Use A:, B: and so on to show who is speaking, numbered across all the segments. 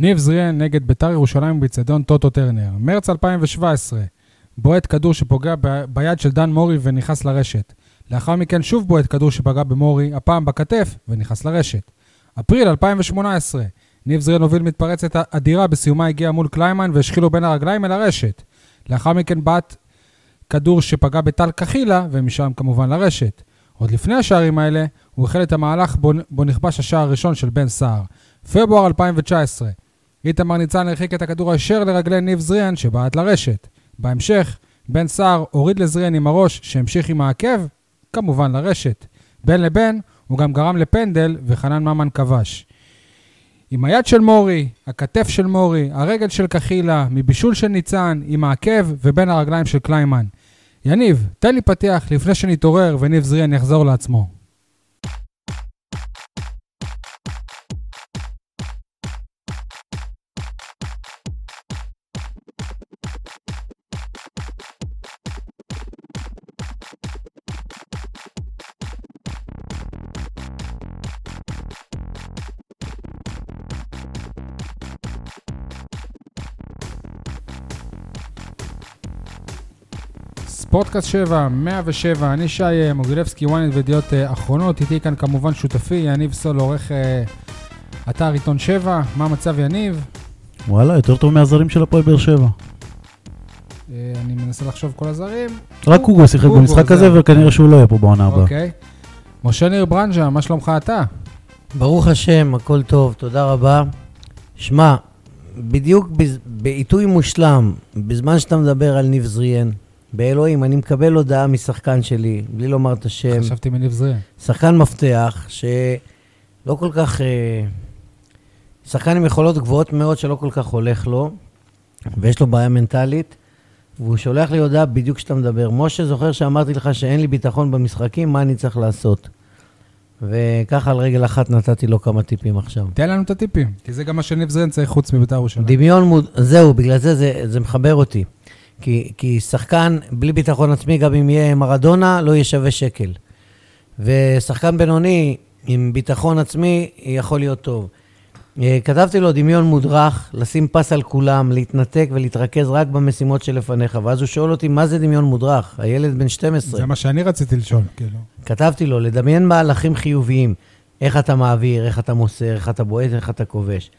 A: ניב זריאן נגד ביתר ירושלים באיצטדיון טוטו טרנר. מרץ 2017, בועט כדור שפוגע ב- ביד של דן מורי ונכנס לרשת. לאחר מכן שוב בועט כדור שפגע במורי, הפעם בכתף, ונכנס לרשת. אפריל 2018, ניב זריאן הוביל מתפרצת אדירה, בסיומה הגיע מול קליימן והשחילו בין הרגליים אל הרשת. לאחר מכן בעט כדור שפגע בטל קחילה, ומשם כמובן לרשת. עוד לפני השערים האלה, הוא החל את המהלך בו, בו נכבש השער הראשון של בן סער. פברואר 2019, איתמר ניצן הרחיק את הכדור הישר לרגלי ניב זריאן שבעט לרשת. בהמשך, בן סער הוריד לזריאן עם הראש שהמשיך עם העקב, כמובן לרשת. בין לבין, הוא גם גרם לפנדל וחנן ממן כבש. עם היד של מורי, הכתף של מורי, הרגל של קחילה, מבישול של ניצן, עם העקב ובין הרגליים של קליימן. יניב, תן לי פתיח לפני שנתעורר וניב זריאן יחזור לעצמו. ספורטקאסט 7, 107, אני שי אה, מוגילבסקי, ynet וידיעות אה, אחרונות, איתי כאן כמובן שותפי יניב סול, עורך אה, אתר עיתון 7, מה המצב יניב?
B: וואלה, יותר טוב מהזרים של הפועל באר שבע.
A: אה, אני מנסה לחשוב כל הזרים,
B: רק קוגו שיחק
A: קוגו,
B: במשחק הזה,
A: זהו.
B: וכנראה שהוא לא יהיה פה בעונה הבאה.
A: אוקיי. משה ניר ברנז'ה, מה שלומך אתה?
C: ברוך השם, הכל טוב, תודה רבה. שמע, בדיוק בז... בעיתוי מושלם, בזמן שאתה מדבר על ניב זריאן, באלוהים, אני מקבל הודעה משחקן שלי, בלי לומר את השם,
A: חשבתי מניב זריה.
C: שחקן מפתח, שלא כל כך... אה, שחקן עם יכולות גבוהות מאוד שלא כל כך הולך לו, ויש לו בעיה מנטלית, והוא שולח לי הודעה בדיוק כשאתה מדבר. משה, זוכר שאמרתי לך שאין לי ביטחון במשחקים, מה אני צריך לעשות? וככה על רגל אחת נתתי לו כמה טיפים עכשיו.
A: תן לנו את הטיפים, כי זה גם מה שניב זריה צריך חוץ מבית"ר ירושלים.
C: דמיון מוד... זהו, בגלל זה זה, זה מחבר אותי. כי, כי שחקן בלי ביטחון עצמי, גם אם יהיה מרדונה, לא יהיה שווה שקל. ושחקן בינוני עם ביטחון עצמי יכול להיות טוב. אה, כתבתי לו דמיון מודרך, לשים פס על כולם, להתנתק ולהתרכז רק במשימות שלפניך. ואז הוא שואל אותי, מה זה דמיון מודרך? הילד בן 12.
A: זה מה שאני רציתי לשאול, כאילו.
C: כתבתי לו, לדמיין מהלכים חיוביים, איך אתה מעביר, איך אתה מוסר, איך אתה בועט, איך אתה כובש.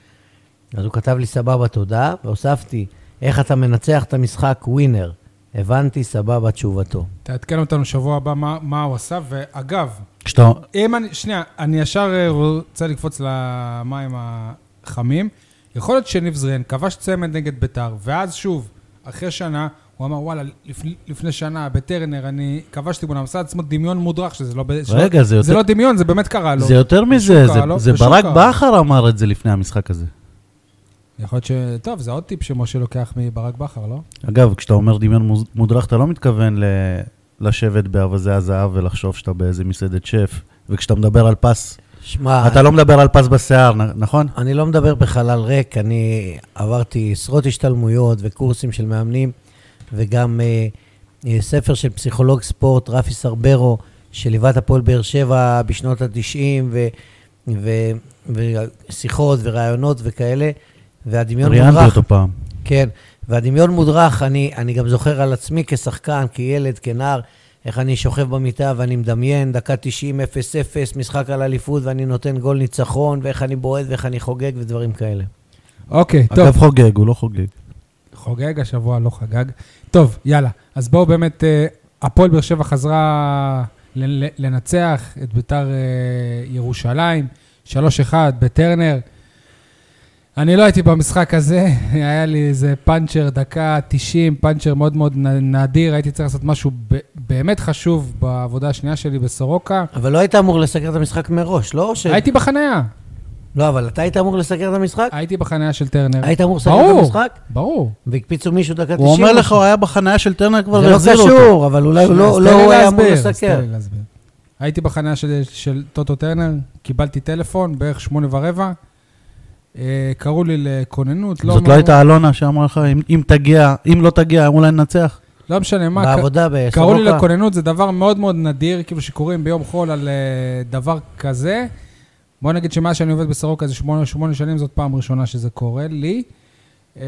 C: אז הוא כתב לי, סבבה, תודה, והוספתי, איך אתה מנצח את המשחק, ווינר. הבנתי, סבבה, תשובתו.
A: תעדכן אותנו שבוע הבא מה- מה הוא עשה, ואגב,
B: כשאתה...
A: אם אני, שנייה, אני ישר אה, רוצה לקפוץ למים החמים. יכול להיות שניב זריאן כבש צמד נגד ביתר, ואז שוב, אחרי שנה, הוא אמר, וואלה, לפני, לפני שנה, בטרנר, אני כבשתי בו, עשה לעצמו דמיון מודרך, שזה לא... ב- שלא-
B: רגע, זה
A: זה
B: יותר-
A: לא דמיון, זה באמת קרה לו.
B: זה יותר מזה,
A: קרה
B: זה-
C: לא,
A: לו,
B: זה
A: ושוק
B: ברק
A: קרה.
B: בכר אמר את זה לפני המשחק הזה.
A: יכול להיות ש... טוב, זה עוד טיפ שמשה לוקח מברק בכר, לא?
B: אגב, כשאתה אומר דמיון מוז- מודרך, אתה לא מתכוון ל- לשבת באווזי הזהב ולחשוב שאתה באיזה מסעדת שף, וכשאתה מדבר על פס,
C: שמע,
B: אתה לא מדבר על פס בשיער, נ- נכון?
C: אני לא מדבר בחלל ריק, אני עברתי עשרות השתלמויות וקורסים של מאמנים, וגם אה, אה, ספר של פסיכולוג ספורט, רפי סרברו, שליווה את הפועל באר שבע בשנות ה-90, ו, ו, ושיחות וראיונות וכאלה, והדמיון
B: ראיינתי
C: מודרך.
B: אותו פעם.
C: כן, והדמיון מודרך, אני, אני גם זוכר על עצמי כשחקן, כילד, כנער, איך אני שוכב במיטה ואני מדמיין, דקה 90, 0-0, משחק על אליפות, ואני נותן גול ניצחון, ואיך אני בועט ואיך אני חוגג ודברים כאלה.
A: אוקיי, טוב.
B: אגב, חוגג, הוא לא חוגג.
A: חוגג, השבוע לא חגג. טוב, יאללה. אז בואו באמת, אה, הפועל באר שבע חזרה ל- ל- לנצח את ביתר אה, ירושלים, 3-1 בטרנר. אני לא הייתי במשחק הזה, היה לי איזה פאנצ'ר דקה 90, פאנצ'ר מאוד מאוד נ- נדיר, הייתי צריך לעשות משהו ב- באמת חשוב בעבודה השנייה שלי בסורוקה.
C: אבל לא היית אמור לסגר את המשחק מראש, לא? ש...
A: הייתי בחניה,
C: לא, אבל אתה היית אמור לסגר את המשחק?
A: הייתי בחניה של טרנר.
C: היית אמור לסגר את
A: אה, ברור.
C: המשחק?
A: ברור.
C: והקפיצו מישהו דקה 90?
B: הוא אומר לך, הוא היה בחניה של טרנר כבר,
C: זה לא
B: והחזירו אותו.
C: קשור, אבל אולי הוא לא
A: אז
C: לא
A: תן לי
C: הוא היה אמור
A: להסביר, אז
C: לסגר.
A: תן לי להסביר. הייתי בחניה של, של טוטו טרנר, קיבלתי טלפון בערך שמונה ורבע, אה, קראו לי לכוננות, לא,
B: זאת
A: אמרו-
B: לא הייתה אלונה שאמרה לך, "אם- אם תגיע, אם לא תגיע, אולי ננצח?
A: לא משנה מה, ק-
C: בעבודה
A: קראו לי
C: בסורוקה.
A: לכוננות, זה דבר מאוד מאוד נדיר, כאילו שקוראים ביום חול על אה, דבר כזה, בוא נגיד שמאז שאני עובד בסורוקה זה שמונה, שמונה שנים, זאת פעם ראשונה שזה קורה לי. אה,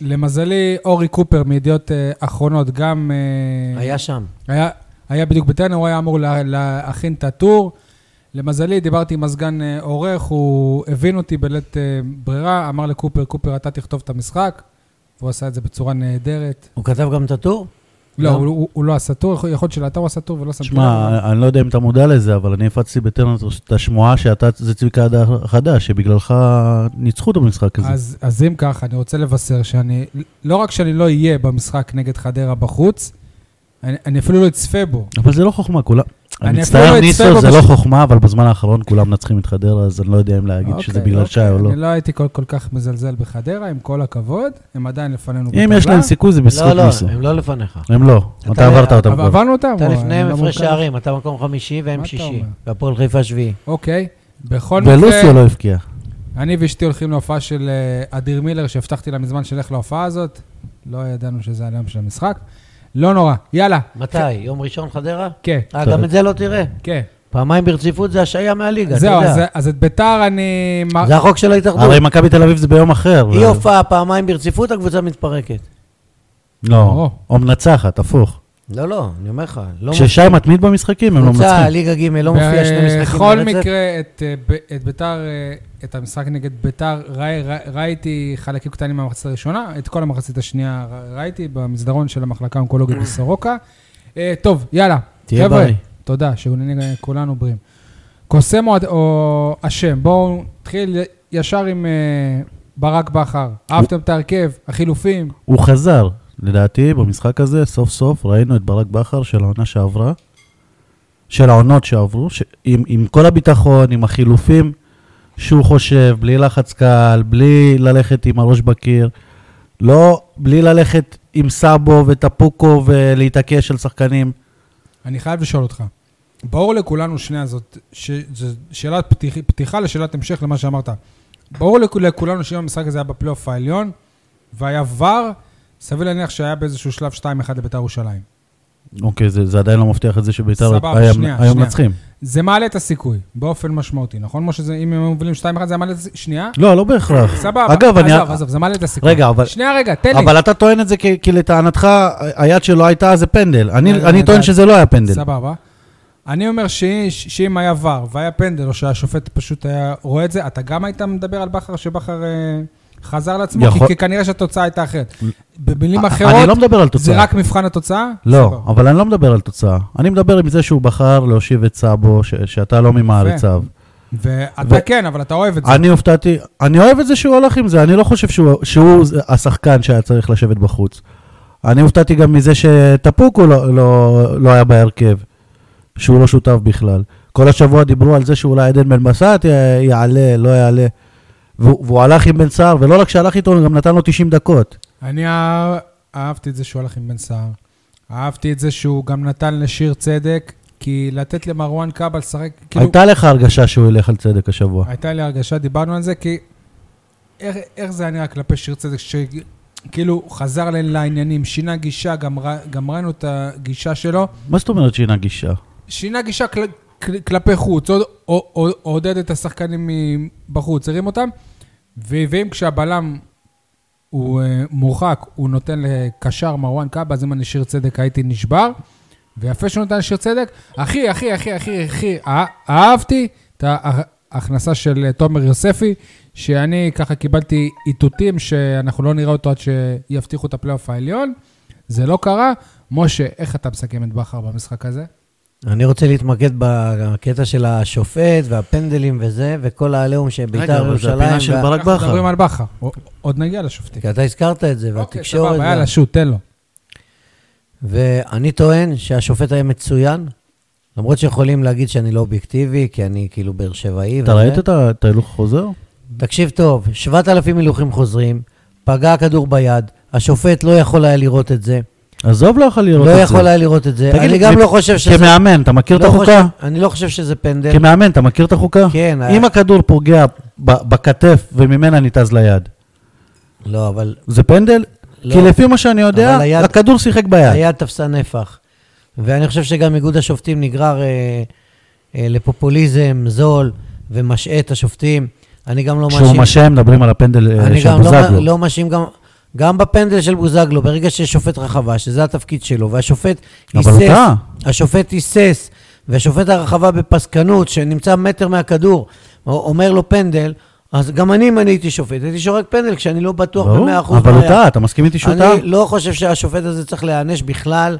A: למזלי, אורי קופר מידיעות אה, אחרונות גם... אה,
C: היה שם.
A: היה, היה בדיוק בטרנר, הוא היה אמור לה, להכין את הטור. למזלי, דיברתי עם הסגן אה, עורך, הוא הבין אותי בלית אה, ברירה, אמר לקופר, קופר, אתה תכתוב את המשחק, והוא עשה את זה בצורה נהדרת.
C: הוא כתב גם את הטור?
A: לא,
C: לא.
A: הוא, הוא, הוא לא עשה טור, יכול יכול להיות שלאתר הוא עשה טור ולא שמתי
B: שמע,
A: לב.
B: אני- אני לא יודע אם אתה מודע לזה, אבל אני הפצתי בטרנר את השמועה שאתה זה צביקה הדר החדש, שבגללך ניצחו את המשחק הזה.
A: אז, אז אם ככה, אני רוצה לבשר שאני, לא רק שאני לא אהיה במשחק נגד חדרה בחוץ, אני, אני אפילו לא אצפה בו.
B: אבל זה לא חוכמה, כולם...
A: אני
B: אני
A: אפילו
B: מצטער,
A: אצפה
B: ניסו,
A: בו
B: זה לא
A: בש-
B: חוכמה, אבל בזמן האחרון כולם מנצחים את חדרה, אז אני לא יודע אם להגיד שזה
A: אוקיי,
B: בגלל שי או לא.
A: אני לא הייתי כל, כל כך מזלזל בחדרה, עם כל הכבוד, הם עדיין לפנינו
B: אם יש להם סיכוי, זה
C: לא,
B: בזכות
C: לא,
B: ניסו.
C: הם לא לפניך.
B: הם לא, אתה עברת אותם
A: אבל
B: כבר.
A: עברנו אותם.
C: אתה
A: או-
C: לפניהם
A: אני לא
C: הפרש
A: מעודכן.
C: שערים, אתה מקום חמישי
A: מה
C: והם
A: אתה
C: שישי.
A: אומר?
C: והפועל חיפה שביעי.
A: אוקיי. בכל
B: ולוסיו
A: מקרה,
B: לא הבקיע.
A: אני ואשתי הולכים להופעה של אה, אדיר מילר, שהבטחתי לה מזמן שנלך להופעה הזאת. לא ידענו שזה על היום של המשחק. לא נורא, יאללה.
C: מתי? יום ראשון חדרה?
A: כן,
C: אה,
B: טוב.
C: גם את זה לא תראה.
A: כן.
C: פעמיים ברציפות זה השעיה מהליגה, אתה
A: זהו, אז- אה,
C: יודע.
A: אז את ביתר אני... מ-
C: זה החוק של ההתאחדות.
B: הרי מכבי תל אביב זה ביום אחר.
C: היא
B: ו-
C: הופעה פעמיים ברציפות, הקבוצה מתפרקת.
B: לא,
A: או.
B: או מנצחת, הפוך.
C: לא, לא, אני אומר לך. לא
B: כששי מתמיד במשחקים, הם לא
C: קבוצה,
B: מנצחים.
C: ליגה ג' לא מופיעה שני משחקים
A: בכל
C: ברצף.
A: מקרה, את, אה, ב- את ביתר, אה, את המשחק נגד ביתר, ראי- ראי- ראיתי חלקים קטנים מהמחצית הראשונה, את כל המחצית השנייה ר- ראיתי במסדרון של המחלקה האונקולוגית בסורוקה. אה, טוב, יאללה.
C: תהיה
A: חבר'ה,
C: בריא.
A: תודה, שנהיה כולנו בריאים. קוסם או- או אשם, בואו נתחיל ישר עם אה, ברק בכר. אהבתם את ההרכב, החילופים.
B: הוא חזר, לדעתי, במשחק הזה, סוף סוף ראינו את ברק בכר של העונה שעברה, של העונות שעברו, ש... עם, עם כל הביטחון, עם החילופים שהוא חושב, בלי לחץ קהל, בלי ללכת עם הראש בקיר, לא, בלי ללכת עם סאבו וטפוקו ולהתעקש על שחקנים.
A: אני חייב לשאול אותך. ברור לכולנו שנייה, זאת ש- זו שאלת פתיח, פתיחה לשאלת המשך למה שאמרת. ברור לכ- לכולנו שאם המשחק הזה היה בפלייאוף העליון והיה ור, סביר להניח שהיה באיזשהו שלב 2-1 לביתר ירושלים.
B: אוקיי, זה, זה עדיין לא מבטיח את זה שביתר
A: סבבה,
B: היום-
A: שנייה,
B: היום
A: שנייה.
B: מנצחים.
A: זה מעלה את הסיכוי באופן משמעותי, נכון? משה, זה- אם הם היו מובילים 2-1 זה היה מעלה את הסיכוי. שנייה?
B: לא, לא בהכרח.
A: סבבה,
B: אגב, אני...
A: עזוב, עזוב, זה מעלה את הסיכוי.
B: רגע, אבל-
A: שנייה, רגע, תן לי.
B: אבל אתה טוען את זה כי, כי לטענתך היד שלו הייתה אז זה פנדל. אני,
A: אני
B: אני
A: יודע.
B: טוען שזה לא היה פנדל.
A: אה, סבבה. אני אומר שאי- ש- שאם היה ור והיה פנדל, או שהשופט פשוט היה רואה את זה, אתה גם היית מדבר על בכר, שבכר אה, חזר לעצמו, כי,
B: יכול-
A: כי כנראה שהתוצאה הייתה אחרת. במילים
B: א-
A: אחרות,
B: אני לא מדבר על
A: זה
B: תוצאה.
A: רק מבחן התוצאה?
B: לא,
A: סבבה.
B: אבל אני לא מדבר על תוצאה. אני מדבר עם זה שהוא בחר להושיב את סאבו, ש- שאתה לא ממעריציו.
A: ואתה
B: ו-
A: כן, אבל אתה אוהב את זה.
B: אני הופתעתי, אני אוהב את זה שהוא הלך עם זה, אני לא חושב שהוא- שהוא זה- השחקן שהיה צריך לשבת בחוץ. אני הופתעתי גם מזה שטפוקו לא- לא- לא היה בהרכב, שהוא לא שותף בכלל. כל השבוע דיברו על זה שאולי עדן בן בסט י- יעלה, לא יעלה. והוא והוא הלך עם בן סער, ולא רק שהלך איתו, הוא גם נתן לו 90 דקות.
A: אני אה- אהבתי את זה שהוא הלך עם בן סער. אהבתי את זה שהוא גם נתן לשיר צדק, כי לתת למרואן קאבה לשחק, כאילו...
B: הייתה לך הרגשה שהוא ילך על צדק השבוע.
A: הייתה לי הרגשה, דיברנו על זה, כי איך, איך זה היה נראה כלפי שיר צדק, שכאילו חזר ל- לעניינים, שינה גישה, גם, ר- גם ראינו את הגישה שלו,
B: מה זאת אומרת שהיא נגישה?
C: כן,
A: שינה גישה כל, כל, כלפי חוץ, עוד, או, או, עודד את השחקנים מבחוץ, הרים אותם, ו- ואם כשהבלם הוא אה, מורחק, הוא נותן לקשר מרואן קאבה, אז אם אני שיר צדק הייתי נשבר, ויפה שהוא נתן שיר צדק. אחי, אחי, אחי, אחי, אחי, אה, אהבתי את ההכנסה של אה, תומר יוספי, שאני ככה קיבלתי איתותים שאנחנו לא נראה אותו עד שיבטיחו את הפלייאוף העליון. זה לא קרה. משה, איך אתה מסכם את בכר במשחק הזה?
C: אני רוצה להתמקד בקטע של השופט והפנדלים וזה, וכל העליהום
B: רגע,
C: שביתר
B: אבל זה
C: ירושלים.
B: הפינה של
C: וה-
B: ברק
A: אנחנו
B: בכר. כן,
A: מדברים על בכר, ע- עוד נגיע לשופטים.
C: כי אתה הזכרת את זה,
A: אוקיי,
C: והתקשורת...
A: סבבה,
C: וה-
A: יאללה, שוט, תן לו.
C: ואני טוען שהשופט היה מצוין, למרות שיכולים להגיד שאני לא אובייקטיבי, כי אני כאילו באר שבעי.
B: אתה
C: וזה.
B: ראית את ה- את ההילוך החוזר?
C: תקשיב טוב, 7,000 הילוכים חוזרים, פגע הכדור ביד, השופט לא יכול היה לראות את זה.
B: עזוב, לא יכול לראות
C: לא
B: את זה.
C: יכול היה לראות את זה. אני גם לא חושב שזה...
B: כמאמן, אתה מכיר את
C: לא
B: החוקה?
C: חושב- אני לא חושב שזה פנדל.
B: כמאמן, אתה מכיר את החוקה?
C: כן, היה-
B: אם הכדור פוגע ב- בכתף וממנה ניתז ליד,
C: לא, אבל
B: זה פנדל?
C: לא.
B: כי לפי מה שאני יודע,
C: אבל היד-
B: הכדור שיחק ביד.
C: היד תפסה נפח. ואני חושב שגם איגוד השופטים נגרר אה, אה, לפופוליזם זול ומשעה את השופטים. אני גם לא מאשים...
B: כשהוא משה, מדברים על הפנדל אה,
C: אני
B: של
C: גם לא,
B: בוזגלו.
C: לא מאשים גם... גם בפנדל של בוזגלו, ברגע שיש שופט רחבה, שזה התפקיד שלו, והשופט
B: אבל הוא טעה.
C: השופט היסס, והשופט הרחבה בפסקנות, שנמצא מטר מהכדור, א- אומר לו פנדל, אז גם אני, אם אני הייתי שופט, הייתי שורק פנדל כשאני לא בטוח
B: ברור,
C: ב-100%
B: אבל הוא טעה, אתה מסכים איתי שהוא
C: אני
B: טעה?
C: לא חושב שהשופט הזה צריך להיענש בכלל.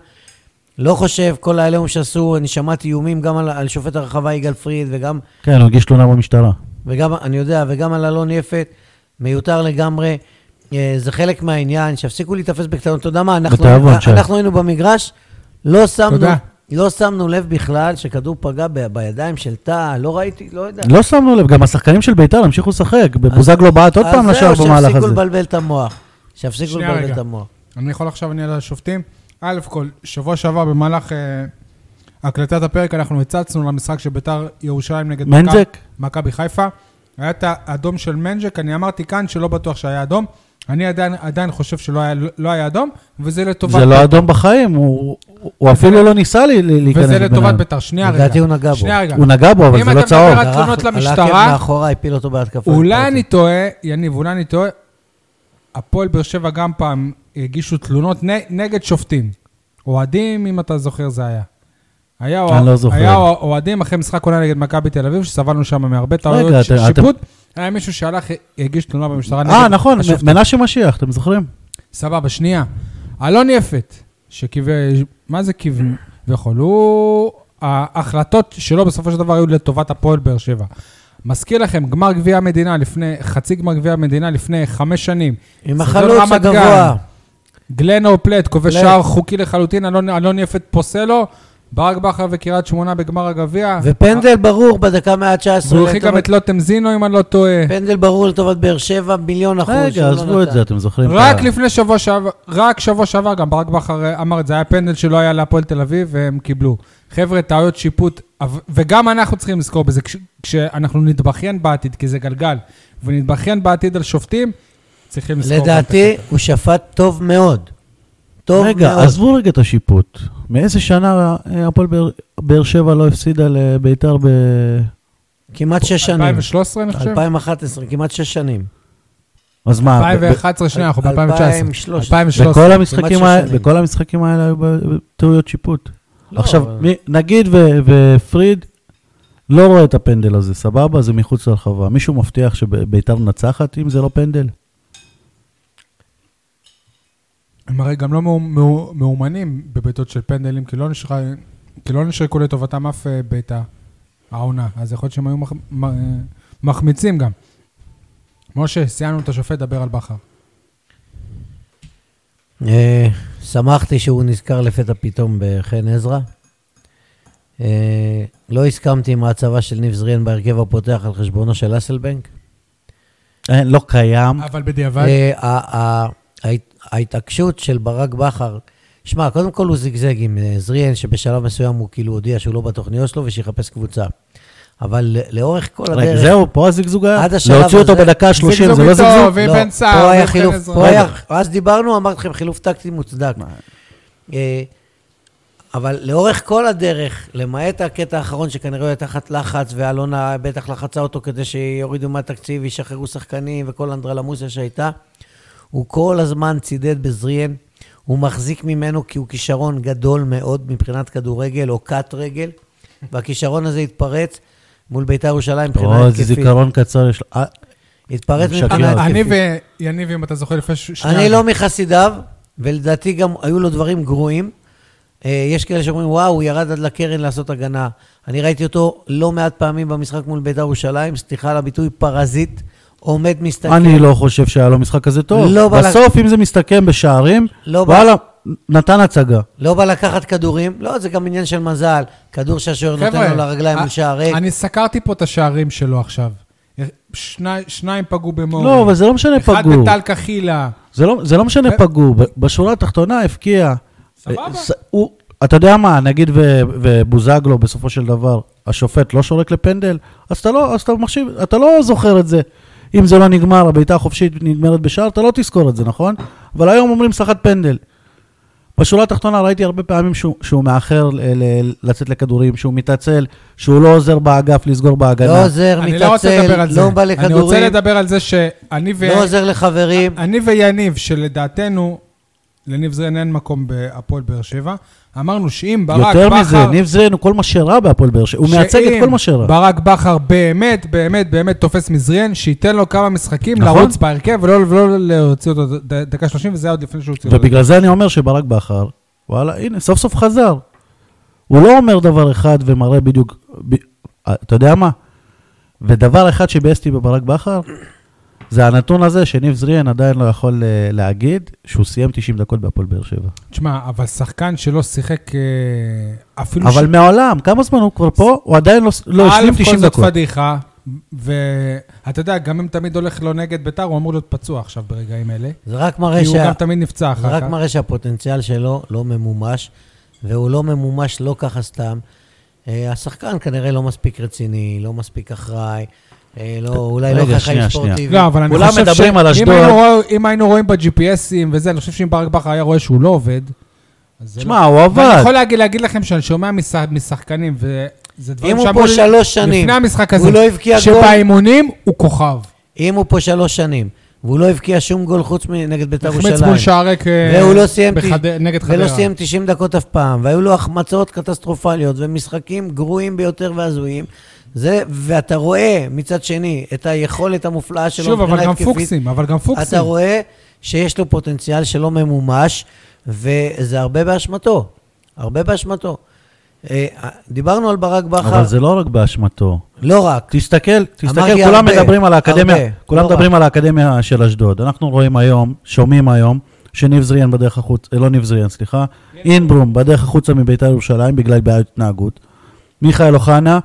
C: לא חושב, כל העליהום שעשו, אני שמעתי איומים גם על, על שופט הרחבה יגאל פריד, וגם,
B: כן, הוא הגיש תלונה במשטרה.
C: וגם, אני יודע, וגם על אלון יפת, מיותר לגמרי. אה, זה חלק מהעניין, שיפסיקו להיתפס בקטנות. אתה יודע מה, אנחנו,
B: בתיאבון, שי.
C: אנחנו היינו במגרש, לא שמנו,
A: תודה.
C: לא שמנו לב בכלל שכדור פגע ב, בידיים של טאה, לא ראיתי, לא יודע.
B: לא שמנו לב, גם השחקנים של ביתר המשיכו לשחק, בוזגלו בעט עוד פעם לשער
C: אז זהו,
B: במהלך
C: שיפסיקו
B: הזה.
C: לבלבל את המוח. שיפסיקו
A: שנייה,
C: לבלבל
A: רגע.
C: את המוח.
A: אני יכול עכשיו אני על השופטים. א' כל, שבוע שעבר במהלך אה, הקלטת הפרק אנחנו הצצנו למשחק של ביתר ירושלים נגד מכבי-
B: מנג'ק?
A: מכבי חיפה. היה את האדום של מנג'ק, אני אמרתי כאן שלא בטוח שהיה אדום. אני עדיין, עדיין חושב שלא היה, לא היה אדום, וזה לטובת...
B: זה לא אדום בחיים, הוא- הוא- הוא אפילו לא ניסה לי- לי- להיכנס
A: וזה לטובת
B: ביניהם.
A: ביתר. שנייה רגע.
C: לדעתי הוא נגע בו.
A: שנייה רגע.
B: הוא נגע בו, אבל
A: אם
B: זה
A: אתה
B: לא
A: מדבר
B: צהוב.
A: על- תלונות
C: דרך-
A: למשטרה.
C: על העקב מאחורה הפיל אותו בהתקפה.
B: אוקיי.
C: אוקיי.
A: אולי אני טועה, יניב, אולי אני טועה, הפועל באר שבע גם פעם הגישו תלונות נ, נגד שופטים. אוהדים, אם אתה זוכר, זה היה. היה, אוה-
B: אני לא זוכר.
A: היה אוה- אוהדים אחרי משחק עונה נגד מכבי תל אביב, שסבלנו שם מהרבה
B: רגע,
A: טעויות ש-
B: אתם-
A: שיפוט. היה מישהו שהלך, הגיש תלונה במשטרה נגד
B: אה, נכון,
A: השופטים.
B: מ- מנשה משיח, אתם זוכרים?
A: סבבה, שנייה. אלון יפת, שכיוון, מה זה כיוון? ויכול, הוא... ההחלטות שלו בסופו של דבר היו לטובת הפועל באר שבע. מזכיר לכם, גמר גביע המדינה לפני, חצי גמר גביע המדינה לפני חמש שנים.
C: עם
A: סגול
C: החלוץ
A: רמת
C: הגבוה.
A: גן, גלנו פלט, כובש
C: פלט.
A: שער חוקי לחלוטין, אלון, אלון יפת פוסל לו, ברק בכר וקריית שמונה בגמר הגביע.
C: ופנדל ברור בדקה מאה ה-19.
A: והוא הרחיק אה. גם את לוטם זינו, אם אני לא טועה.
C: פנדל ברור לטובת באר שבע, מיליון
A: נכון,
C: אחוז. שהוא
B: רגע,
C: לא
B: עזבו את
C: נתן.
B: זה, אתם זוכרים?
A: רק
B: את ה-
A: לפני שבוע שעבר, רק שבוע שעבר גם ברק בכר אה, אמר את זה, היה פנדל שלא היה להפועל תל אביב והם קיבלו. חבר'ה, טעויות שיפוט, אב- וגם אנחנו צריכים לזכור בזה, כש- כשאנחנו נתבכיין בעתיד, כי זה גלגל, ונתבכיין בעתיד על שופטים, צריכים לזכור. גם את
C: לדעתי,
A: הקטע.
C: הוא שפט טוב מאוד. טוב מאוד.
B: רגע, עזבו רגע את השיפוט. מאיזה שנה אה, הפועל באר- באר שבע לא הפסידה לביתר ב...
C: כמעט שש שנים.
A: 2013, אני חושב?
C: 2011, כמעט שש שנים.
B: אז מה? ב- ב-
A: 2011, שנייה, אנחנו ב-2019.
C: 2013.
A: 2013.
B: בכל המשחקים,
C: שש
B: ה...
C: שנים.
B: בכל המשחקים האלה היו ב- ב- טעויות שיפוט.
C: לא,
B: עכשיו,
C: אבל-
B: מי, נגיד ו... ופריד לא רואה את הפנדל הזה, סבבה? זה מחוץ לרחבה. מישהו מבטיח שביתר מנצחת אם זה לא פנדל?
A: הם הרי גם לא מאו- מאו- מאומנים בבעיטות של פנדלים, כי לא נשרה- כי לא נשרקו לטובתם אף אה, בעיטה, העונה. אז יכול להיות שהם היו מח- מ- אה, מחמיצים גם. משה, סיימנו את השופט, דבר על בכר.
C: אה, שמחתי שהוא נזכר לפתע פתאום בחן עזרא. אה, לא הסכמתי עם ההצבה של ניב זריאן בהרכב הפותח על חשבונו של אסלבנק.
B: אין, לא קיים.
A: אבל בדיעבד,
C: אה, ה- ה- ההת- ההתעקשות של ברק בכר, שמע, קודם כל הוא זיגזג עם אה, זריאן, שבשלב מסוים הוא כאילו הודיע שהוא לא בתוכניות שלו ושיחפש קבוצה. אבל ל- לאורך כל
B: רגע,
C: הדרך...
B: זהו, פה הזיגזוג היה.
C: עד השלב
B: להוציא אותו
C: הזה-
B: בדקה ה-30,
A: זיגזוג
B: זה לא
A: איתו,
B: זיגזוג.
A: ו- ובן סער, כן
C: פה היה
A: ובן
C: חילוף,
A: עזרא.
C: פה היה,
B: רגע.
C: אז דיברנו, אמרתי לכם, חילוף טקטי מוצדק. אה, אבל לאורך כל הדרך, למעט הקטע האחרון שכנראה היה תחת לחץ, ואלונה בטח לחצה אותו כדי שיורידו מהתקציב, וישחררו שחקנים, וכל אנדרלמוסיה שהייתה, הוא כל הזמן צידד בזריאן, הוא מחזיק ממנו כי הוא כישרון גדול מאוד מבחינת כדורגל או קט רגל, והכישרון הזה התפרץ מול בית"ר ירושלים מבחינה
B: או, לא, איזה
C: התקפית.
B: זיכרון קצר יש לו. אה,
C: התפרץ
B: משגע
C: מבחינה
B: אותי.
A: אני
C: התקפית.
A: ויניב, אם אתה זוכר לפני ש- שנייה.
C: אני לא מחסידיו, ולדעתי גם היו לו דברים גרועים. אה, יש כאלה שאומרים, וואו, הוא ירד עד לקרן לעשות הגנה. אני ראיתי אותו לא מעט פעמים במשחק מול בית"ר ירושלים, סליחה על הביטוי, פרזיט, עומד מסתכל.
B: אני לא חושב שהיה לו משחק כזה טוב.
C: לא בא
B: בסוף, אם זה מסתכם בשערים,
C: לא בא-
B: וואלה, נתן הצגה.
C: לא בא לקחת כדורים, לא, זה גם עניין של מזל. כדור שהשוער נותן לו לרגליים
A: אה,
C: מול שער ריק.
A: אני סקרתי פה את השערים שלו עכשיו. אה, שני- שניים פגעו במורי.
B: לא, אבל זה לא משנה
A: אחד
B: פגעו.
A: בטל קחילה.
B: זה לא, זה לא משנה
A: ו-
B: פגעו, ב- בשורה התחתונה הבקיע.
A: סבבה.
B: אה, ס- הוא, אתה יודע מה, נגיד ו- ובוזגלו בסופו של דבר, השופט לא שורק לפנדל, אז אתה לא, אז אתה מחשיב, אתה לא זוכר את זה. אם זה לא נגמר, הבעיטה החופשית נגמרת בשער, אתה לא תזכור את זה, נכון? אבל היום אומרים סחט פנדל. בשורה התחתונה ראיתי הרבה פעמים שהוא, שהוא מאחר ל- ל- לצאת לכדורים, שהוא מתעצל, שהוא לא עוזר באגף לסגור בהגנה.
C: לא עוזר,
A: אני לא רוצה לדבר
C: מתעצל,
A: על זה.
C: לא בא
A: אני רוצה
C: לכדורים,
A: לדבר על זה אה, שאני ו...
C: לא עוזר לחברים.
A: אני ויניב, שלדעתנו, לניב זרין אין מקום בהפועל באר שבע, אמרנו שאם ברק בכר...
B: יותר מזה, ניב זרין הוא כל מה שרע בהפועל באר שבע, הוא מייצג את
A: שאם
B: כל מה שרע.
A: ברק בכר באמת, באמת, באמת תופס מזריאן, שייתן לו כמה משחקים
B: נכון.
A: לרוץ בהרכב ולא, ולא להוציא אותו ד- דקה 30, וזה היה עוד לפני שהוא הוציא אותו.
B: ובגלל זה אני אומר שברק בכר, וואלה, הנה, סוף סוף חזר. הוא לא אומר דבר אחד ומראה בדיוק, ב... אה, אתה יודע מה? ודבר אחד שביאסתי בברק בכר, זה הנתון הזה שניב זריאן עדיין לא יכול אה, להגיד שהוא סיים 90 דקות בהפועל באר שבע.
A: תשמע, אבל שחקן שלא שיחק אה, אפילו...
B: אבל מעולם, כמה זמן הוא כבר פה? הוא עדיין לא,
A: כאילו
B: לא
A: א',
B: השלים
A: כל
B: 90
A: זאת
B: דקות.
A: פדיחה, ואתה יודע, גם אם תמיד הולך לו נגד ביתר, הוא אמור להיות פצוע עכשיו ברגעים אלה.
C: זה רק
A: כי
C: מראה
A: הוא
C: שה-
A: גם תמיד נפצע
C: זה
A: אחר
C: רק
A: כך.
C: מראה שהפוטנציאל שלו לא ממומש, והוא לא ממומש לא ככה סתם. אה, השחקן כנראה לא מספיק רציני, לא מספיק אחראי, אה, לא, אולי לא
B: רגע,
C: ככה
B: שנייה,
C: עם
B: שנייה.
C: ספורטיבי.
A: לא, אבל אני
B: כולם
A: חושב
B: מדברים על
A: אם
B: אשדוד.
A: היינו רוא- אם היינו רואים ב-GPSים וזה, אני חושב שאם ברק בכר היה רואה שהוא לא עובד, אז זה לא-
B: שמע, הוא
A: אבל אני
B: עבד.
A: יכול להגיד, להגיד לכם שאני שומע מש- משחקנים, וזה דברים
C: אם הוא
A: שאמרו
C: פה
A: לי
C: שלוש שנים,
A: לפני המשחק
C: הוא
A: הזה,
C: לא הבקיע גול.
A: שבאימונים הוא כוכב.
C: אם הוא פה שלוש שנים, והוא לא הבקיע שום גול חוץ מנגד בית"ר
A: החמיץ
C: ירושלים,
A: מול שערק אה,
C: והוא לא סיים,
A: בחד- נגד חדרה.
C: ולא סיים 90 דקות אף פעם, והיו לו החמצות קטסטרופליות, ומשחקים גרועים ביותר והזויים, זה, ואתה רואה מצד שני את היכולת המופלאה שלו
A: שוב, אבל
C: מבחינה
A: גם
C: התקפית.
A: פוקסים, אבל גם פוקסים.
C: אתה רואה שיש לו פוטנציאל שלא ממומש, וזה הרבה באשמתו. הרבה באשמתו. אה, דיברנו על ברק בכר,
B: אבל זה לא רק באשמתו.
C: לא רק.
B: תסתכל,
C: אמרתי
B: תסתכל, כולם
C: הרבה,
B: מדברים על האקדמיה,
C: הרבה,
B: כולם
C: לא
B: מדברים על האקדמיה של אשדוד. אנחנו רואים היום, שומעים היום, שניב זריאן בדרך החוצה, לא ניב זריאן, סליחה, אינברום בדרך החוצה מביתר ירושלים בגלל בעיית התנהגות. מיכאל אוחנה,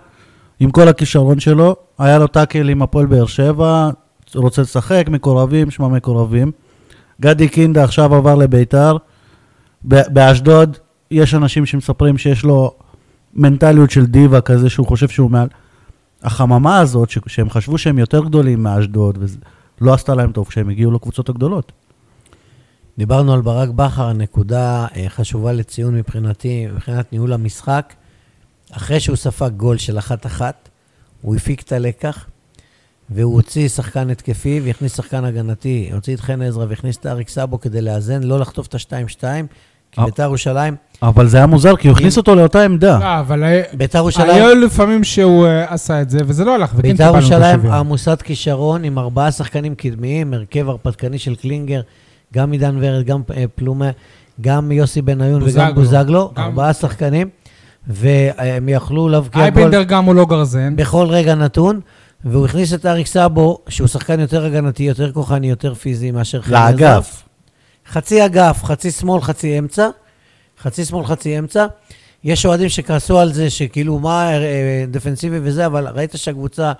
B: עם כל הכישרון שלו, היה לו טאקל עם הפועל באר שבע, רוצה לשחק, מקורבים, שמע מקורבים. גדי קינדה עכשיו עבר לביתר. ב- באשדוד יש אנשים שמספרים שיש לו מנטליות של דיווה כזה, שהוא חושב שהוא מעל... החממה הזאת, ש- שהם חשבו שהם יותר גדולים מאשדוד, וזה- לא עשתה להם טוב כשהם הגיעו לקבוצות הגדולות.
C: דיברנו על ברק בכר, נקודה אה, חשובה לציון מבחינתי, מבחינת ניהול המשחק. אחרי שהוא ספג גול של אחת-אחת, הוא הפיק את הלקח, והוא הוציא שחקן התקפי והכניס שחקן הגנתי. הוציא את חן עזרא והכניס את אריק סאבו כדי לאזן, לא לחטוף את ה-2-2, כי
B: אה.
C: ביתר ירושלים,
B: אבל זה היה מוזר, כי הוא הכניס אותו לאותה עמדה.
A: לא, אבל אה,
C: ביתר ירושלים...
A: היו לפעמים שהוא אה, עשה את זה, וזה לא הלך, וכן
C: בית"ר
A: קיבלנו את
C: ירושלים
A: השוויון.
C: עמוסת כישרון עם ארבעה שחקנים קדמיים, הרכב הרפתקני של קלינגר, גם עידן ורד, גם אה, פלומה, גם יוסי בניון
A: בוזגלו.
C: וגם בוזגלו,
A: גם-
C: ארבעה שחקנים, והם יכלו להבקיע גול
A: אייבנדר גם הוא לא גרזן.
C: בכל רגע נתון, והוא הכניס את אריק סאבו, שהוא שחקן יותר הגנתי, יותר כוחני, יותר פיזי מאשר חן עזרא.
B: לאגף.
C: חצי אגף, חצי שמאל, חצי אמצע. חצי שמאל, חצי אמצע. יש אוהדים שכעסו על זה, שכאילו, מה, אה, דפנסיבי וזה, אבל ראית שהקבוצה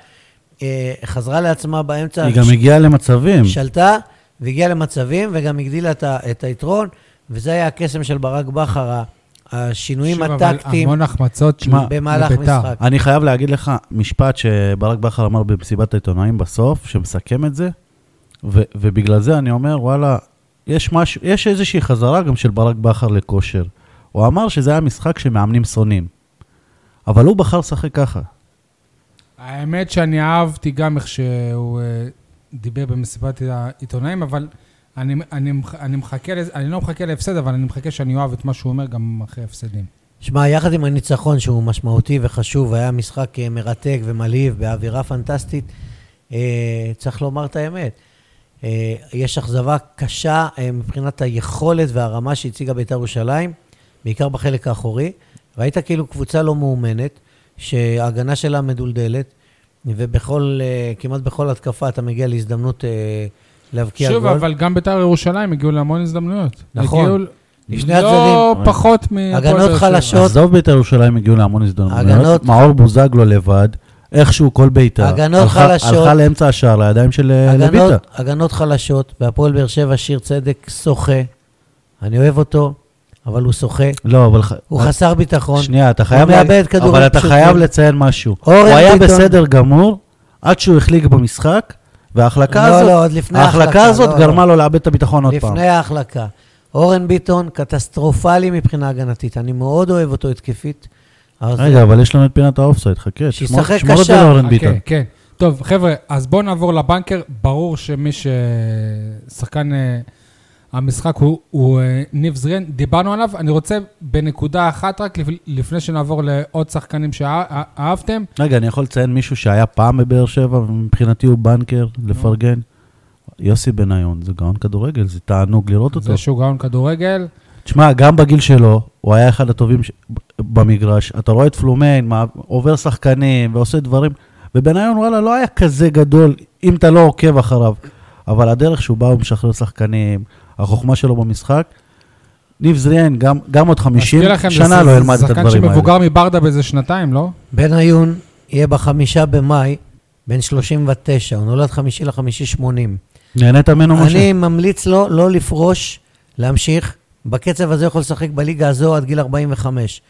C: אה, חזרה לעצמה באמצע,
B: היא גם
C: ש-
B: הגיעה למצבים.
C: שלטה, והגיעה למצבים, וגם הגדילה את, ה- את היתרון, וזה היה הקסם של ברק בכר, ה- השינויים
A: שוב, אבל
C: הטקטיים
A: המון החמצות של-
B: שמע,
C: במהלך
A: לביתר.
C: משחק.
B: אני חייב להגיד לך משפט שברק בכר אמר במסיבת העיתונאים בסוף, שמסכם את זה, ו- ובגלל זה אני אומר, וואלה, יש, מש- יש איזושהי חזרה גם של ברק בכר לכושר. הוא אמר שזה היה משחק שמאמנים שונאים, אבל הוא בחר לשחק ככה.
A: האמת שאני אהבתי גם איך שהוא אה, דיבר במסיבת העיתונאים, אבל אני, אני, מח- אני מחכה, לזה- אני לא מחכה להפסד, אבל אני מחכה שאני אוהב את מה שהוא אומר גם אחרי הפסדים.
C: שמע, יחד עם הניצחון שהוא משמעותי וחשוב, היה משחק אה, מרתק ומלהיב באווירה פנטסטית, אה, צריך לומר את האמת. אה, יש אכזבה קשה אה, מבחינת היכולת והרמה שהציגה בית"ר ירושלים, בעיקר בחלק האחורי. ראית כאילו קבוצה לא מאומנת, שההגנה שלה מדולדלת, ובכל, אה, כמעט בכל התקפה אתה מגיע להזדמנות אה, להבקיע
A: שוב,
C: גול.
A: אבל גם בית"ר ירושלים הגיעו להמון הזדמנויות.
C: נכון.
A: הגיעו
C: לשני
A: לא
C: הצדדים.
A: פחות מ...
C: הגנות חלשות. שוט.
B: עזוב בית"ר ירושלים הגיעו להמון הזדמנויות.
C: הגנות.
B: מאור בוזגלו לבד, איכשהו כל בית"ר.
C: הגנות
B: הלכה-
C: חלשות.
B: הלכה לאמצע השער לידיים של אה, לויטה.
C: הגנות, הגנות חלשות, והפועל באר שבע שיר צדק שוחה. אני אוהב אותו, אבל הוא שוחה.
B: לא, אבל... ח- אה,
C: הוא חסר ביטחון.
B: שנייה, אתה חייב...
C: הוא מאבד
B: להגיד-
C: כדורים
B: אבל אתה
C: פשוטים.
B: חייב לציין משהו. הוא
C: אורן
B: היה
C: ביטון.
B: בסדר גמור עד שהוא החליק במשחק, וההחלקה
C: לא,
B: הזאת...
C: לא, עוד לפני
B: ההחלקה
C: ההחלקה,
B: הזאת
C: לא,
B: גרמה לו לאבד את הביטחון עוד פעם.
C: לפני ההחלקה. אורן ביטון, קטסטרופלי מבחינה הגנתית. אני מאוד אוהב אותו התקפית. אז-
B: רגע, אבל יש לנו את פינת האופסייד, חכה, תשמור
C: שישחק אוקיי.
B: תשמור את זה
C: קשר.
B: לאורן
A: חכה,
B: ביטון.
A: כן. טוב, חבר'ה, אז בואו נעבור לבנקר. ברור שמי ששחקן אה, המשחק הוא- הוא אה, ניב זרין, דיברנו עליו. אני רוצה בנקודה אחת רק, לפ- לפני שנעבור לעוד שחקנים שאהבתם.
B: רגע, אני יכול לציין מישהו שהיה פעם בבאר שבע, ומבחינתי הוא בנקר, לפרגן? יוסי בניון, זה גאון כדורגל, זה תענוג לראות אותו.
A: זה שהוא גאון כדורגל.
B: תשמע, גם בגיל שלו, הוא היה אחד הטובים ש... במגרש. אתה רואה את פלומיין, מה... עובר שחקנים ועושה דברים, ובניון, וואלה, לא היה כזה גדול, אם אתה לא עוקב אחריו. אבל הדרך שהוא בא, הוא משחרר שחקנים, החוכמה שלו במשחק. ניב זריאן, גם, גם עוד 50
A: מזכיר לכם, זה
B: שנה
A: ש-
B: לא ילמד את
A: שחקן
B: הדברים האלה.
A: שמבוגר מברדה באיזה שנתיים, לא?
C: בניון יהיה בחמישה במאי, בן 39, הוא נולד חמישי לחמישי 80.
B: נהנית ממנו,
A: לא
B: משה?
C: אני ממליץ לו לא לפרוש, להמשיך. בקצב הזה הוא יכול לשחק בליגה הזו עד גיל 45.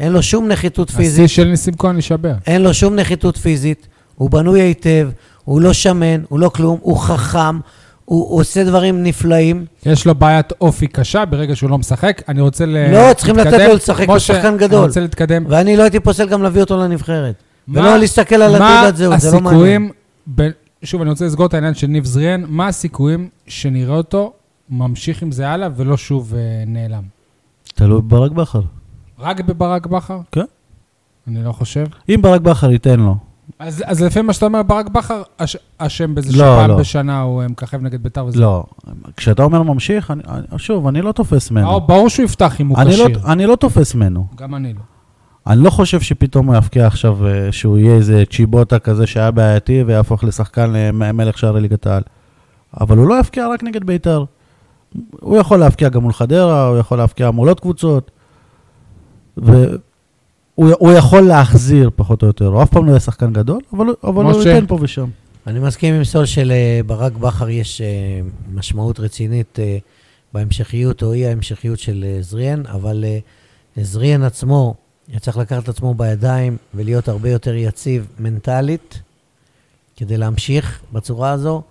C: אין לו שום נחיתות פיזית.
A: השיא של ניסים כהן יישבר.
C: אין לו שום נחיתות פיזית, הוא בנוי היטב, הוא לא שמן, הוא לא כלום, הוא חכם, הוא הוא עושה דברים נפלאים.
A: יש לו בעיית אופי קשה ברגע שהוא לא משחק. אני רוצה ל-
C: לא, צריכים לתת
A: להתקדם.
C: לו לשחק, הוא
A: משה,
C: שחקן גדול.
A: אני רוצה להתקדם.
C: ואני לא הייתי פוסל גם להביא אותו לנבחרת.
A: מה-
C: ולא להסתכל על התעודת זהות, זה
A: מה
C: לא מעניין.
A: הסיכויים, ב... שוב, אני רוצה לסגור את העניין של ניב זריאן, מה הסיכויים שנראה אותו ממשיך עם זה הלאה ולא שוב אה, נעלם?
B: תלוי בברק בכר.
A: רק בברק בכר?
B: כן.
A: אני לא חושב.
B: אם ברק בכר ייתן לו,
A: אז, אז לפי מה שאתה אומר, ברק בכר אש- אשם בזה
B: לא,
A: שפעם
B: לא.
A: בשנה הוא אה, מככב נגד ביתר וזה.
B: לא. כשאתה אומר ממשיך, אני, אני, שוב, אני לא תופס ממנו.
A: אה, ברור שהוא יפתח אם הוא
B: אני
A: כשיר.
B: לא, אני לא תופס ממנו.
A: גם אני לא.
B: אני לא חושב שפתאום הוא יבקיע עכשיו, אה, שהוא יהיה איזה צ'יבוטה כזה שהיה בעייתי ויהפוך לשחקן אה, מ- מלך שערי ליגת העל. אבל הוא לא יבקיע רק נגד בית"ר. הוא יכול להבקיע גם מול חדרה, הוא יכול להבקיע מול עוד קבוצות. והוא הוא יכול להחזיר פחות או יותר, הוא אף פעם לא יהיה שחקן גדול, אבל, הוא- אבל הוא
A: משה.
B: ייתן פה ושם.
C: אני מסכים עם סול שלברק בכר יש אה, משמעות רצינית אה, בהמשכיות או אי ההמשכיות של אה, זריאן, אבל אה, זריאן עצמו אה, צריך לקחת את עצמו בידיים ולהיות הרבה יותר יציב מנטלית, כדי להמשיך בצורה הזו,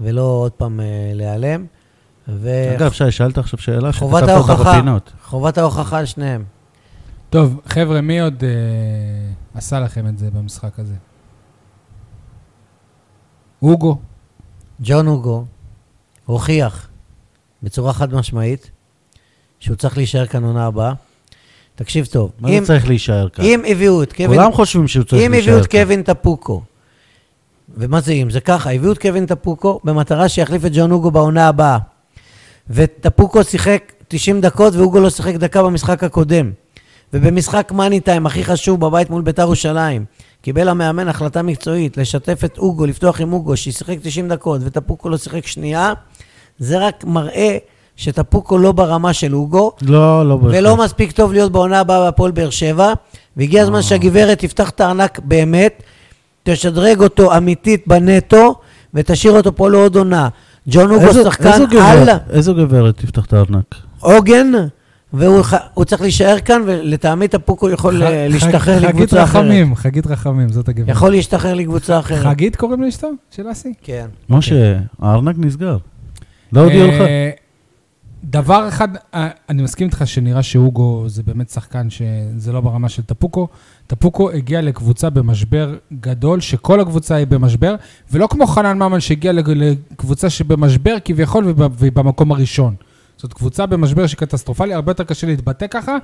C: ולא עוד פעם אה, להיעלם. ו-
B: אגב, שי, שאלת עכשיו שאלה
C: אה, חובת
B: שכתבת אותה
C: ההוכחה.
B: בפינות.
C: חובת ההוכחה על שניהם.
A: טוב, חבר'ה, מי עוד אה, עשה לכם את זה במשחק הזה? אוגו.
C: ג'ון הוגו הוכיח בצורה חד משמעית שהוא צריך להישאר כאן עונה הבאה. תקשיב טוב,
B: מה
C: אם,
B: זה צריך להישאר כאן?
C: אם הביאו את קווין,
B: כולם חושבים שהוא צריך
C: אם
B: להישאר כאן.
C: הביאו את קווין טפוקו, ומה זה אם? זה ככה, הביאו את קווין טפוקו במטרה שיחליף את ג'ון הוגו בעונה הבאה. וטפוקו שיחק 90 דקות והוגו לא שיחק דקה במשחק הקודם. ובמשחק מאני טיים הכי חשוב בבית מול בית"ר ירושלים, קיבל המאמן החלטה מקצועית לשתף את אוגו, לפתוח עם אוגו, ששיחק 90 דקות וטפוקו לא שיחק שנייה, זה רק מראה שטפוקו לא ברמה של אוגו,
B: לא, לא בהכרח.
C: ולא מספיק טוב להיות בעונה הבאה בהפועל באר שבע, והגיע
A: אה.
C: הזמן שהגברת תפתח את הארנק באמת, תשדרג אותו אמיתית בנטו, ותשאיר אותו פה לעוד עונה. ג'ון הוגו
B: איזו-
C: שחקן
B: איזו
C: על כן.
B: גברת- איזו גברת תפתח את הארנק?
C: עוגן, והוא ח- הוא צריך להישאר כאן, ולטעמי טפוקו יכול אה,
A: ח-
C: להשתחרר
A: חג-
C: לקבוצה
A: חגית
C: אחרת.
A: רחמים, חגית רחמים, זאת הגברת.
C: יכול להשתחרר לקבוצה אחרת.
A: חגית קוראים לאשתו? של אסי?
C: כן.
B: משה, הארנק נסגר. לא הודיעו לך?
A: אה, דבר אחד, אה, אני מסכים איתך שנראה שהוגו זה באמת שחקן שזה לא ברמה של טפוקו. טפוקו הגיע לקבוצה במשבר גדול, שכל הקבוצה היא במשבר, ולא כמו חנן ממן שהגיע לג- לקבוצה שבמשבר כביכול וב- והיא במקום הראשון. זאת קבוצה במשבר שקטסטרופלי, הרבה יותר קשה להתבטא ככה.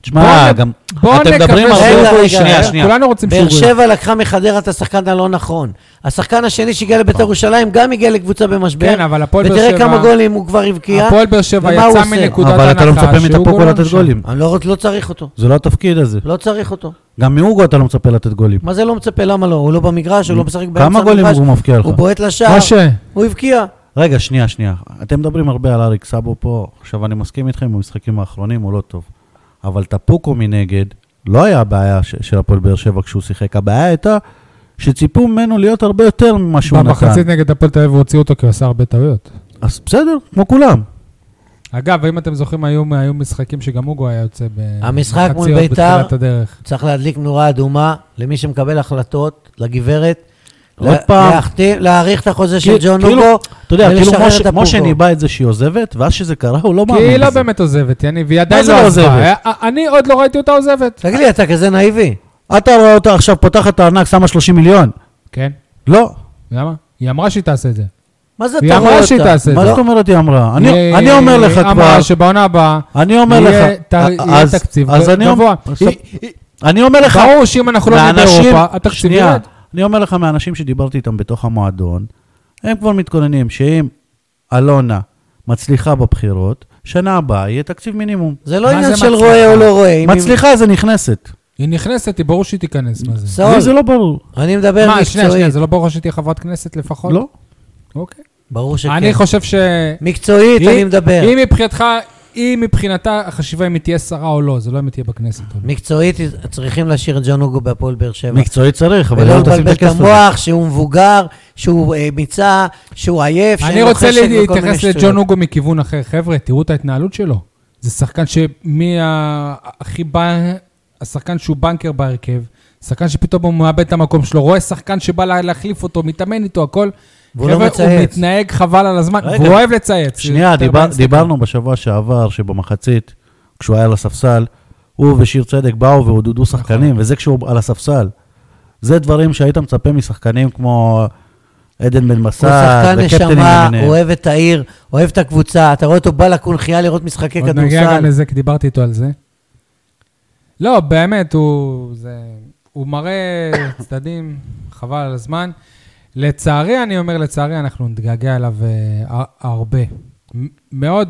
B: תשמע,
A: בוא נ-
B: גם...
A: בוא
B: אתם
A: נקווה
B: מדברים
A: ש-
C: הרבה רגע, רגע,
B: שנייה,
C: רגע.
B: שנייה.
A: כולנו רוצים
C: באר
A: שהוא
C: שבע לקחה מחדרה את השחקן הלא נכון. השחקן השני שהגיע לבית"ר ירושלים גם הגיע לקבוצה במשבר,
A: נכון. כן, אבל הפועל באר שבע...
C: ותראה כמה גולים הוא כבר הבקיע.
A: הפועל באר שבע
C: ומה הוא
A: יצא
C: עושה?
A: מנקודת הנחה
B: אבל אתה לא מצפה
A: שהוא
B: מטפוקו
A: גולם
B: לתת
A: שם.
B: גולים.
C: אני לא, רוצ- לא צריך אותו.
B: זה לא התפקיד הזה.
C: לא צריך אותו.
B: גם מהוגו אתה לא מצפה לתת גולים.
C: מה זה לא מצפה? למה לא? הוא לא במגרש, הוא לא משחק באמצע
B: כמה גולים
C: המגרש,
B: הוא מבקיע לך?
C: הוא בועט לשער,
A: משה,
C: הוא הבקיע.
B: רגע, שנייה, שנייה. אתם מדברים הרבה על אריק סאבו פה. עכשיו, אני מסכים איתכם, במשחקים האחרונים הוא לא טוב. אבל טפוקו מנגד, לא היה הבעיה ש- של הפועל באר שבע כשהוא שיחק. הבעיה הייתה שציפו ממנו להיות הרבה יותר ממה שהוא נתן.
A: במחצית נגד הפועל תל אביב הוציאו אותו כי הוא עשה הרבה טעויות.
B: אז בסדר, כמו כולם.
A: אגב, אם אתם זוכרים, היו, היו משחקים שגם אוגו היה יוצא ב-
C: המשחק מול
A: בחציות
C: בית"ר-
A: בתחילת הדרך.
C: צריך להדליק נורה אדומה למי שמקבל החלטות, לגברת,
B: עוד
C: לה-
B: פעם,
C: להחתים- להאריך את החוזה של
B: כאילו-
C: ג'ון
B: כאילו-
C: לוגו,
B: אתה יודע, כאילו
C: ולשחרר
B: משה-
C: את הפוגו.
B: משה ניבא את זה שהיא עוזבת, ואז שזה קרה, הוא לא מאמין.
A: כי היא לא
B: לזה.
A: באמת עוזבת, יניב, והיא עדיין
B: זה
A: לא
B: לא
A: עזבה.
B: עוזבת?
A: אה, אני עוד לא ראיתי אותה עוזבת.
C: תגיד לי, אתה כזה נאיבי?
B: אתה רואה אותה עכשיו פותחת את הארנק, שמה 30 מיליון.
A: כן,
B: לא.
A: למה? היא אמרה שהיא תעשה את זה.
C: מה זה
A: היא
C: אתה
A: אמרה
C: רואה
A: שהיא
C: אותה?
A: תעשה את
B: מה
A: זה.
B: זאת אומרת היא אמרה? אני-
A: היא-
B: אני אומר לך
A: היא
B: כבר,
A: אמרה שבעונה הבאה
B: אני אומר לך,
A: יהיה ת- יהיה
B: אז-
A: תקציב
B: אז אני אומר-
A: גבוה.
B: עכשיו-
A: היא- היא-
B: אני אומר לך,
A: ברור שאם אנחנו לא נהיה באירופה, התקציב
B: שנייה,
A: ירד.
B: אני אומר לך מהאנשים שדיברתי איתם בתוך המועדון, הם כבר מתכוננים שאם אלונה מצליחה בבחירות, שנה הבאה יהיה תקציב מינימום.
C: זה לא
A: מה
C: עניין
A: זה
C: של
A: מצליחה?
C: רואה או לא רואה. אם-
B: מצליחה זה נכנסת.
A: היא נכנסת, היא ברור שהיא תיכנס, מה זה?
C: סאול,
B: לי זה לא ברור.
C: אני מדבר
A: מה, שנייה, שנייה,
C: מקצועית.
A: זה לא ברור שתהיה חברת כנסת לפחות?
B: לא.
A: אוקיי.
C: ברור שכן.
A: אני חושב ש...
C: מקצועית,
A: היא-
C: אני מדבר.
A: היא מבחינתך, היא מבחינתה, החשיבה אם היא תהיה שרה או לא, זה לא אם היא תהיה בכנסת. או לא.
C: מקצועית צריכים להשאיר את ג'ון הוגו בהפועל באר שבע.
B: מקצועי צריך, אבל
C: נכון. ולא
B: לא תשים
C: לבלבל
B: את
C: את
B: הכסף.
C: המוח, שהוא מבוגר, שהוא אה, מיצה, שהוא עייף,
A: אני
C: שאין לו
A: רוצה
C: חשק וכל מיני
A: להתייחס לג'ון
C: שטויות.
A: הוגו מכיוון אחר. חבר'ה, תראו את ההתנהלות שלו. זה שחקן שמהכי בא, השחקן שהוא בנקר בהרכב, שחקן שפתאום הוא מאבד את המקום שלו, רואה שחקן שבא לה- להחליף אותו, מתאמן איתו, הכל.
C: והוא לא
A: חבר'ה, הוא
C: מצייץ.
A: מתנהג חבל על הזמן,
B: רגע.
A: והוא אוהב לצייץ.
B: שנייה,
A: יותר
B: דיבר-
A: באינסטגרם.
B: דיברנו בשבוע שעבר שבמחצית, כשהוא היה על הספסל, הוא ושיר צדק באו
C: נכון.
B: ועודדו שחקנים, וזה כשהוא על הספסל. זה דברים שהיית מצפה משחקנים כמו עדן בן
C: הוא
B: מסע,
C: שחקן
B: וקפטנים
C: נשמה,
B: למיניהם.
C: הוא אוהב את העיר, אוהב את הקבוצה, אתה רואה אותו בא לקונחייה לראות משחקי
A: עוד נגיע גם
C: כדורסל.
A: לזה, כי דיברתי איתו על זה. לא, באמת, הוא, זה, הוא מראה צדדים, חבל על הזמן. לצערי, אני אומר לצערי, אנחנו נתגעגע אליו אה, הר- הרבה. מ- מאוד,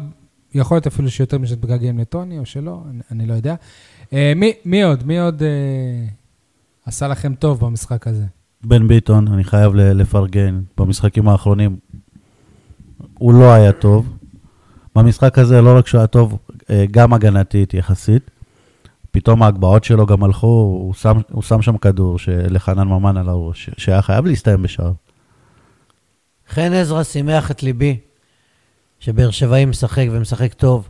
A: יכול להיות אפילו שיותר משתגעגעים לטוני או שלא, אני, אני לא יודע. אה, מי, מי עוד? מי עוד אה, עשה לכם טוב במשחק הזה?
B: בן ביטון, אני חייב ל- לפרגן, במשחקים האחרונים הוא לא היה טוב. במשחק הזה לא רק שהוא היה טוב, אה, גם הגנתית יחסית. פתאום ההגבהות שלו גם הלכו, הוא שם, הוא שם שם כדור שלחנן ממן על הראש, שהיה חייב להסתיים בשער.
C: חן עזרא שימח את ליבי, שבאר שבעי משחק ומשחק טוב,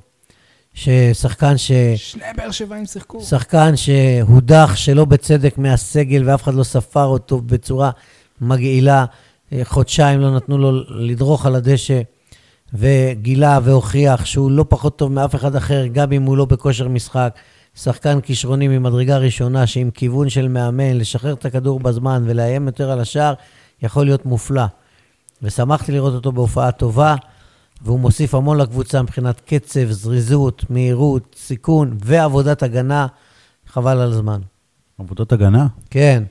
C: ששחקן ש...
A: שני באר שבעים שיחקו.
C: שחקן שהודח שלא בצדק מהסגל ואף אחד לא ספר אותו בצורה מגעילה. אה, חודשיים לא נתנו לו לדרוך על הדשא, וגילה והוכיח שהוא לא פחות טוב מאף אחד אחר, גם אם הוא לא בכושר משחק. שחקן כישרוני ממדרגה ראשונה, שעם כיוון של מאמן, לשחרר את הכדור בזמן ולאיים יותר על השער, יכול להיות מופלא. ושמחתי לראות אותו בהופעה טובה, והוא מוסיף המון לקבוצה מבחינת קצב, זריזות, מהירות, סיכון ועבודת הגנה. חבל על הזמן.
B: עבודות הגנה?
C: כן,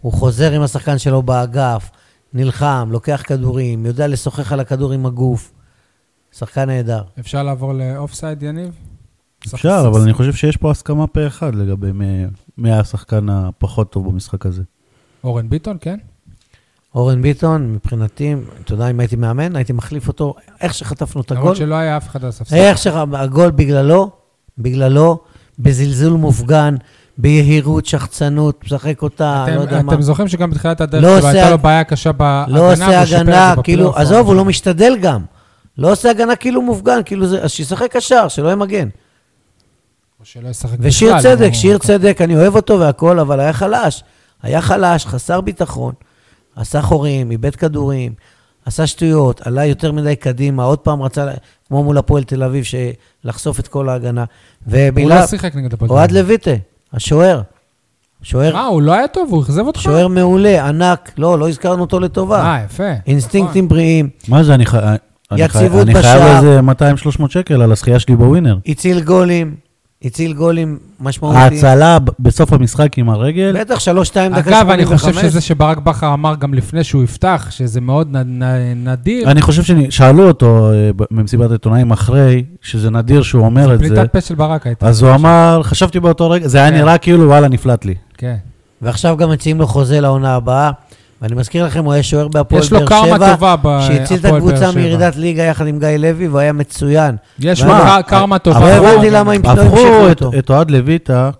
C: הוא חוזר עם השחקן שלו באגף, נלחם, לוקח כדורים, יודע לשוחח על הכדור עם הגוף. שחקן נהדר.
A: אפשר לעבור לאופסייד, יניב?
B: אפשר, אבל אני חושב שיש פה הסכמה פה אחד לגבי מי, מי היה השחקן הפחות טוב במשחק הזה.
A: אורן ביטון, כן?
C: אורן ביטון, מבחינתי, אתה יודע, אם הייתי מאמן, הייתי מחליף אותו. איך שחטפנו את הגול,
A: למרות שלא היה אף אחד על הספסל.
C: איך שהגול בגללו, בגללו, בזלזול מופגן, ביהירות, שחצנות, משחק אותה,
A: אתם,
C: לא יודע מה.
A: אתם זוכרים שגם בתחילת הדרך
C: לא
A: שלו
C: עושה-
A: הייתה לו בעיה קשה בהגנה,
C: לא עושה
A: והוא שיפר את זה
C: הגנה,
A: בפלייאוף
C: כאילו,
A: העונה.
C: עזוב, הוא לא משתדל גם. לא עושה הגנה כאילו מופגן, כאילו זה, אז שישחק קשר, שלא ימגן.
A: או שלא ישחק
C: ושיר
A: בכלל, לא-
C: צדק,
A: הוא-
C: שיר צדק, אני אוהב אותו והכול, אבל היה חלש. היה חלש, חסר ביטחון, עשה חורים, איבד כדורים, עשה שטויות, עלה יותר מדי קדימה, עוד פעם רצה, לה- כמו מול הפועל תל אביב, ש- לחשוף את כל ההגנה.
A: הוא
C: ומילה,
A: לא שיחק נגד הפועל.
C: אוהד
A: תל אביב.
C: לויטה, השוער.
A: מה,
C: שוער,
A: הוא לא היה טוב? הוא אכזב אותך?
C: שוער מעולה, ענק, לא, לא הזכרנו אותו לטובה.
A: אה, נכון. יפה.
C: אינסטינקטים בריאים,
B: מה זה, אני, חי... אני, חי...
C: יציבות
B: אני
C: בשער.
B: חייב איזה 200-300 שקל על הזכייה שלי בווינר.
C: הציל גולים, הציל גולים
A: אה,
C: משמעותיים.
B: ההצלה ב- בסוף המשחק עם הרגל,
C: בטח, שלוש-שתיים דקה
A: אגב, אני חושב
C: 85.
A: שזה שברק בכר אמר גם לפני שהוא יפתח, שזה מאוד נ- נ- נדיר.
B: אני חושב ששאלו אותו אה, ב- במסיבת עיתונאים אחרי, שזה נדיר שהוא אומר את זה,
A: פליטת פה של ברק הייתה.
B: אז הוא אמר, חשבתי באותו רגע, זה היה
A: כן.
B: נראה כאילו, וואלה, נפלט לי.
A: כן.
C: ועכשיו גם מציעים לו חוזה לעונה הבאה. ואני מזכיר לכם, הוא היה שוער בהפועל
A: יש לו
C: באר
A: קרמה
C: שבע,
A: טובה בהפועל באר שבע.
C: שהציל את הקבוצה מירידת ליגה יחד עם גיא לוי, והוא היה מצוין.
A: יש לו
C: מה?
A: קר- קרמה טובה.
C: אבל
A: הוא-
C: הבנתי למה הם לא
B: הפכו
C: המשיכו
B: את-
C: אותו.
B: את אוהד לויטה,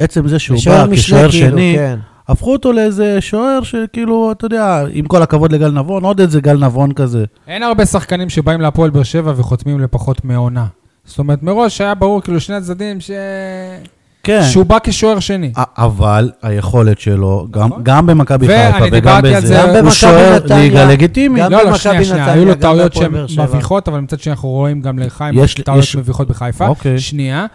B: עצם זה שהוא
C: לשוער
B: בא
C: משנה,
B: כשוער
C: כאילו,
B: שני,
C: כן.
B: הפכו אותו לאיזה שוער שכאילו, אתה יודע, עם כל הכבוד לגל נבון, עוד איזה גל נבון כזה.
A: אין הרבה שחקנים שבאים להפועל באר שבע וחותמים לפחות מעונה. זאת אומרת, מראש היה ברור כאילו שני הצדדים ש...
B: כן. אה,
A: שהוא בא כשוער שני.
B: א- אבל היכולת שלו, גם-
A: נכון.
B: גם במכבי
A: ואני
B: חיפה וגם
A: דיברתי על זה.
B: בזה,
A: גם
B: הוא
C: במכבי
B: שוער
C: נתניה.
B: ליגה לגיטימי.
A: לא,
C: גם
A: לא,
C: במכבי
A: שנייה, שנייה,
C: נתניה,
A: היו לו
C: גם
A: טעויות
C: בהפועל
A: שהן
C: באר שבע.
A: מביכות, אבל מצד שני אנחנו רואים גם לחיים
B: יש-
A: טעויות
B: יש-
A: מביכות בחיפה.
B: אוקיי.
A: שנייה,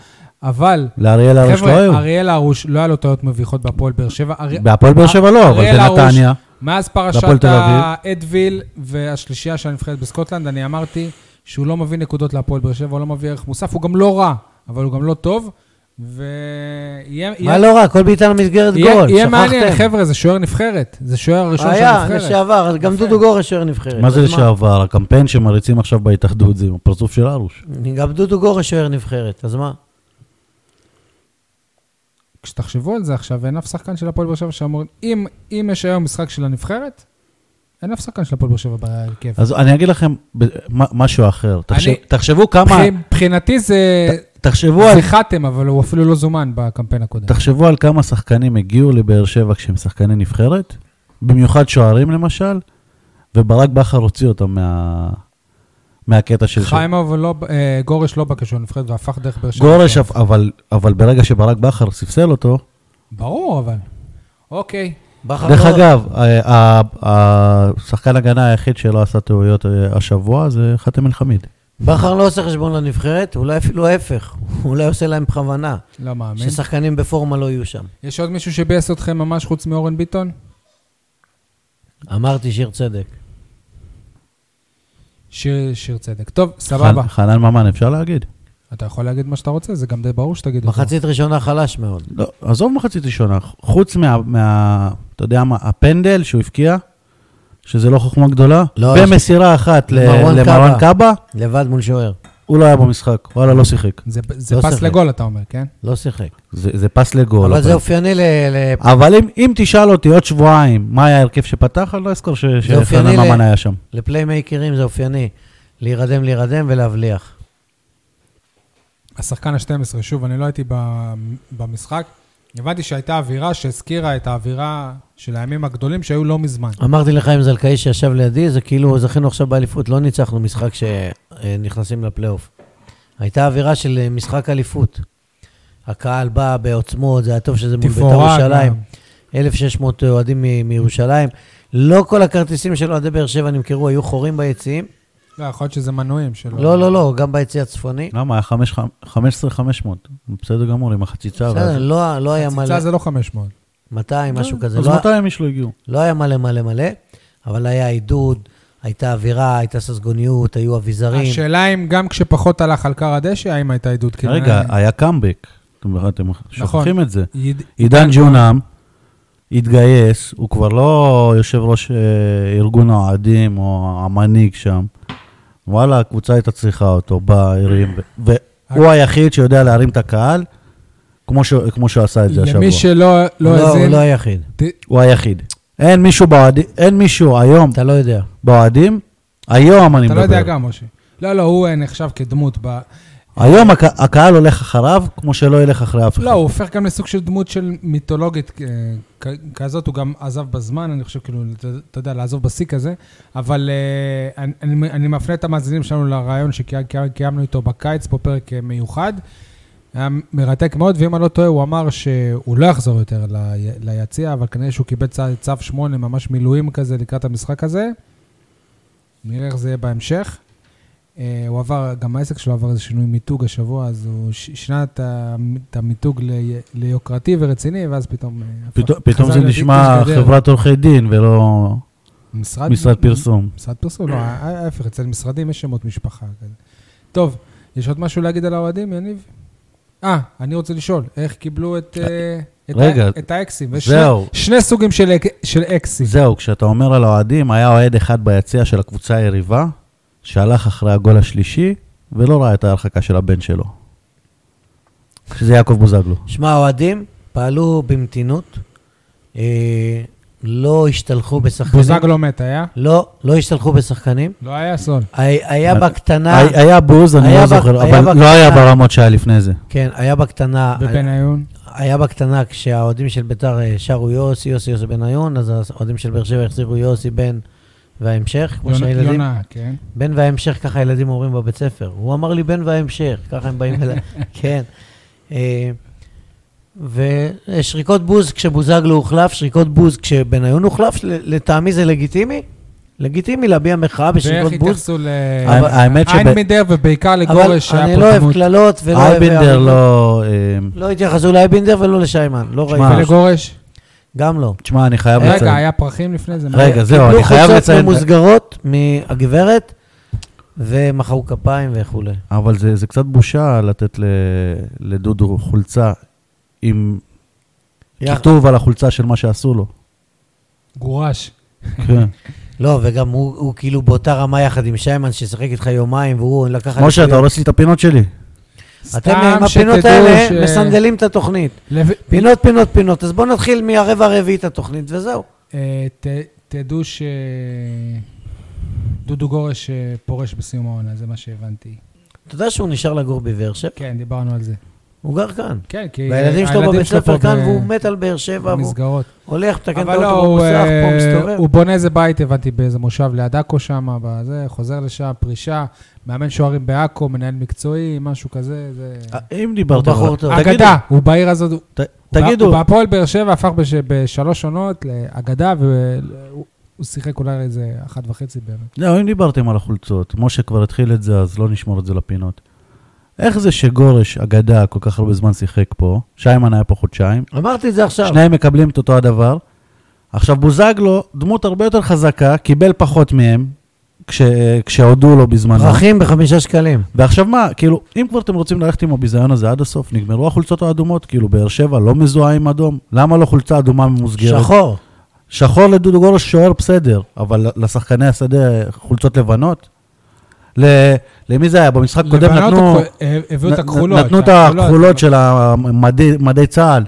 A: אבל,
B: לאריאל הרוש לא
A: חבר'ה,
B: היו.
A: אריאל הרוש, לא היה לו טעויות מביכות בהפועל באר שבע. ארי-
B: בהפועל באר שבע לא, אבל
A: אריאל הרוש,
B: בנתניה.
A: מאז
B: והפועל
A: פרשת
B: תל אביב.
A: האדוויל והשלישייה של הנבחרת בסקוטלנד, אני אמרתי שהוא לא מביא נקודות להפועל באר שבע, הוא לא מביא ערך מוסף, הוא גם לא רע, אבל הוא גם לא טוב, ויהיה...
C: מה לא רע? כל בעיטה למסגרת גול, שכחתם.
A: יהיה מעניין, חבר'ה, זה שוער נבחרת. זה שוער הראשון של
C: היה,
A: הנבחרת.
C: לשעבר, גם
A: יפה.
C: דודו גורש שוער נבחרת.
B: מה זה
C: אז
B: לשעבר? הקמפיין שמריצים עכשיו בהתאחדות זה עם הפרצוף של הרוש.
C: גם דודו גורש שוער נבחרת, אז מה?
A: כשתחשבו על זה עכשיו, אין אף שחקן של הפועל באר שבע שאמור... אם אם יש היום משחק של הנבחרת, אין אף שחקן של הפועל באר שבע בהרכב.
B: אז אני אגיד לכם ב- מה- משהו אחר. תחשב-
A: אני-
B: תחשבו כמה...
A: מבחי- מבחינתי זה...
B: תחשבו על...
A: זה חתם, אבל הוא אפילו לא זומן בקמפיין הקודם.
B: תחשבו על כמה שחקנים הגיעו לבאר שבע כשהם שחקני נבחרת, במיוחד שוערים למשל, וברק בכר הוציא אותם מה... מהקטע של...
A: חיים אבל לא... אה, גורש לא בא כשוער נבחרת והפך דרך באר שבע. כן.
B: גורש, אבל, אבל ברגע שברק בכר ספסל אותו,
A: ברור, אבל. אוקיי.
C: בכר
B: דרך
C: לא-
B: אגב, ה- ה- השחקן הגנה היחיד שלא עשה טעויות אה, השבוע זה חתם אל-חמיד.
C: בכר לא עושה חשבון לנבחרת, אולי אפילו ההפך. אולי עושה להם בכוונה,
A: לא מאמין.
C: ששחקנים בפורמה לא יהיו שם.
A: יש עוד מישהו שביאס אתכם ממש חוץ מאורן ביטון?
C: אמרתי שיר צדק.
A: שיר שיר צדק. טוב, סבבה.
B: חנ- חנן ממן, אפשר להגיד?
A: אתה יכול להגיד מה שאתה רוצה, זה גם די ברור שתגיד אותו.
C: מחצית ראשונה חלש מאוד.
B: לא, עזוב מחצית ראשונה, חוץ מה, מה... אתה יודע מה, הפנדל שהוא הבקיע, שזה לא חוכמה גדולה,
C: לא,
B: במסירה אחת ל-
C: למרואן
B: למרואן
C: קאבה.
B: קאבה,
C: לבד מול שוער,
B: הוא לא היה במשחק, וואלה, לא שיחק.
A: זה, זה
C: לא
A: פס
C: שיחק.
A: לגול, אתה אומר, כן?
C: לא שיחק.
B: זה, זה פס לגול.
C: אבל זה אופייני ל... ל-
B: אבל אם, אם תשאל אותי עוד שבועיים מה היה ההרכב שפתח, אני לא אזכור ש-
C: אופייני
B: שחנן
C: ל-
B: ממן היה שם.
C: לפליימייקרים, זה אופייני. להירדם, להירדם ולהבליח.
A: השחקן ה-12, שוב, אני לא הייתי ב- במשחק. הבנתי שהייתה אווירה שהזכירה את האווירה של הימים הגדולים שהיו לא מזמן.
C: אמרתי לך עם זלקאי שישב לידי, זה כאילו זכינו עכשיו באליפות, לא ניצחנו משחק שנכנסים לפלייאוף. הייתה אווירה של אה, משחק אליפות. הקהל בא בעוצמות, זה היה טוב שזה מול בית"ר
A: תפאורה
C: ירושלים.
A: גם.
C: 1,600 אוהדים מ- מירושלים. לא כל הכרטיסים של אוהדי באר שבע נמכרו, היו חורים ביציעים.
A: לא, יכול להיות שזה מנויים שלו.
C: לא, לא, לא, גם ביציע הצפוני.
B: למה? היה חמש- חמש- 15-500. בסדר גמור, עם החציצה.
C: בסדר,
B: ואז-
C: לא לא היה מלא,
A: ציצה זה לא 500.
C: 200, משהו כזה.
B: אז
C: לא-
B: מתי הם איש לא הגיעו?
C: לא היה מלא מלא מלא, אבל היה עידוד, הייתה אווירה, הייתה ססגוניות, היו אביזרים.
A: השאלה אם גם כשפחות הלך על כר הדשא, האם הייתה עידוד כאילו...
B: רגע, אה, היה קאמבק. אתם אתם שוכחים את זה.
A: יד...
B: עידן ג'ונם התגייס, הוא כבר לא יושב ראש אה, ארגון האוהדים או המנהיג שם. וואלה, הקבוצה הייתה צריכה אותו, בא, הרים, ו- והוא היחיד שיודע להרים את הקהל, כמו שהוא- כמו שהוא עשה את זה השבוע.
A: למי שלא לא
C: לא, הוא
A: האזין,
C: לא היחיד,
A: ת-
B: הוא היחיד. אין מישהו באוהדים, אין מישהו היום
C: אתה לא יודע.
B: באוהדים, היום אני
A: אתה
B: מדבר.
A: לא יודע גם, משה. לא, לא, הוא אה, נחשב כדמות ב...
B: היום הק- הקהל הולך אחריו, כמו שלא ילך אחרי אף אחד.
A: לא, הוא הופך גם לסוג של דמות של מיתולוגית אה, כ- כזאת, הוא גם עזב בזמן, אני חושב, כאילו, אתה- אתה יודע, לעזוב בשיא כזה, אבל אה, אני- אני אני מפנה את המאזינים שלנו לרעיון שקיימנו איתו בקיץ, פה פרק אה, מיוחד. היה מרתק מאוד, ואם אני לא טועה, הוא אמר שהוא לא יחזור יותר ל- ליציע, אבל כנראה שהוא קיבל צו- צו 8, ממש מילואים כזה לקראת המשחק הזה. נראה איך זה יהיה בהמשך. אה, הוא עבר, גם העסק שלו עבר איזה שינוי מיתוג השבוע, אז הוא ש- שינה את ה- את המיתוג ל- ליוקרתי ורציני, ואז פתאום... אה,
B: פתאום-
A: הפך-
B: פתאום
A: חזר
B: זה
A: להיות
B: נשמע
A: איש גדר.
B: חברת עורכי דין ולא
A: משרד,
B: משרד פרסום.
A: משרד פרסום, לא, ההפך, אצל משרדים יש שמות משפחה. כזה. טוב, יש עוד משהו להגיד על האוהדים, יניב? אה, אני רוצה לשאול, איך קיבלו את, אה, את,
B: רגע,
A: ה- את האקסים? יש
B: זהו.
A: שני- שני סוגים של, אק- של אקסים.
B: זהו, כשאתה אומר על האוהדים, היה אוהד אחד ביציע של הקבוצה היריבה, שהלך אחרי הגול השלישי, ולא ראה את ההרחקה של הבן שלו. שזה יעקב בוזגלו.
C: שמע, האוהדים פעלו במתינות, אה, לא השתלחו בשחקנים.
A: בוזגלו מת, היה?
C: לא, לא השתלחו בשחקנים.
A: לא היה סול.
C: היה היה
B: היה-
C: בקטנה,
B: הי- היה בוז, אני
C: היה
B: לא
C: ב-
B: זוכר,
C: היה
B: אבל
C: בקטנה.
B: לא היה ברמות שהיה לפני זה.
C: כן, היה בקטנה,
B: אה,
A: ובניון?
C: היה בקטנה כשהאוהדים של ביתר אה, שרו יוסי, יוסי, יוסי בניון, אז האוהדים של באר שבע החזירו יוסי, בן וההמשך, כמו
A: יונה-
C: שהילדים...
A: יונה, כן.
C: בן וההמשך, ככה הילדים אומרים בבית ספר. הוא אמר לי בן וההמשך, ככה הם באים אליי. כן. אה, ושריקות בוז כשבוזגלו הוחלף, שריקות בוז כשבניון הוחלף, ל- לטעמי זה לגיטימי. לגיטימי להביע מחאה
A: ואיך
C: בשריקות בוז.
A: התייחסו ל...
B: אבל- האמת שב-
A: איינבינדר ובעיקר
C: אבל
A: לגורש
C: אני
A: שהיה
C: לא
A: פה
C: אוהב
A: כמות.
C: קללות ולא... אוהב-
B: אייבנדר לא... אה,
C: לא התייחסו לאייבינדר ולא לשיימן, לא
B: שמע,
C: ראיתי.
A: ולגורש?
C: גם לא. אה,
B: תשמע, אני חייב לציין.
A: רגע, היה פרחים לפני זה? מה?
B: רגע, זהו,
C: קיבלו
B: אני חייב
C: חולצות
B: לציין-
C: ממוסגרות מהגברת, ומחאו כפיים וכולי.
B: אבל זה, זה קצת בושה לתת ל, לדודו חולצה עם
C: יח-
B: כיתוב על החולצה של מה שעשו לו.
A: גורש.
B: כן.
C: לא, וגם הוא, הוא כאילו באותה רמה יחד עם שיימן, ששיחק איתך יומיים, והוא לקח...
B: משה, אתה לא- הורס לי את הפינות שלי.
C: אתם
A: סתם
C: עם הפינות
A: שתדעו
C: האלה
A: ש-
C: מסנדלים את התוכנית.
A: לב-
C: פינות, פינות, פינות. אז בואו נתחיל מהרבע הרביעי את התוכנית, וזהו.
A: אה, ת- תדעו ש... דודו גורש אה, פורש בסיום העונה, זה מה שהבנתי.
C: אתה יודע שהוא נשאר לגור בבאר שבע?
A: כן, דיברנו על זה.
C: הוא גר כאן.
A: כן, כי...
C: והילדים שלו
A: הילדים
C: בבית
A: שלו פה
C: ספר כאן,
A: ב-
C: והוא מת על באר שבע, והוא
A: במסגרות.
C: הולך, מתקן את
A: אבל לא,
C: האוטו
A: הוא,
C: במוסך, פה
A: אה,
C: מסתובב.
A: הוא בונה איזה בית, הבנתי, באיזה מושב ליד עכו שם, בזה, חוזר לשם, פרישה, מאמן שוערים בעכו, מנהל מקצועי, משהו כזה, זה...
B: אם דיברת...
C: הוא בחור טוב.
A: אגדה, הוא בעיר הזאת, הוא-
B: ת-
A: הוא בא-
B: תגידו,
A: הוא בהפועל באר שבע הפך בש- בשלוש עונות לאגדה, והוא הוא שיחק אולי איזה אחת וחצי בערך.
B: לא, אם דיברתם על החולצות, משה כבר התחיל את זה, אז לא נשמור את זה לפינות. איך זה שגורש, אגדה, כל כך הרבה זמן שיחק פה, שיימן היה פה חודשיים,
C: אמרתי את זה עכשיו.
B: שניהם מקבלים את אותו הדבר. עכשיו, בוזגלו, דמות הרבה יותר חזקה, קיבל פחות מהם, כש, כשהודו לו בזמנו.
C: פרחים בחמישה שקלים.
B: ועכשיו מה, כאילו, אם כבר אתם רוצים ללכת עם הביזיון הזה עד הסוף, נגמרו החולצות האדומות, כאילו, באר שבע לא מזוהה עם אדום, למה לא חולצה אדומה ממוסגרת?
C: שחור.
B: שחור לדודו גורש שוער בסדר, אבל לשחקני השדה חולצות לבנות? ל... למי זה היה? במשחק קודם
A: לבנות
B: נתנו...
A: הכחול- אה, הביאו את
B: נ-
A: הכחולות. לא,
B: נתנו את הכחולות של המדי מדי צה"ל.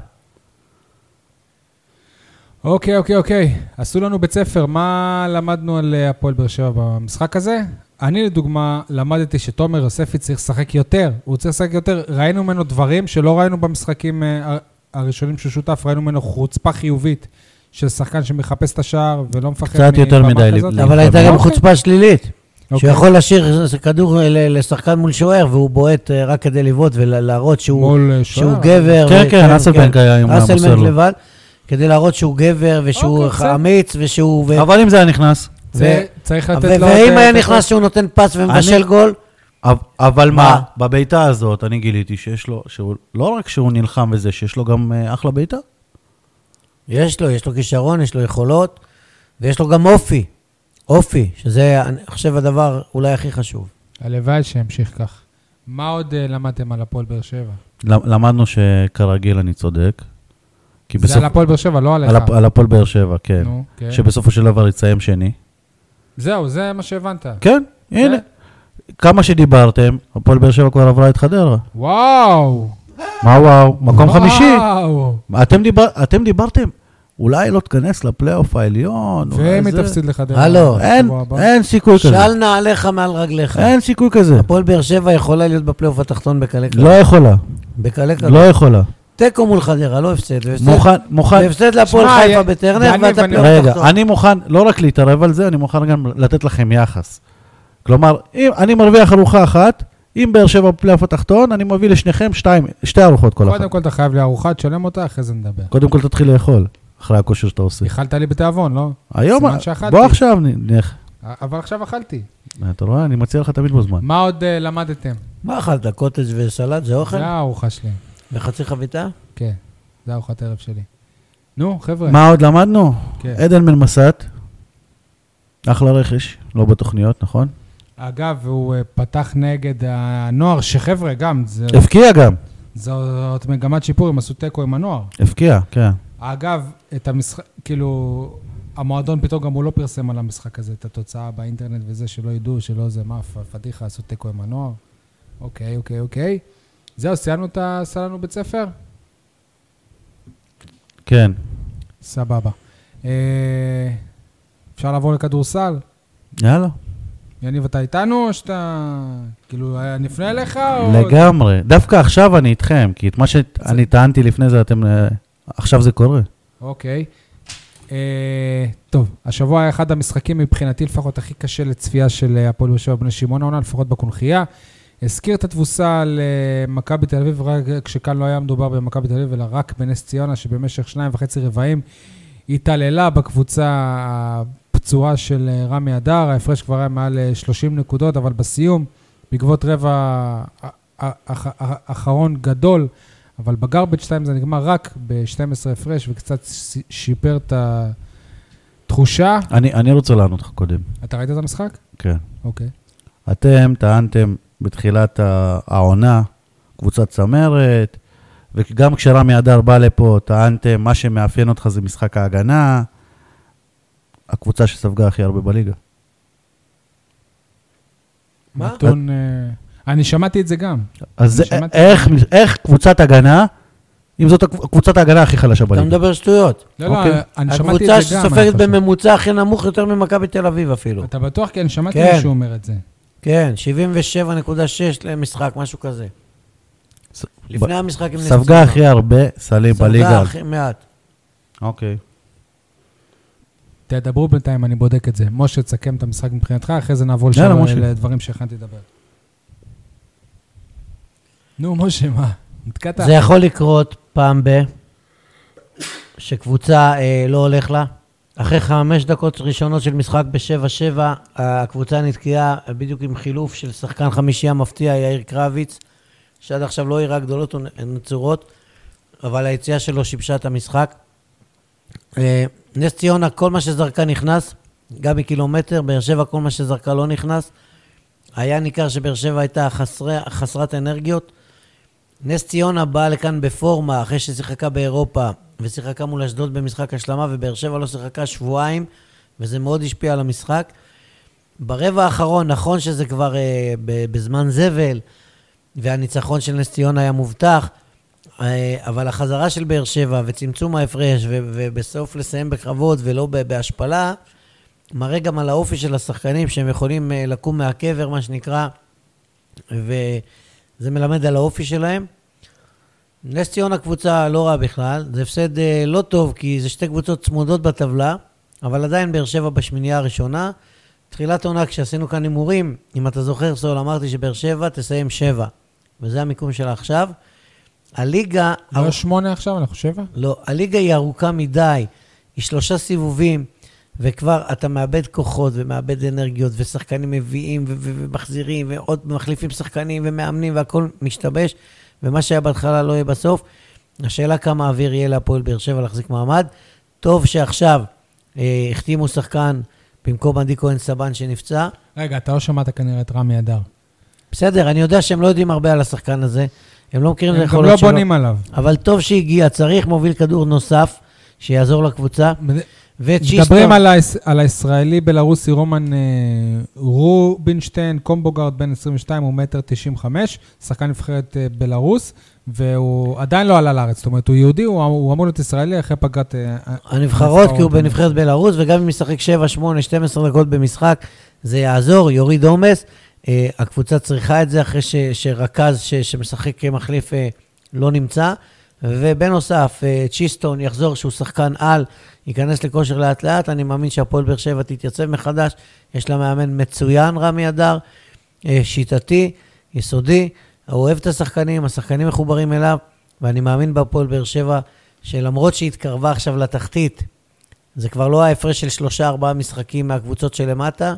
A: אוקיי, אוקיי, אוקיי. עשו לנו בית ספר, מה למדנו על אה, הפועל באר שבע במשחק הזה? אני לדוגמה למדתי שתומר יוספי צריך לשחק יותר, הוא צריך לשחק יותר. ראינו ממנו דברים שלא ראינו במשחקים אה, הר- הראשונים שהוא שותף, ראינו ממנו חוצפה חיובית של שחקן שמחפש את השער ולא מפחד
B: קצת יותר
A: מבמה
B: מדי
A: כזאת.
B: ל-
C: אבל הייתה גם חוצפה שלילית.
A: אוקיי.
C: שיכול להשאיר כדור ל- לשחקן מול שוער, והוא בועט אה, רק כדי לבעוט ולהראות שהוא
A: מול אה,
C: שהוא
A: שוער.
C: גבר.
B: כן,
C: וכן,
B: כן, אסלבנק היה עם המוסר
C: אסלבנק
B: לו.
C: לבד, כדי להראות שהוא גבר ושהוא
A: אוקיי, בסדר.
C: אמיץ ושהוא... ו-
B: אבל אם זה לא היה נכנס...
A: זה- צריך
C: ו-
A: לתת לו... את,
C: ואם
A: אה,
C: היה
A: את
C: נכנס שהוא נותן פס ומבשל
B: אני-
C: גול,
B: אב- אבל
C: מה?
B: מה, בבעיטה הזאת אני גיליתי שיש לו, שהוא, לא רק שהוא נלחם וזה, שיש לו גם אה, אחלה בעיטה.
C: יש לו, יש לו כישרון, יש לו יכולות, ויש לו גם אופי. אופי, שזה, אני חושב, הדבר אולי הכי חשוב.
B: לא
A: הלוואי שימשיך כך. מה עוד אה, למדתם על הפועל באר שבע?
B: למ- למדנו שכרגיל אני צודק. כי
A: זה על הפועל באר שבע, לא עליך.
B: על הפ- על הפועל באר שבע, כן.
A: נו, כן.
B: שבסופו של דבר יסיים שני.
A: זהו, זה מה שהבנת.
B: כן, הנה. כמה שדיברתם, הפועל באר שבע כבר עברה את חדרה.
A: וואו!
B: מה וואו, מקום חמישי.
A: וואו!
B: אתם דיבר- אתם דיברתם, אולי לא תיכנס לפלייאוף העליון. אולי
A: ואם היא
B: זה- לא,
A: תפסיד לחדרה?
C: הלו,
B: אין-
A: בשבוע הבא?
B: אין סיכוי כזה.
C: של נעליך מעל רגליך.
B: אין סיכוי כזה.
C: הפועל באר שבע יכולה להיות בפלייאוף התחתון בקלי קלות.
B: לא יכולה,
C: בקלי קלות.
B: לא יכולה.
C: תיקו מול חדרה, לא הפסד. והפסד-
B: מוכן, מוכן.
C: והפסד להפועל
A: נכון. שמע,
C: חיפה
A: יא-
C: בטרנר,
A: דני
C: ואתה
A: ואני-
C: פלייאוף
B: רגע,
C: תחתון.
B: אני מוכן לא רק להתערב על זה, אני מוכן גם לתת לכם יחס. כלומר, אם אני מרוויח ארוחה אחת, אם באר שבע בפלייאוף התחתון, אני מביא לשניכם שתיים, שתי ארוחות כל אחת.
A: קודם כל אתה חייב לי ארוחה, תשלם אותה, אחרי זה נדבר.
B: קודם כל תתחיל לאכול, אחרי הכושר שאתה עושה.
A: איכלת לי בתיאבון, לא?
B: היום,
A: סימן שאכלתי.
B: בוא עכשיו נ- נלך.
A: אבל עכשיו אכלתי.
B: אתה רואה, אני מציע לך תמיד בזמן.
A: מה עוד אה, למדתם?
C: מה אכלת, קוטג' וסלט
B: לא
C: זה אוכל?
A: זה הארוחה שלי.
C: וחצי חביתה?
A: כן, זה ארוחת ערב שלי. נו, חבר'ה.
B: מה עוד למדנו?
A: כן.
B: עדן מלמסת, אחלה רכש, לא בתוכניות, נכון?
A: אגב, הוא אה, פתח נגד הנוער, שחבר'ה, גם, זה-
B: הבקיע גם,
A: זאת מגמת שיפור, הם עשו תיקו עם הנוער.
B: הבקיע, כן.
A: אגב, את המשחק, כאילו, המועדון פתאום גם הוא לא פרסם על המשחק הזה, את התוצאה באינטרנט וזה, שלא ידעו, שלא זה, מה, פ- פדיחה, עשו תיקו עם הנוער? אוקיי, אוקיי, אוקיי. זהו, סיימנו את ה... עשה לנו בית ספר?
B: כן.
A: סבבה. אה, אפשר לעבור לכדורסל?
B: יאללה.
A: יניב, אתה איתנו או שאתה... כאילו, אה, אני אפנה אליך או...
B: לגמרי. דווקא עכשיו אני איתכם, כי את מה שאני טענתי לפני זה, אתם... אה, עכשיו זה קורה.
A: אוקיי. אה, טוב, השבוע היה אחד המשחקים מבחינתי לפחות הכי קשה לצפייה של אה, הפועל באר שבע בני שמעון העונה, לפחות בקונכייה. הזכיר את התבוסה על אה, מכבי תל אביב, רק כשכאן לא היה מדובר במכבי תל אביב, אלא רק בנס ציונה, שבמשך שניים וחצי רבעים התעללה בקבוצה הפצועה של אה, רמי אדר. ההפרש כבר היה מעל אה, 30 נקודות, אבל בסיום, בעקבות רבע אה, אה, אח- אה, אחרון גדול, אבל בגרבג' 2 זה נגמר רק ב-12 הפרש, וקצת ש- שיפר את התחושה.
B: אני, אני רוצה לענות לך קודם,
A: אתה ראית את המשחק?
B: כן.
A: אוקיי.
B: אתם טענתם בתחילת ה- העונה, קבוצת צמרת, וגם כשרמי אדר בא לפה, טענתם, מה שמאפיין אותך זה משחק ההגנה, הקבוצה שספגה הכי הרבה בליגה.
C: מה?
A: נתון... אה, אני שמעתי את זה גם.
B: אז זה-
A: שמעתי.
B: איך, איך קבוצת הגנה, אם זאת הקב- קבוצת ההגנה הכי חלשה
C: אתה
B: בליגה?
C: מדבר שטויות.
A: לא, לא,
B: אוקיי.
A: אני שמעתי את זה גם.
C: הקבוצה שסופגת
A: אני חושב.
C: בממוצע הכי נמוך יותר ממכבי תל אביב אפילו.
A: אתה בטוח? כי אני שמעתי
C: כן.
A: מישהו אומר את זה.
C: כן, 77.6 למשחק, משהו כזה.
B: ס-
C: לפני המשחק עם נס
B: ספגה
C: ציונה.
B: הכי הרבה סלים
C: ספגה
B: בליגה.
C: הכי מעט.
B: אוקיי.
A: תדברו בינתיים, אני בודק את זה. משה, תסכם את המשחק מבחינתך, אחרי זה נעבור
C: לא,
B: יאללה,
A: לשאר-
B: משה.
A: לדברים שהכנתי לדבר. נו, משה, מה? נתקעת?
C: זה יכול לקרות פעם ב... שקבוצה אה, לא הולך לה. אחרי חמש דקות ראשונות של משחק ב-7-7, הקבוצה נתקעה בדיוק עם חילוף של שחקן חמישייה מפתיע, יאיר קרביץ, שעד עכשיו לא הראה גדולות ונצורות, אבל היציאה שלו שיבשה את המשחק. אה, נס ציונה, כל מה שזרקה נכנס, גם מקילומטר, באר שבע, כל מה שזרקה לא נכנס. היה ניכר שבאר שבע הייתה חסרי, חסרת אנרגיות. נס ציונה באה לכאן בפורמה אחרי ששיחקה באירופה ושיחקה מול אשדוד במשחק השלמה ובאר שבע לא שיחקה שבועיים וזה מאוד השפיע על המשחק. ברבע האחרון, נכון שזה כבר אה, ב- בזמן זבל והניצחון של נס ציונה היה מובטח, אה, אבל החזרה של באר שבע וצמצום ההפרש ו- ובסוף לסיים בקרבות ולא ב- בהשפלה מראה גם על האופי של השחקנים שהם יכולים אה, לקום מהקבר מה שנקרא וזה מלמד על האופי שלהם. נס ציונה קבוצה לא רעה בכלל, זה הפסד אה, לא טוב כי זה שתי קבוצות צמודות בטבלה, אבל עדיין באר שבע בשמינייה הראשונה. תחילת עונה כשעשינו כאן הימורים, אם אתה זוכר סול, אמרתי שבאר שבע תסיים שבע, וזה המיקום שלה עכשיו. הליגה...
A: לא שמונה עכשיו, אנחנו שבע?
C: לא, הליגה היא ארוכה מדי, היא שלושה סיבובים, וכבר אתה מאבד כוחות ומאבד אנרגיות, ושחקנים מביאים ו- ו- ומחזירים, ועוד מחליפים שחקנים ומאמנים, והכול משתבש, ומה שהיה בהתחלה לא יהיה בסוף. השאלה כמה אוויר יהיה להפועל באר שבע להחזיק מעמד. טוב שעכשיו אה, החתימו שחקן במקום עדי כהן סבן שנפצע.
A: רגע, אתה לא שמעת כנראה את רמי אדר.
C: בסדר, אני יודע שהם לא יודעים הרבה על השחקן הזה, הם לא מכירים
A: הם
C: את
A: גם לא
C: היכולות שלו.
A: בונים עליו.
C: אבל טוב שהגיע, צריך מוביל כדור נוסף שיעזור לקבוצה. וצ'יסטון,
A: מדברים על, היש... על הישראלי בלרוסי רומן אה, רובינשטיין, קומבוגרד בן 22 ומטר 95, שחקן נבחרת אה, בלרוס, והוא עדיין לא עלה לארץ, זאת אומרת, הוא יהודי, הוא, אמ-, הוא אמור להיות ישראלי אחרי פגרת... אה, אה,
C: הנבחרות, כי הוא בנבחרת בלרוס, וגם אם ישחק 7, 8, 12 דקות במשחק, זה יעזור, יוריד עומס. אה, הקבוצה צריכה את זה אחרי ש, שרכז ש, שמשחק כמחליף אה, לא נמצא. ובנוסף, אה, צ'יסטון יחזור, שהוא שחקן על, ייכנס לכושר לאט-לאט. אני מאמין שהפועל באר שבע תתייצב מחדש. יש לה מאמן מצוין, רמי אדר, אה, שיטתי, יסודי. הוא אוהב את השחקנים, השחקנים מחוברים אליו, ואני מאמין בהפועל באר שבע, שלמרות שהיא התקרבה עכשיו לתחתית, זה כבר לא ההפרש של שלושה-ארבעה משחקים מהקבוצות שלמטה.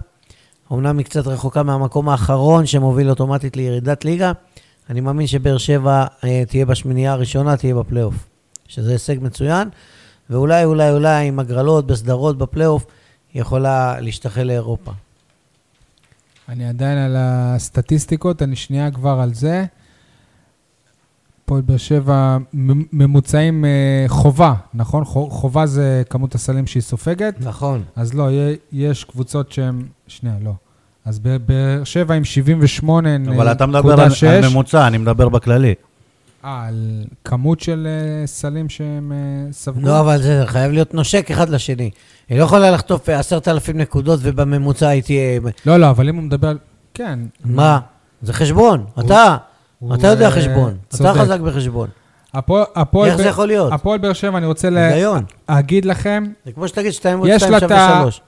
C: אמנם היא קצת רחוקה מהמקום האחרון שמוביל אוטומטית לירידת ליגה. אני מאמין שבאר שבע אה, תהיה בשמינייה הראשונה, תהיה בפלייאוף. שזה הישג מצוין, ואולי, אולי, אולי עם הגרלות, בסדרות, בפלייאוף, היא יכולה להשתחל לאירופה.
A: אני עדיין על הסטטיסטיקות, אני שנייה כבר על זה. הפועל באר שבע, מ- ממוצעים אה, חובה, נכון? חו- חובה זה כמות הסלים שהיא סופגת.
C: נכון.
A: אז לא, יה- יש קבוצות שהן... שנייה, לא. אז ב- באר שבע עם 78 הן,
B: אבל
A: אה,
B: אתה מדבר
A: נקודה
B: על,
A: שש.
B: על ממוצע, אני מדבר בכללי.
A: אה, על כמות של אה, סלים שהם אה, ספגו?
C: לא, אבל זה חייב להיות נושק אחד לשני. היא לא יכולה לחטוף אה, 10,000 נקודות ובממוצע היא תהיה...
A: לא, לא, אבל אם הוא מדבר... כן.
C: מה? זה חשבון.
A: הוא-
C: אתה,
A: הוא,
C: אתה יודע
A: אה,
C: חשבון.
A: צודק.
C: אתה חזק בחשבון.
A: הפועל- הפועל
C: איך זה
A: ב-
C: יכול להיות?
A: הפועל באר שבע, אני רוצה לה-
C: היגיון.
A: להגיד לכם,
C: זה כמו שתגיד 2 ועוד
A: יש
C: 2
A: לה את
C: שווה 3.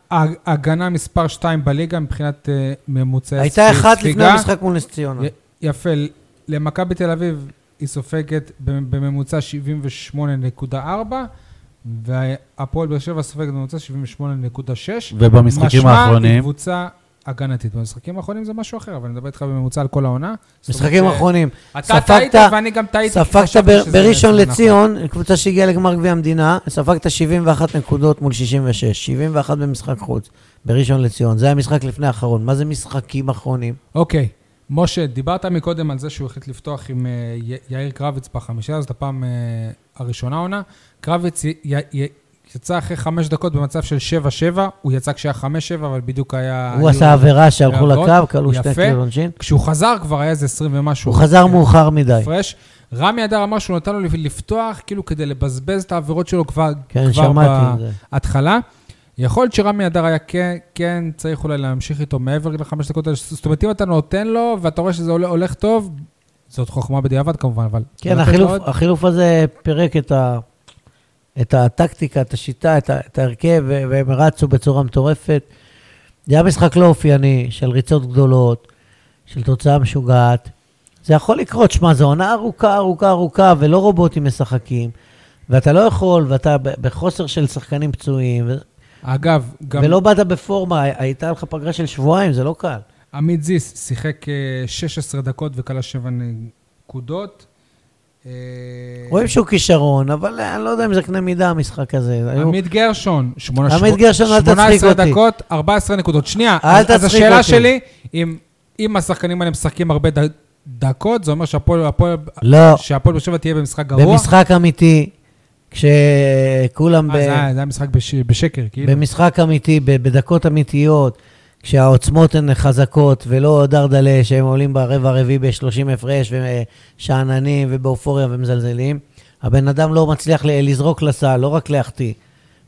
A: ההגנה מספר 2 בליגה מבחינת אה, ממוצעי
C: הייתה
A: ספי-
C: אחת לפני
A: ספיגה.
C: המשחק מול נס ציונה.
A: י- יפה, למכבי תל אביב היא סופגת במ- בממוצע 78.4, והפועל באר שבע סופגת בממוצע 78.6.
B: ובמשחקים
A: משמע היא
B: האחרונים,
A: קבוצה הגנתית. במשחקים האחרונים זה משהו אחר, אבל אני מדבר איתך בממוצע על כל העונה. זאת אומרת
C: משחקים
A: ש-
C: אחרונים.
A: אתה
C: ספגת-
A: טעית ואני גם טעיתי. כי
C: ספגת
A: חשבתי
C: ב-
A: שזה
C: בראשון
A: נכון.
C: לציון, קבוצה שהגיעה לגמר גביע המדינה, ספגת 71 נקודות מול 66, 71 במשחק חוץ, בראשון לציון. זה המשחק לפני האחרון. מה זה משחקים אחרונים?
A: אוקיי. משה, דיברת מקודם על זה שהוא החליט לפתוח עם אה, י- יאיר קרביץ בחמישה, זאת הפעם אה, הראשונה עונה. קרביץ י- י- י- יצא אחרי חמש דקות במצב של 7-7, הוא יצא כשהיה 5-7, אבל בדיוק היה...
C: הוא עשה עבירה שהלכו
A: העבירות,
C: לקו, כלו שתי
A: יפה.
C: קריאות עונשין.
A: כשהוא חזר כבר היה איזה 20 ומשהו.
C: הוא חזר
A: כן.
C: מאוחר מדי.
A: הפרש. רמי אדר אמר שהוא נתן לו לפתוח, כאילו כדי לבזבז את העבירות שלו כבר,
C: כן,
A: כבר
C: שמעתי את זה.
A: בהתחלה. יכול להיות שרמי אדר היה כן, כן צריך אולי להמשיך איתו מעבר לחמש דקות, האלה. זאת אומרת, אם אתה נותן לו ואתה רואה שזה הולך, הולך טוב, זאת חוכמה בדיעבד כמובן, אבל...
C: כן,
A: לתת לו
C: החילוף,
A: עוד-
C: החילוף הזה פירק את, ה, את הטקטיקה, את השיטה, את, ה, את ההרכב, ו- והם רצו בצורה מטורפת. זה היה משחק לא אופייני, של ריצות גדולות, של תוצאה משוגעת. זה יכול לקרות, שמע, זו עונה ארוכה, ארוכה, ארוכה, ולא רובוטים משחקים, ואתה לא יכול, ואתה ב- בחוסר של שחקנים פצועים, ו-
A: אגב, גם
C: ולא באת בפורמה, הי- הייתה לך פגרה של שבועיים, זה לא קל.
A: עמית זיס שיחק אה, 16 דקות וכלה 7 נקודות. אה,
C: רואים שהוא כישרון, אבל אני לא יודע אם זה קנה מידה המשחק הזה. היו-
A: עמית גרשון, שמונה-
C: עמית גרשון, אל תצחיק
A: 18
C: אותי.
A: דקות, 14 נקודות. שנייה,
C: אל
A: אז אז
C: תצחיק
A: השאלה
C: אותי.
A: שלי, אם- אם השחקנים האלה משחקים הרבה ד- דקות, זה אומר שהפועל הפועל-
C: לא,
A: שהפועל באר שבע תהיה במשחק גרוע?
C: במשחק אמיתי, כשכולם ב...
A: אה, זה היה- זה היה משחק בש- בשקר, כאילו.
C: במשחק אמיתי, ב- בדקות אמיתיות, כשהעוצמות הן חזקות ולא דרדלה, שהם עולים ברבע הרביעי ב-30 הפרש ושאננים ובאופוריה ומזלזלים, הבן אדם לא מצליח ל- לזרוק לסל, לא רק להחטיא.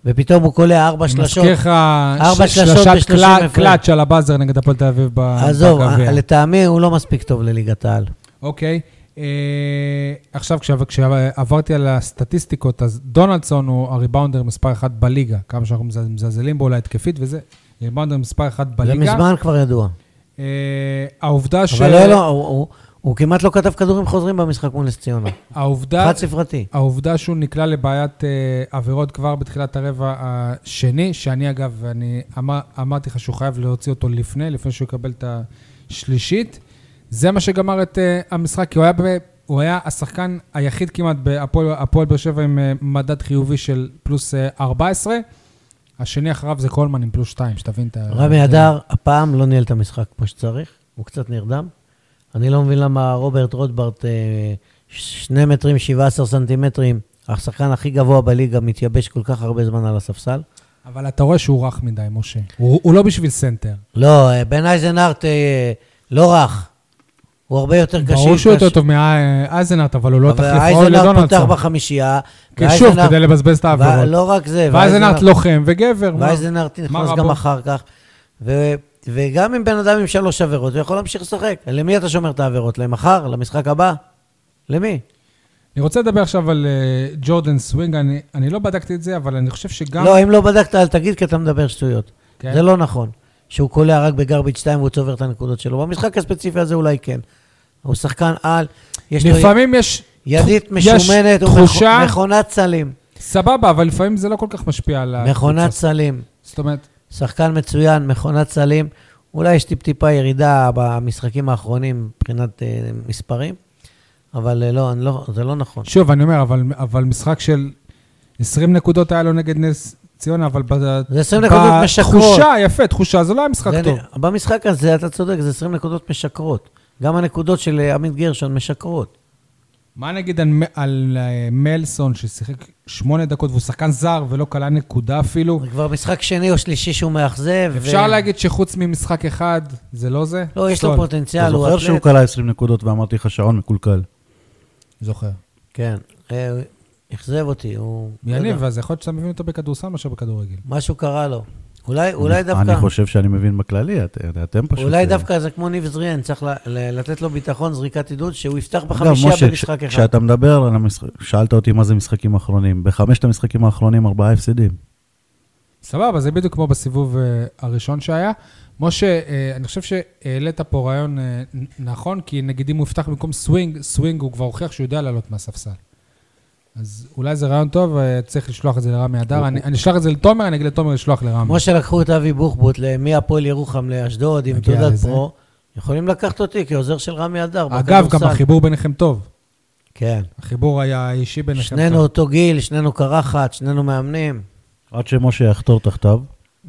C: ופתאום הוא קולע ארבע
A: אני
C: שלשות.
A: מזכיר לך
C: ארבע
A: ש-
C: שלשות
A: שלושת
C: ב-30
A: קלע-
C: הפרש.
A: קלאץ' על הבאזר נגד הפועל תל אביב ב-
C: עזוב, אה,
A: בגביע.
C: לטעמי הוא לא מספיק טוב לליגת העל.
A: אוקיי. אה, עכשיו, כשה- כשעברתי על הסטטיסטיקות, אז דונלדסון הוא הריבאונדר מספר אחת בליגה. כמה שאנחנו מזל- מזלזלים בו, אולי התקפית וזה. ריבאונדר מספר אחת
C: זה
A: בליגה.
C: מזמן כבר ידוע.
A: אה, העובדה ש...
C: אבל לא, לא, הוא- הוא- הוא כמעט לא כתב כדורים חוזרים במשחק מול נס ציונה.
A: העובדה,
C: חד ספרתי.
A: העובדה שהוא נקלע לבעיית אה, עבירות כבר בתחילת הרבע השני, שאני אגב, אני אמר, אמרתי לך שהוא חייב להוציא אותו לפני, לפני שהוא יקבל את השלישית. זה מה שגמר את אה, המשחק, כי הוא היה, ב, הוא היה השחקן היחיד כמעט בהפועל הפועל באר שבע עם אה, מדד חיובי של פלוס אה, 14. השני אחריו זה קולמן עם פלוס 2, שתבין את ה...
C: רמי אדר הפעם לא ניהל את המשחק כמו שצריך, הוא קצת נרדם. אני לא מבין למה רוברט רוטברט, אה, ש- שני מטרים, 17 סנטימטרים, השחקן הכי גבוה בליגה, מתייבש כל כך הרבה זמן על הספסל.
A: כן. אבל אתה רואה שהוא רך מדי, משה. הוא, הוא לא בשביל סנטר.
C: לא, אה, בן אייזנארט אה, לא רך, הוא הרבה יותר קשיב.
A: ברור שהוא יותר
C: קש-
A: טוב מאייזנארט, אבל הוא לא
C: אבל
A: תחליף ראוי
C: אייזנארט פותח
A: לדונלדסון.
C: בחמישייה.
A: כי שוב,
C: ואייזנארט-
A: כדי לבזבז את
C: ו-
A: העבירות.
C: לא רק זה,
A: ואייזנארט לוחם וגבר. מה?
C: ואייזנארט
A: מה
C: נכנס גם
A: רבו?
C: אחר כך. ו... וגם אם בן אדם עם שלוש עבירות, הוא יכול להמשיך לשחק. למי אתה שומר את העבירות? למחר? למשחק הבא? למי?
A: אני רוצה לדבר עכשיו על אה, ג'ורדן סווינג, אני- אני לא בדקתי את זה, אבל אני חושב שגם...
C: לא, אם לא בדקת, אל תגיד, כי אתה מדבר שטויות.
A: כן.
C: זה לא נכון. שהוא קולע רק בגרביץ' 2 והוא צובר את הנקודות שלו. במשחק הספציפי הזה אולי כן. הוא שחקן על, יש לו
A: לפעמים יש...
C: ידית
A: יש
C: משומנת, הוא מכ-
A: תחושה-
C: מכונת סלים.
A: סבבה, אבל לפעמים זה לא כל כך משפיע על ה...
C: מכונת סלים.
A: זאת אומרת,
C: שחקן מצוין, מכונת סלים. אולי יש טיפ-טיפה ירידה במשחקים האחרונים מבחינת אה, מספרים, אבל אה, לא, אני לא, זה לא נכון.
A: שוב, אני אומר, אבל- אבל משחק של 20 נקודות היה לו נגד נס ציונה, אבל ב-
C: זה 20 נקודות משקרות.
A: בתחושה, יפה, תחושה, זה לא היה משחק
C: זה נ-
A: טוב.
C: במשחק הזה, אתה צודק, זה 20 נקודות משקרות. גם הנקודות של אה, עמית גרשון משקרות.
A: מה נגיד על, על אה, מלסון, ששיחק שמונה דקות והוא שחקן זר ולא כלה נקודה אפילו?
C: זה כבר משחק שני או שלישי שהוא מאכזב. ו-
A: אפשר להגיד שחוץ ממשחק אחד, זה לא זה?
C: לא, יש
A: סול.
C: לו
B: אתה
C: פוטנציאל, הוא
B: זוכר שהוא
C: אטלט.
B: כלה 20 נקודות ואמרתי לך שעון מקולקל.
A: זוכר.
C: כן, אה, הוא אכזב אותי, הוא... לא יודע.
A: יניב, אז יכול להיות שאתה מבין אותו בכדורסל מאשר בכדורגל.
C: משהו קרה לו. אולי, אולי דווקא...
B: אני חושב שאני מבין בכללי, את- אתם פשוט...
C: אולי
B: אה,
C: דווקא זה כמו ניב זריאן, צריך ל- ל- לתת לו ביטחון, זריקת עידוד, שהוא יפתח
B: אגב,
C: בחמישייה
B: משה,
C: במשחק
B: כש-
C: אחד.
B: כשאתה מדבר על המשחק, שאלת אותי מה זה משחקים אחרונים. בחמשת המשחקים האחרונים, ארבעה הפסדים.
A: סבבה, זה בדיוק כמו בסיבוב אה, הראשון שהיה. משה, אה, אני חושב שהעלית פה רעיון אה, נ- נכון, כי נגיד אם הוא יפתח במקום סווינג, סווינג הוא כבר הוכיח שהוא יודע לעלות מהספסל. אז אולי זה רעיון טוב, אה, צריך לשלוח את זה לרמי אדר. אני אני אשלח את זה לתומר, אני אגיד לתומר לשלוח לרמי.
C: כמו שלקחו את אבי בוחבוט ל- מהפועל ירוחם לאשדוד עם
A: נגיע
C: תעודת
A: לזה.
C: פרו, יכולים לקחת אותי כעוזר של רמי אדר.
A: אגב, גם
C: בכדורסל.
A: החיבור ביניכם טוב.
C: כן.
A: החיבור היה אישי ביניכם טוב.
C: שנינו אותו גיל, שנינו קרחת, שנינו מאמנים.
B: עד שמשה יחתור תחתיו.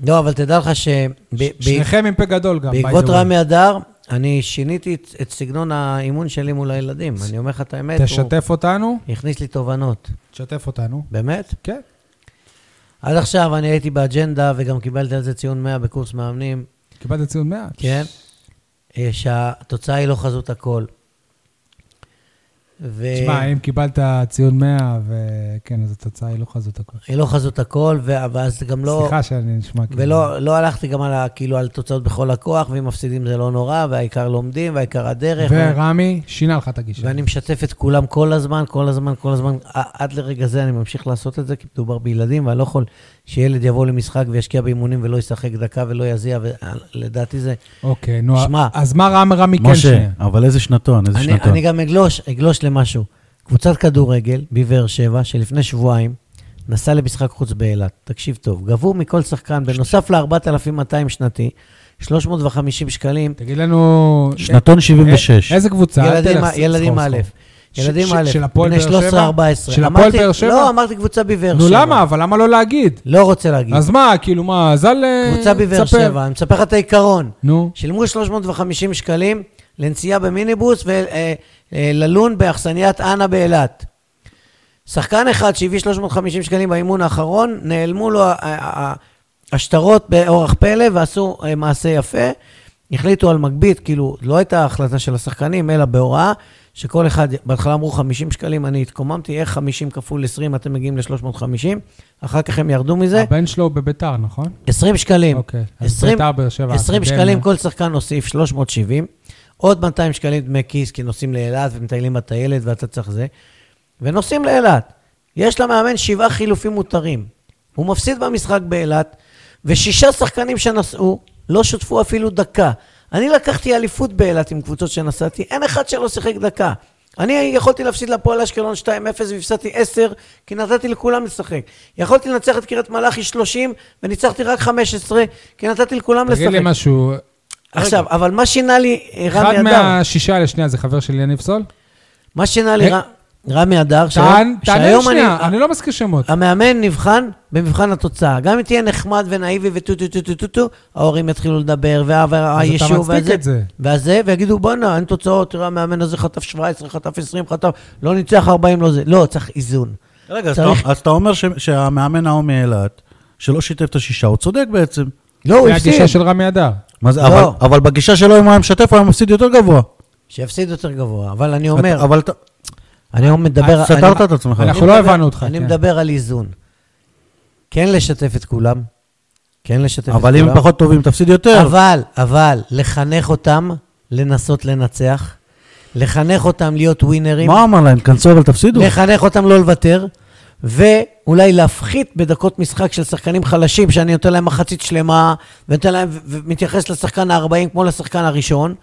C: לא, אבל תדע לך ש... ב- ב-
A: שניכם עם פה גדול גם. by the
C: בעקבות
A: way.
C: רמי אדר, אני שיניתי את- את סגנון האימון שלי מול הילדים. אני אומר לך את האמת, הוא
A: תשתף אותנו,
C: הכניס לי תובנות.
A: תשתף אותנו.
C: באמת?
A: כן.
C: עד עכשיו אני הייתי באג'נדה וגם קיבלתי על זה ציון 100 בקורס מאמנים,
A: קיבלת ציון 100.
C: כן? אה, שהתוצאה היא לא חזות הכל. ו...
A: תשמע, אם קיבלת ציון 100, וכן, אז התוצאה היא לא חזות הכל.
C: היא לא חזות הכל, ו... ואז גם לא...
A: סליחה שאני נשמע כאילו.
C: ולא לא הלכתי גם על, ה- כאילו, על תוצאות בכל הכוח, ואם מפסידים זה לא נורא, והעיקר לומדים, והעיקר הדרך.
A: ורמי, שינה לך את הגישה.
C: אה, ואני משתף את כולם כל הזמן, כל הזמן, כל הזמן. ע- עד לרגע זה אני ממשיך לעשות את זה, כי מדובר בילדים, ואני לא יכול שילד יבוא למשחק וישקיע באימונים ולא ישחק דקה ולא יזיע, ולדעתי זה...
A: אוקיי, נו,
C: שמע.
A: אז מה רמי רמי כן
B: משה,
A: שנייה?
B: אבל איזה שנתון, איזה
C: אני,
B: שנתון.
C: אני גם אגלוש, אגלוש למשהו. קבוצת כדורגל בבאר שבע, שלפני שבועיים נסע למשחק חוץ באילת, תקשיב טוב, גבו מכל שחקן, בנוסף ל-4,200 שנתי, 350 שקלים,
A: תגיד לנו...
B: שנתון 76.
A: אה, איזה קבוצה? אל
C: ילדים-
A: תלך,
C: ילדים
A: סחור,
C: א',
A: סחור.
C: ילדים
A: ש-
C: א',
A: של הפועל
C: בני
A: באר
C: 13,
A: שבע?
C: 14.
A: של הפועל
C: אמרתי-
A: באר שבע?
C: לא, אמרתי קבוצה בבאר שבע.
A: נו למה? אבל למה לא להגיד?
C: לא רוצה להגיד.
A: אז מה, כאילו מה, אז אל... אה,
C: קבוצה בבאר
A: תספר.
C: שבע, אני מספר לך את העיקרון.
A: נו,
C: שילמו 350 שקלים לנסיעה במיניבוס וללון באכסניית אנה באילת. שחקן אחד שהביא 350 שקלים באימון האחרון, נעלמו לו ה- ה- ה- השטרות באורח פלא ועשו אה, מעשה יפה. החליטו על מגבית, כאילו, לא הייתה החלטה של השחקנים, אלא בהוראה, שכל אחד, בהתחלה אמרו 50 שקלים, אני התקוממתי, איך 50 כפול 20 אתם מגיעים ל-350, אחר כך הם ירדו מזה,
A: הבן שלו הוא בביתר, נכון?
C: 20 שקלים.
A: אוקיי, אז
C: 20
A: ביתר באר שבע,
C: 20
A: אקדמיה.
C: שקלים כל שחקן הוסיף 370, עוד 200 שקלים דמי כיס, כי נוסעים לאילת ומטיילים בטיילת ואתה צריך זה, ונוסעים לאילת. יש למאמן שבעה חילופים מותרים. הוא מפסיד במשחק באילת, ושישה שחקנים שנסעו לא שותפו אפילו דקה. אני לקחתי אליפות באילת עם קבוצות שנסעתי, אין אחד שלא שיחק דקה. אני יכולתי להפסיד להפועל אשקלון 2-0 והפסדתי 10, כי נתתי לכולם לשחק. יכולתי לנצח את קריית מלאכי 30, וניצחתי רק 15, כי נתתי לכולם לשחק.
A: תגיד לי משהו.
C: עכשיו, אבל מה שינה לי אה,
A: אחד
C: רמי אדר?
A: מהשישה לשנייה זה חבר שלי, יניב סול?
C: מה שינה לי
A: אה,
C: ר- רמי אדר?
A: טען,
C: שהיום-
A: תענה לי
C: שהיום
A: שנייה, אני לא מזכיר שמות.
C: אה, המאמן נבחן במבחן התוצאה. גם אם תהיה נחמד ונאיבי וטו טו טו טו טו טו, ההורים יתחילו לדבר, וה-
A: אתה
C: והיישוב,
A: מצדיק את זה.
C: והזה, ויגידו, בואנה, אין תוצאות, תראה, המאמן הזה חטף 17, חטף 20, חטף, לא ניצח 40, לא זה. לא, צריך איזון.
B: רגע, אז
C: צריך-
B: אתה- אז אתה אומר ש- שהמאמן ההוא מאילת, שלא שיתף את השישה, הוא צודק בעצם.
C: לא, הוא
A: זה
C: הפסיד.
A: הגישה של רמי אדר.
B: מה זה,
C: לא.
B: אבל- אבל בגישה שלו, אם הוא היה משתף, הוא היה מפסיד יותר גבוה.
C: שיפסיד יותר גבוה, אבל אני אומר,
B: אתה- אבל אתה
C: אני מדבר...
B: סתרת
C: אני-
B: את עצמך.
A: אנחנו
C: אני
A: לא
C: מדבר-
A: הבנו אותך,
C: אני
A: כן.
C: מדבר על איזון. כן לשתף את כולם, כן לשתף את כולם.
B: אבל אם הם פחות טובים, תפסיד יותר.
C: אבל, אבל, לחנך אותם לנסות לנצח, לחנך אותם להיות ווינרים,
B: מה הוא אמר להם? כנסו אבל תפסידו.
C: לחנך אותם לא לוותר, ואולי להפחית בדקות משחק של שחקנים חלשים, שאני נותן להם מחצית שלמה, ונותן להם, ו- ומתייחס לשחקן ה-40 כמו לשחקן הראשון,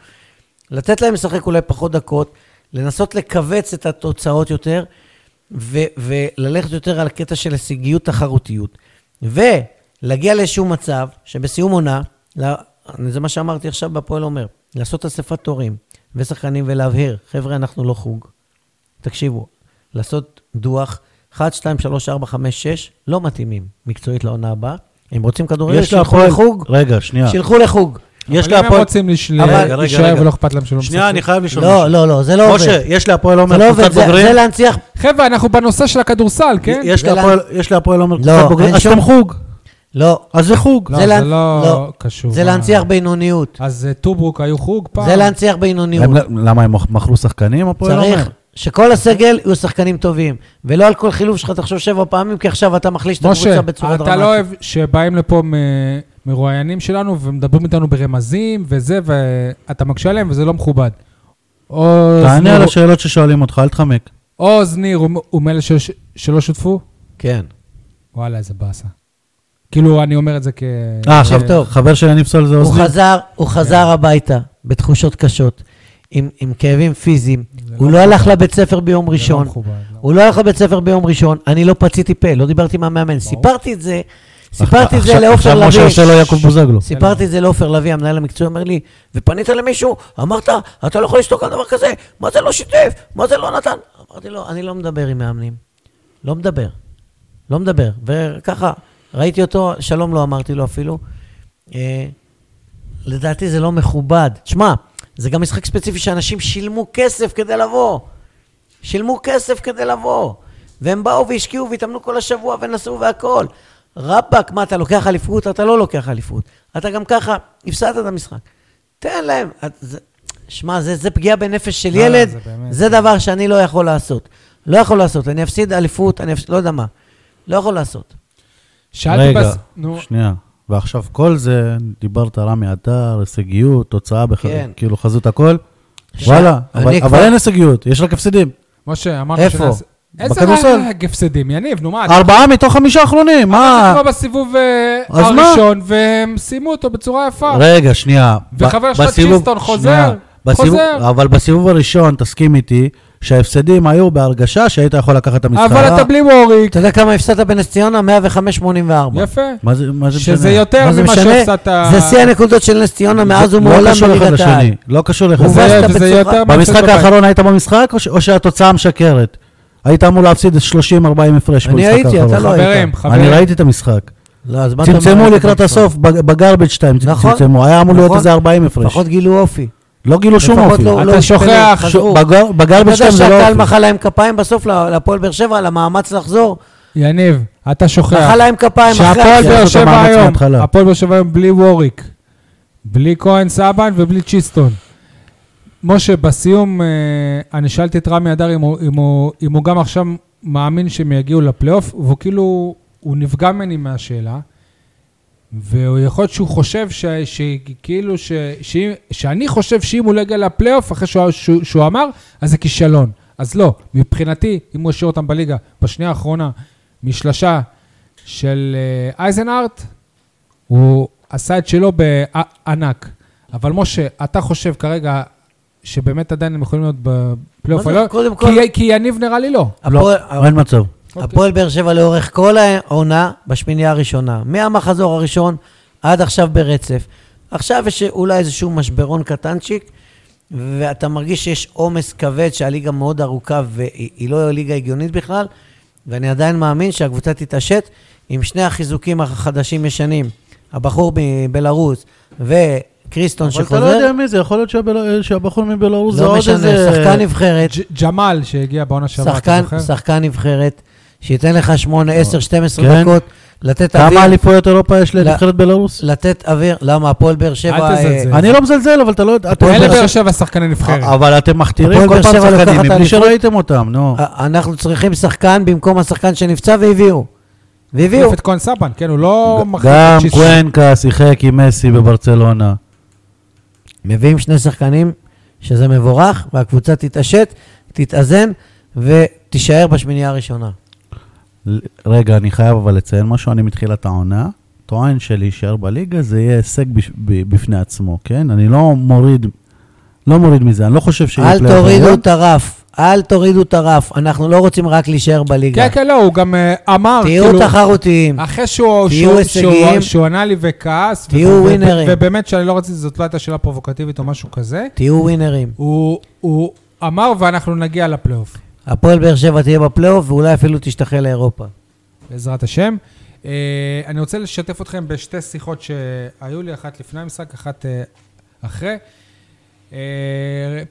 C: לתת להם לשחק אולי פחות דקות, לנסות לכווץ את התוצאות יותר, ו- וללכת יותר על הקטע של הישגיות תחרותיות. ולהגיע לאיזשהו מצב שבסיום עונה, ל- זה מה שאמרתי עכשיו בהפועל אומר, לעשות אספת הורים ושחקנים ולהבהיר, חבר'ה, אנחנו לא חוג. תקשיבו, לעשות דוח, 1, 2, 3, 4, 5, 6, לא מתאימים מקצועית לעונה הבאה. אם רוצים כדורגל,
B: יש
C: שילכו
B: להפועל... לא.
C: לחוג,
B: רגע, שנייה.
C: שילכו לחוג.
B: יש
A: אבל אם הם
B: להפועל...
A: רוצים לש-
B: רגע, רגע,
A: להישאר
B: רגע.
A: ולא אכפת להם שלא
B: שנייה, אני חייב לשאול
C: לא, לא, לא, זה לא עובד.
B: משה, יש להפועל עומר
C: זה לא עובד,
B: קבוצת
C: זה
B: בוגרים?
C: זה להנציח,
A: חבר'ה, אנחנו בנושא של הכדורסל, כן?
B: יש
C: זה לא,
B: להפועל- יש להפועל עומר קבוצת
C: אין
B: בוגרים? אז
C: שום-
B: אתם חוג.
C: לא,
B: אז זה חוג.
A: לא,
C: זה
A: זה
C: להנ-
A: לא
C: לא.
A: קשור.
C: זה
A: אה.
C: להנציח בינוניות.
A: אז אה, טוברוק היו חוג פעם?
C: זה להנציח בינוניות.
B: הם- לא- למה הם מכרו שחקנים, הפועל עומר?
C: צריך שכל הסגל יהיו שחקנים טובים, ולא על כל חילוף שלך תחשוב שבע פעמים, כי עכשיו אתה מחליש את
A: משה,
C: הקבוצה בצורה
A: אתה לא
C: דרמטית.
A: אוהב שבאים לפה מ- מרואיינים שלנו ומדברים איתנו ברמזים וזה, ואתה מקשה עליהם וזה לא מכובד. עוז
C: לא,
B: תענה
A: ניר-
B: על השאלות ששואלים אותך, אל תחמק.
C: אה,
A: עוז ניר הוא מ- הוא מאלה שלא ש- שלא שותפו?
C: כן.
A: וואלה, איזה באסה. כאילו, אני אומר את זה כ...
B: אה,
C: תקשיב
B: חב-
C: טוב.
B: חבר של יניב סול זה
C: הוא
B: אוזני?
C: חזר, הוא חזר הביתה בתחושות קשות, עם, עם כאבים פיזיים.
A: זה
C: הוא לא הלך לבית ספר ביום
A: זה לא
C: ראשון.
A: מכובד, לא.
C: הוא לא הלך לבית ספר ביום ראשון, אני לא פציתי פה, לא דיברתי עם המאמן. סיפרתי את זה, סיפרתי את זה
B: עכשיו-
C: לעופר
B: עכשיו משה
C: לביא.
B: עושה לו יעקב בוזגלו.
C: סיפרתי את זה לעופר לביא, המנהל המקצועי, אומר לי, ופנית למישהו, אמרת, אתה לא יכול לשתוק על דבר כזה, מה זה לא שיתף, מה זה לא נתן? אמרתי לו, אני לא מדבר עם מאמנים. לא מדבר. לא מדבר. וככה, ראיתי אותו, שלום לא אמרתי לו אפילו. אה, לדעתי זה לא מכובד. שמע, זה גם משחק ספציפי שאנשים שילמו כסף כדי לבוא. שילמו כסף כדי לבוא. והם באו והשקיעו והתאמנו כל השבוע ונסעו והכול. רבאק, מה, אתה לוקח אליפות? אתה לא לוקח אליפות. אתה גם ככה, הפסדת את המשחק. תן להם. את- זה- שמע, זה, זה פגיעה בנפש של
A: לא, לא,
C: ילד,
A: זה באמת.
C: זה דבר שאני לא יכול לעשות. לא יכול לעשות. אני אפסיד אליפות, אני אפסיד, לא יודע מה. לא יכול לעשות.
A: שאלתי
B: רגע,
A: בס... נו,
B: שנייה. ועכשיו כל זה, דיברת רמי עטר, הישגיות, תוצאה, בח-
C: כן.
B: כאילו חזות הכל.
C: ש-
B: וואלה,
C: אני
B: אבל
C: כבר-
B: אבל אין הישגיות, יש רק הפסדים.
A: משה, אמרת
C: איפה?
A: שנעשה- איזה
B: בכדורסל.
A: רק הפסדים, יניב, נו מה?
B: ארבעה מתוך חמישה האחרונים,
A: אה, כן. זה
B: מה?
A: כמו בסיבוב אה,
B: אז מה?
A: הראשון, והם סיימו אותו בצורה יפה.
B: רגע, שנייה.
A: וחבר
B: ב-
A: שלך
B: בסיבוב-
A: צ'יסטון חוזר,
B: שנייה. בסיבוב-
A: חוזר.
B: אבל בסיבוב הראשון, תסכים איתי, שההפסדים היו בהרגשה שהיית יכול לקחת את המשחק.
A: אבל אתה בלי ווריק.
C: אתה יודע כמה הפסדת בנס ציונה? 105.84.
A: יפה.
B: מה זה מה זה משנה?
A: שזה יותר
C: מה זה
A: ממה
C: משנה?
A: שהפסדת...
C: זה שיא הנקודות של נס ציונה מאז
B: זה-
C: ומעולם
B: לא קשור
C: בליגת
B: אחד
C: העל.
B: לשני. לא קשור אחד
C: הובסת
B: לשני.
A: זה- וזה
C: בצורה-
A: יותר מהפסד
B: במשחק
A: בבית.
B: האחרון היית במשחק, או ש- או שהתוצאה משקרת? היית אמור להפסיד את 30-40 הפרש
C: אני
B: במשחק
C: הייתי, אתה
B: האחרון.
C: לא היית.
A: חברים,
B: אני
A: חברים.
B: ראיתי את המשחק.
C: לא, אז מה אתה
B: צמצמו
C: אומר?
B: לקראת הסוף, בגרבג' 2
C: נכון.
B: צמצמו. היה אמור להיות
C: נכון.
B: איזה 40 הפרש.
C: לפחות גילו אופי.
B: לא גילו שום
C: לפחות
B: אופי.
C: לא-
A: אתה שוכח,
C: הושפלו,
B: ש-
C: חזרו.
B: בגר-
C: אתה
B: בגרבג'
C: יודע
B: 2 זה לא
C: שהקהל
B: אופי.
C: מחא להם כפיים בסוף ל- להפועל באר שבע, על המאמץ לחזור?
A: יניב, אתה שוכח.
C: מחא להם כפיים אחרי...
A: שהפועל
B: הפסד.
A: באר
B: לעשות את
A: שבע
B: המאמץ
A: היום,
B: מההתחלה.
A: הפועל באר שבע היום בלי ווריק, בלי כהן סבן ובלי צ'יסטון. משה, בסיום, אה, אני שאלתי את רמי אדר אם הוא- אם הוא- אם הוא גם עכשיו מאמין שהם יגיעו לפלייאוף, והוא כאילו, הוא נפגע ממני מהשאלה, ויכול להיות שהוא חושב ש- שכאילו, ש- שאם- שאני חושב שאם הוא לא יגיע לפלייאוף, אחרי שהוא- שהוא שהוא אמר, אז זה כישלון. אז לא, מבחינתי, אם הוא השאיר אותם בליגה בשנייה האחרונה, משלשה של אה, אייזנארט, הוא עשה את שלו בענק. אבל משה, אתה חושב כרגע שבאמת עדיין הם יכולים להיות בפלייאוף
C: מה זה?
A: העליון?
C: קודם כל-
A: כי- כי יניב נראה לי לא.
C: הפועל-
B: לא, אין מצב.
C: הפועל באר שבע לאורך כל העונה בשמינייה הראשונה, מהמחזור הראשון עד עכשיו ברצף. עכשיו יש אולי איזשהו משברון קטנצ'יק, ואתה מרגיש שיש עומס כבד שהליגה מאוד ארוכה והיא היא לא ליגה הגיונית בכלל, ואני עדיין מאמין שהקבוצה תתעשת עם שני החיזוקים החדשים-ישנים, הבחור מבלארוס וקריסטון
B: אבל
C: שחוזר.
B: אתה לא יודע מי זה, יכול להיות שהבל- שהבחור מבלרוס זה
C: לא
B: עוד
C: משנה,
B: איזה...
C: שחקן נבחרת.
A: ג'- ג'מאל שהגיע בעונה שעברה, אתה
C: שחקן,
A: זוכר?
C: שחקן נבחרת, שייתן לך 8, 10, 12
B: כן.
C: דקות, לתת אוויר,
B: כמה אליפויות אירופה יש לנבחרת בלרוס?
C: לתת אוויר, למה הפועל באר שבע,
A: אל
C: אה,
A: תזלזל.
B: אני לא מזלזל, אבל אתה לא יודע... אתה
C: הפועל
A: אלה
B: יודע-
C: באר
A: באר שבע שחקני נבחרת.
C: אה,
B: אבל אתם מכתירים
C: הפועל
B: כל
C: באר
B: פעם
C: שבע לוקחת
B: שחקנים, מבלי
C: אליפות.
B: שראיתם אותם, נו.
C: אה, אנחנו צריכים שחקן במקום השחקן שנפצע והביאו, והביאו,
A: החליף את כהן סבן, כן, הוא לא
B: ג-
A: מחליף
B: גם
A: את צ'יסטון.
B: קוונקה שיחק עם מסי בברצלונה.
C: מביאים שני שחקנים, שזה מבורך, והקבוצה תתעשת, תתאזן, ותישאר בשמינייה הראשונה.
B: ל- רגע, אני חייב אבל לציין משהו, אני מתחילת העונה. טוען שלהישאר בליגה זה יהיה הישג בש- ב- בפני עצמו, כן? אני לא מוריד, לא מוריד מזה, אני לא חושב שיהיה
C: אל
B: פלייאוף
C: תורידו
B: עליון.
C: את הרף, אל תורידו את הרף, אנחנו לא רוצים רק להישאר בליגה.
A: כן, כן, לא, הוא גם אה, אמר,
C: תהיו תחרותיים.
A: אחרי שהוא,
C: תהיו
A: שהוא,
C: הישגיים.
A: שהוא, שהוא ענה לי וכעס,
C: תהיו
A: ו- ו-
C: ווינרים.
A: ו- ובאמת שאני לא רציתי, זאת לא הייתה שאלה פרובוקטיבית או משהו כזה,
C: תהיו ווינרים.
A: הוא, הוא אמר ואנחנו נגיע לפלייאוף,
C: הפועל באר שבע תהיה בפלייאוף, ואולי אפילו תשתחל לאירופה.
A: בעזרת השם. אה, אני רוצה לשתף אתכם בשתי שיחות שהיו לי, אחת לפני המשחק, אחת אה, אחרי. אה,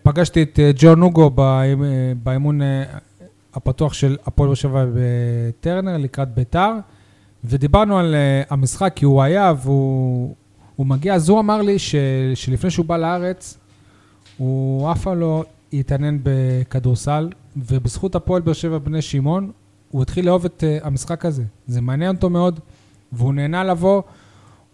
A: פגשתי את אה, ג'ון נוגו באימ- אה, באימון אה, הפתוח של הפועל באר שבע בטרנר לקראת ביתר, ודיברנו על אה, המשחק, כי הוא היה והוא הוא מגיע, אז הוא אמר לי ש, שלפני שהוא בא לארץ, הוא אף פעם לא התעניין בכדורסל, ובזכות הפועל באר שבע בני שמעון, הוא התחיל לאהוב את אה, המשחק הזה. זה מעניין אותו מאוד, והוא נהנה לבוא.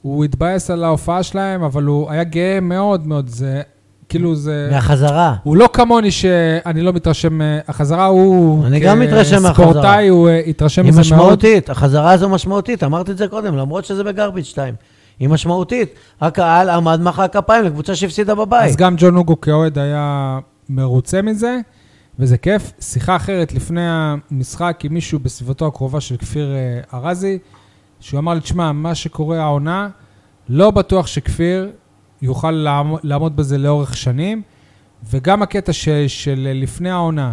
A: הוא התבאס על ההופעה שלהם, אבל הוא היה גאה מאוד מאוד. זה כאילו זה...
C: מהחזרה.
A: הוא לא כמוני שאני לא מתרשם, אה, החזרה הוא...
C: אני גם מתרשם מהחזרה.
A: כספורטאי הוא אה, התרשם
C: היא
A: מזה מאוד.
C: משמעותית, החזרה הזו משמעותית, אמרתי את זה קודם, למרות שזה בגרביץ' 2. היא משמעותית. הקהל עמד מחא כפיים לקבוצה שהפסידה בבית.
A: אז גם ג'ון הוגו כאוהד היה מרוצה מזה, וזה כיף. שיחה אחרת לפני המשחק עם מישהו בסביבתו הקרובה של כפיר אה, ארזי, שהוא אמר לי, תשמע, מה שקורה העונה, לא בטוח שכפיר יוכל לעמוד, לעמוד בזה לאורך שנים. וגם הקטע ש, של לפני העונה,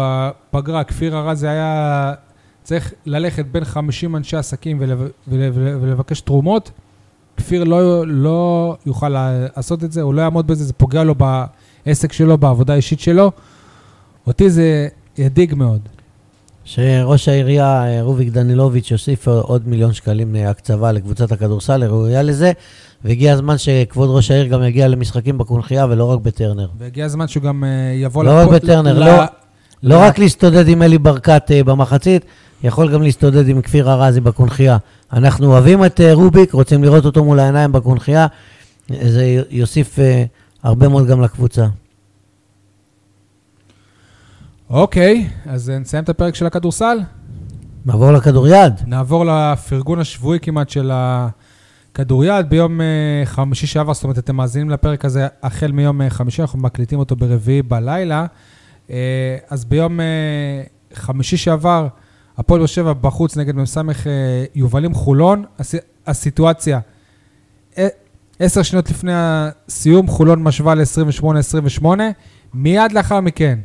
A: שבפגרה כפיר ארזי היה צריך ללכת בין 50 אנשי עסקים ולב, ולב, ולבקש תרומות, כפיר לא, לא יוכל לעשות את זה, הוא לא יעמוד בזה, זה פוגע לו בעסק שלו, בעבודה האישית שלו. אותי זה ידאיג מאוד.
C: שראש העירייה אה, רוביק דנילוביץ' יוסיף עוד מיליון שקלים אה, הקצבה לקבוצת הכדורסל, ראויה לזה, והגיע הזמן שכבוד ראש העיר גם יגיע למשחקים בקונכייה ולא רק בטרנר.
A: והגיע הזמן שהוא גם אה, יבוא...
C: לא רק
A: לפו-
C: בטרנר,
A: ל-
C: לא- לא
A: ל-
C: רק להסתודד עם אלי ברקת אה, במחצית, יכול גם להסתודד עם כפיר ארזי בקונכייה. אנחנו אוהבים את אה, רוביק, רוצים לראות אותו מול העיניים בקונכייה. אה, זה י- יוסיף אה, הרבה מאוד גם לקבוצה.
A: אוקיי, אז אה, נסיים את הפרק של הכדורסל.
C: נעבור לכדוריד.
A: נעבור לפרגון השבועי כמעט של הכדוריד. ביום אה, חמישי שעבר, זאת אומרת, אתם מאזינים לפרק הזה החל מיום אה, חמישי, אנחנו מקליטים אותו ברביעי בלילה. אה, אז ביום אה, חמישי שעבר, הפועל באר שבע בחוץ נגד מ"ס אה, יובלים חולון. הס- הסיטואציה, אה, עשר שניות לפני הסיום, חולון משווה ל-28-28. מיד לאחר מכן,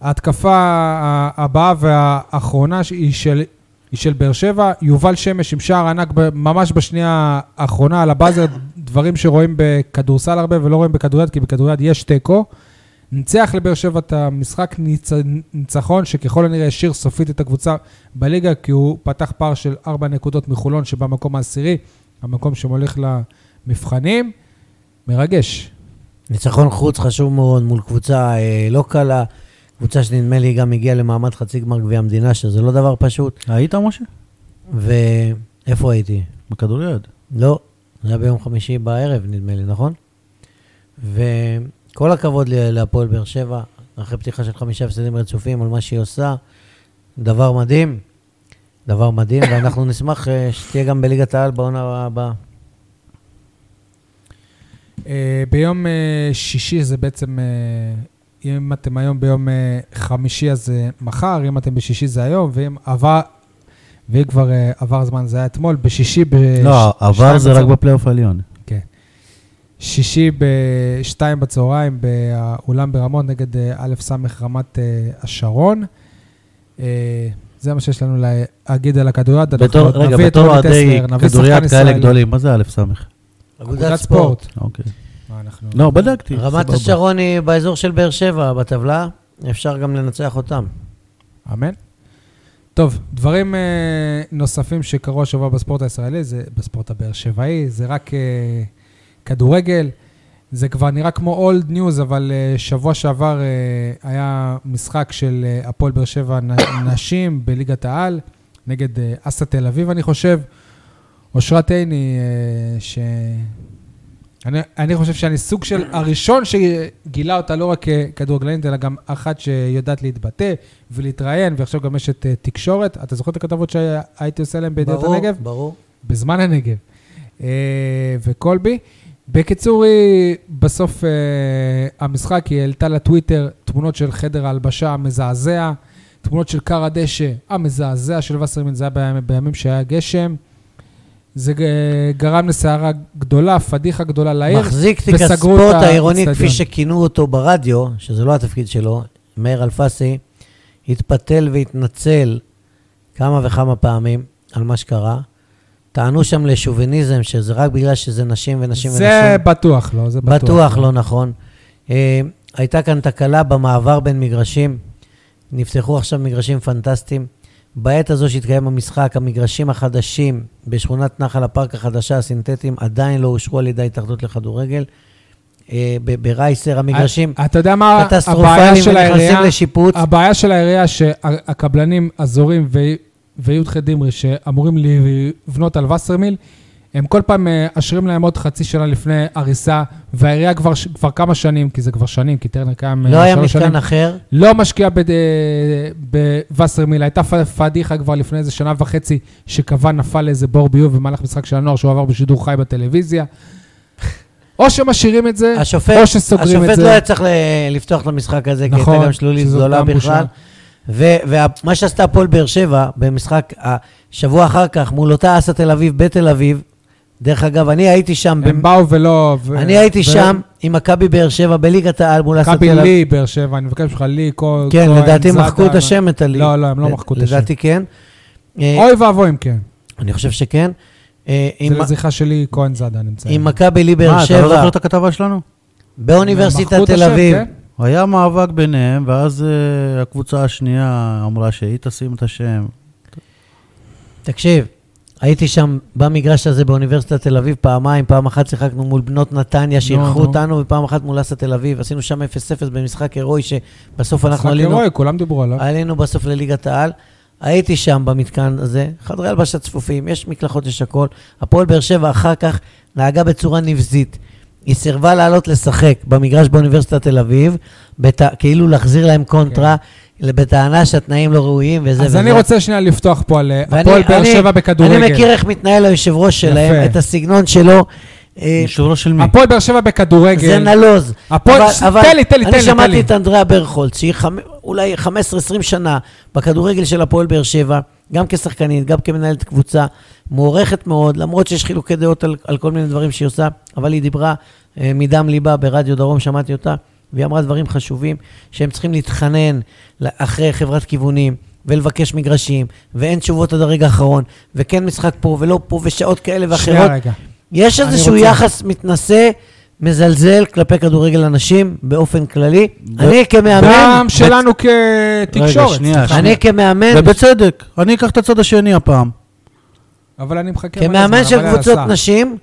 A: ההתקפה ה- הבאה והאחרונה ש- היא של, היא של באר שבע. יובל שמש עם שער ענק ב- ממש בשנייה האחרונה על הבאזר, דברים שרואים בכדורסל הרבה ולא רואים בכדוריד, כי בכדוריד יש תיקו. ניצח לבאר שבע את המשחק ניצ... ניצחון, שככל הנראה השאיר סופית את הקבוצה בליגה, כי הוא פתח פער של 4 נקודות מחולון, שבמקום העשירי, המקום שמוליך למבחנים. מרגש.
C: ניצחון חוץ חשוב מאוד מול קבוצה אה, לא קלה, קבוצה שנדמה לי גם הגיעה למעמד חצי גמר גביע המדינה, שזה לא דבר פשוט.
B: היית, משה?
C: ואיפה הייתי?
B: בכדוריד.
C: לא, זה היה ביום חמישי בערב, נדמה לי, נכון? וכל הכבוד ל- להפועל באר שבע, אחרי פתיחה של חמישה הפסדים רצופים על מה שהיא עושה, דבר מדהים, דבר מדהים, ואנחנו נשמח אה, שתהיה גם בליגת העל בעונה הבאה.
A: אה, ביום אה, שישי זה בעצם, אה, אם אתם היום ביום אה, חמישי אז אה, מחר, אם אתם בשישי זה היום, ואם עבר, ואם כבר אה, עבר הזמן זה היה אתמול, בשישי ב...
B: לא,
A: אה, ש-
B: עבר
A: שתיים
B: זה רק
A: בצהר-
B: בפלייאוף העליון.
A: כן. שישי בשתיים בצהריים באולם ברמות נגד אה, א' ס' רמת אה, השרון. אה, זה מה שיש לנו להגיד על הכדוריד. אנחנו
B: בתור-
A: עוד
B: רגע,
A: נכון, נביא את
B: בתור
A: רוני
B: אוהדי
A: טסלר, נביא שחקן
B: כדוריד כאלה
A: ישראלי.
B: גדולים, מה זה א' ס'?
A: אגודת ספורט.
B: אוקיי.
A: מה, אנחנו-
B: לא, בדקתי.
C: רמת
B: סבבה.
C: השרון היא באזור של באר שבע בטבלה, אפשר גם לנצח אותם.
A: אמן. טוב, דברים אה, נוספים שקרו השבוע בספורט הישראלי, זה בספורט הבאר שבעי, זה רק אה, כדורגל. זה כבר נראה כמו אולד ניוז, אבל אה, שבוע שעבר אה, היה משחק של אה, הפועל באר שבע נ- נשים בליגת העל, נגד אה, אסא תל אביב, אני חושב. אושרת עיני, אה, ש... אני, אני חושב שאני סוג של הראשון שגילה אותה לא רק ככדורגלנית, אלא גם אחת שיודעת להתבטא ולהתראיין, ועכשיו גם יש את אה, תקשורת. אתה זוכר את הכתבות שהייתי עושה להם בידיעות
C: ברור,
A: הנגב?
C: ברור.
A: בזמן הנגב. אה, וקולבי. בקיצור, היא בסוף אה, המשחק, היא העלתה לטוויטר תמונות של חדר ההלבשה המזעזע, תמונות של כר הדשא המזעזע של וסרמן, זה היה בימים- בימים שהיה גשם. זה אה, גרם לסערה גדולה, פדיחה גדולה לעיר.
C: מחזיק תיק
A: וסגרו
C: הספורט
A: את
C: העירוני, כפי
A: האצטדיון.
C: שכינו אותו ברדיו, שזה לא התפקיד שלו, מאיר אלפסי, התפתל והתנצל כמה וכמה פעמים על מה שקרה. טענו שם לשוביניזם, שזה רק בגלל שזה נשים ונשים
A: זה
C: ונשים.
A: בטוח לא, זה בטוח.
C: בטוח לא נכון. אה, הייתה כאן תקלה במעבר בין מגרשים. נפתחו עכשיו מגרשים פנטסטיים. בעת הזו שהתקיים המשחק, המגרשים החדשים בשכונת נחל הפארק החדשה, הסינתטיים, עדיין לא אושרו על ידי ההתאחדות לכדורגל. אה, ב- ברייסר המגרשים
A: אתה יודע מה אה, הבעיה
C: קטסטרופליים
A: של
C: לא. ונכנסים
A: העירייה? אה,
C: לשיפוץ.
A: הבעיה של העירייה שהקבלנים הזורים ו- וי"ח דמרי שאמורים לבנות על וסרמיל, הם כל פעם מאשרים להם עוד חצי שנה לפני הריסה, והעירייה כבר, ש- כבר כמה שנים, כי זה כבר שנים, כי טרנר קיים אה,
C: לא היה
A: שלוש שנים,
C: מתקן אחר.
A: לא משקיעה בד- אה, בווסרמיל, הייתה פ- פדיחה כבר לפני איזה שנה וחצי, שקבע נפל לאיזה בור ביוב במהלך משחק של הנוער, שהוא עבר בשידור חי בטלוויזיה. או שמשאירים את זה,
C: השופט,
A: או שסוגרים את
C: השופט
A: זה.
C: לא היה צריך ל- לפתוח את המשחק הזה, כי
A: נכון,
C: הייתה גם שלולית
A: שזאת
C: גדולה
A: גם בושה.
C: בכלל. ומה שעשתה הפועל באר שבע במשחק ה- שבוע אחר כך, מול אותה אסא תל אביב בתל אביב, דרך אגב, אני הייתי שם,
A: הם באו ולא... ו-
C: אני הייתי
A: ו-
C: שם עם מכבי באר שבע בליגת העל מול אסא
A: מכבי
C: תל אביב.
A: לי, באר שבע, אני מבקש ממך, לי, כהן,
C: כן, לדעתי
A: זאדה,
C: מחקו את השם, את הליגה.
A: לא, לא, הם לא מחקו את השם.
C: לדעתי כן. אה,
A: אוי ואבוי אם כן.
C: אני חושב שכן. אה, עם-
A: זה לזכרה שלי, כהן זאדה נמצא.
C: עם מכבי לי
B: מה,
C: באר
B: אתה לא זוכר
C: שבע,
B: את הכתבה שלנו?
C: באוניברסיטת
A: מחקו את
C: תל
A: השם,
C: אביב.
A: כן?
B: היה מאבק ביניהם, ואז אה, הקבוצה השנייה אמרה שהיא תשים את השם.
C: תקשיב, הייתי שם במגרש הזה באוניברסיטת תל אביב פעמיים, פעם אחת שיחקנו מול בנות נתניה, שאירחו
A: נו.
C: אותנו, ופעם אחת מול אסא תל אביב. עשינו שם 0-0 במשחק הירואי, שבסוף אנחנו
A: משחק
C: עלינו, אה,
A: הירואי, כולם דיברו עליו.
C: עלינו בסוף לליגת העל. הייתי שם במתקן הזה, חדרי הלבשה צפופים, יש מקלחות, יש הכל. הפועל באר שבע אחר כך נהגה בצורה נבזית. היא סירבה לעלות לשחק במגרש באוניברסיטת תל אביב, בת... כאילו להחזיר להם קונטרה, בטענה שהתנאים לא ראויים וזה
A: כן. אז
C: וזה.
A: אני רוצה שנייה לפתוח פה על אה,
C: ואני-
A: הפועל באר
C: אני-
A: שבע בכדורגל.
C: אני מכיר איך מתנהל היושב-ראש שלהם,
A: יפה.
C: את הסגנון שלו. אה,
B: יושב ראש של מי?
A: הפועל באר שבע
C: זה
A: בכדורגל.
C: נלוז.
A: הפועל-
C: אבל-
A: ש-
C: אבל
A: תן לי, תן לי, תן לי,
C: אני
A: תן
C: שמעתי
A: לי.
C: את אנדריה ברחולץ, שהיא חמ- אולי 15-20 שנה בכדורגל של הפועל באר שבע, גם כשחקנית, גם כמנהלת קבוצה, מוערכת מאוד, למרות שיש חילוקי דעות על, על כל מיני דברים שהיא עושה, אבל היא דיברה אה, מדם ליבה ברדיו דרום, שמעתי אותה, והיא אמרה דברים חשובים, שהם צריכים להתחנן ל- אחרי חברת כיוונים. ולבקש מגרשים, ואין תשובות עד הרגע האחרון, וכן משחק פה ולא פה, ושעות כאלה
A: שנייה
C: ואחרות.
A: רגע.
C: יש
A: אני
C: איזשהו
A: רוצה-
C: יחס מתנשא, מזלזל כלפי כדורגל הנשים באופן כללי. אני כמאמן,
A: גם שלנו כתקשורת.
B: רגע, שנייה,
A: סליחה.
C: אני כמאמן,
B: ובצדק, אני אקח את הצד השני הפעם.
A: אבל אני מחכה... מלא
C: כמאמן
A: זמן,
C: של
A: אבל
C: קבוצות
A: יאללה,
C: נשים,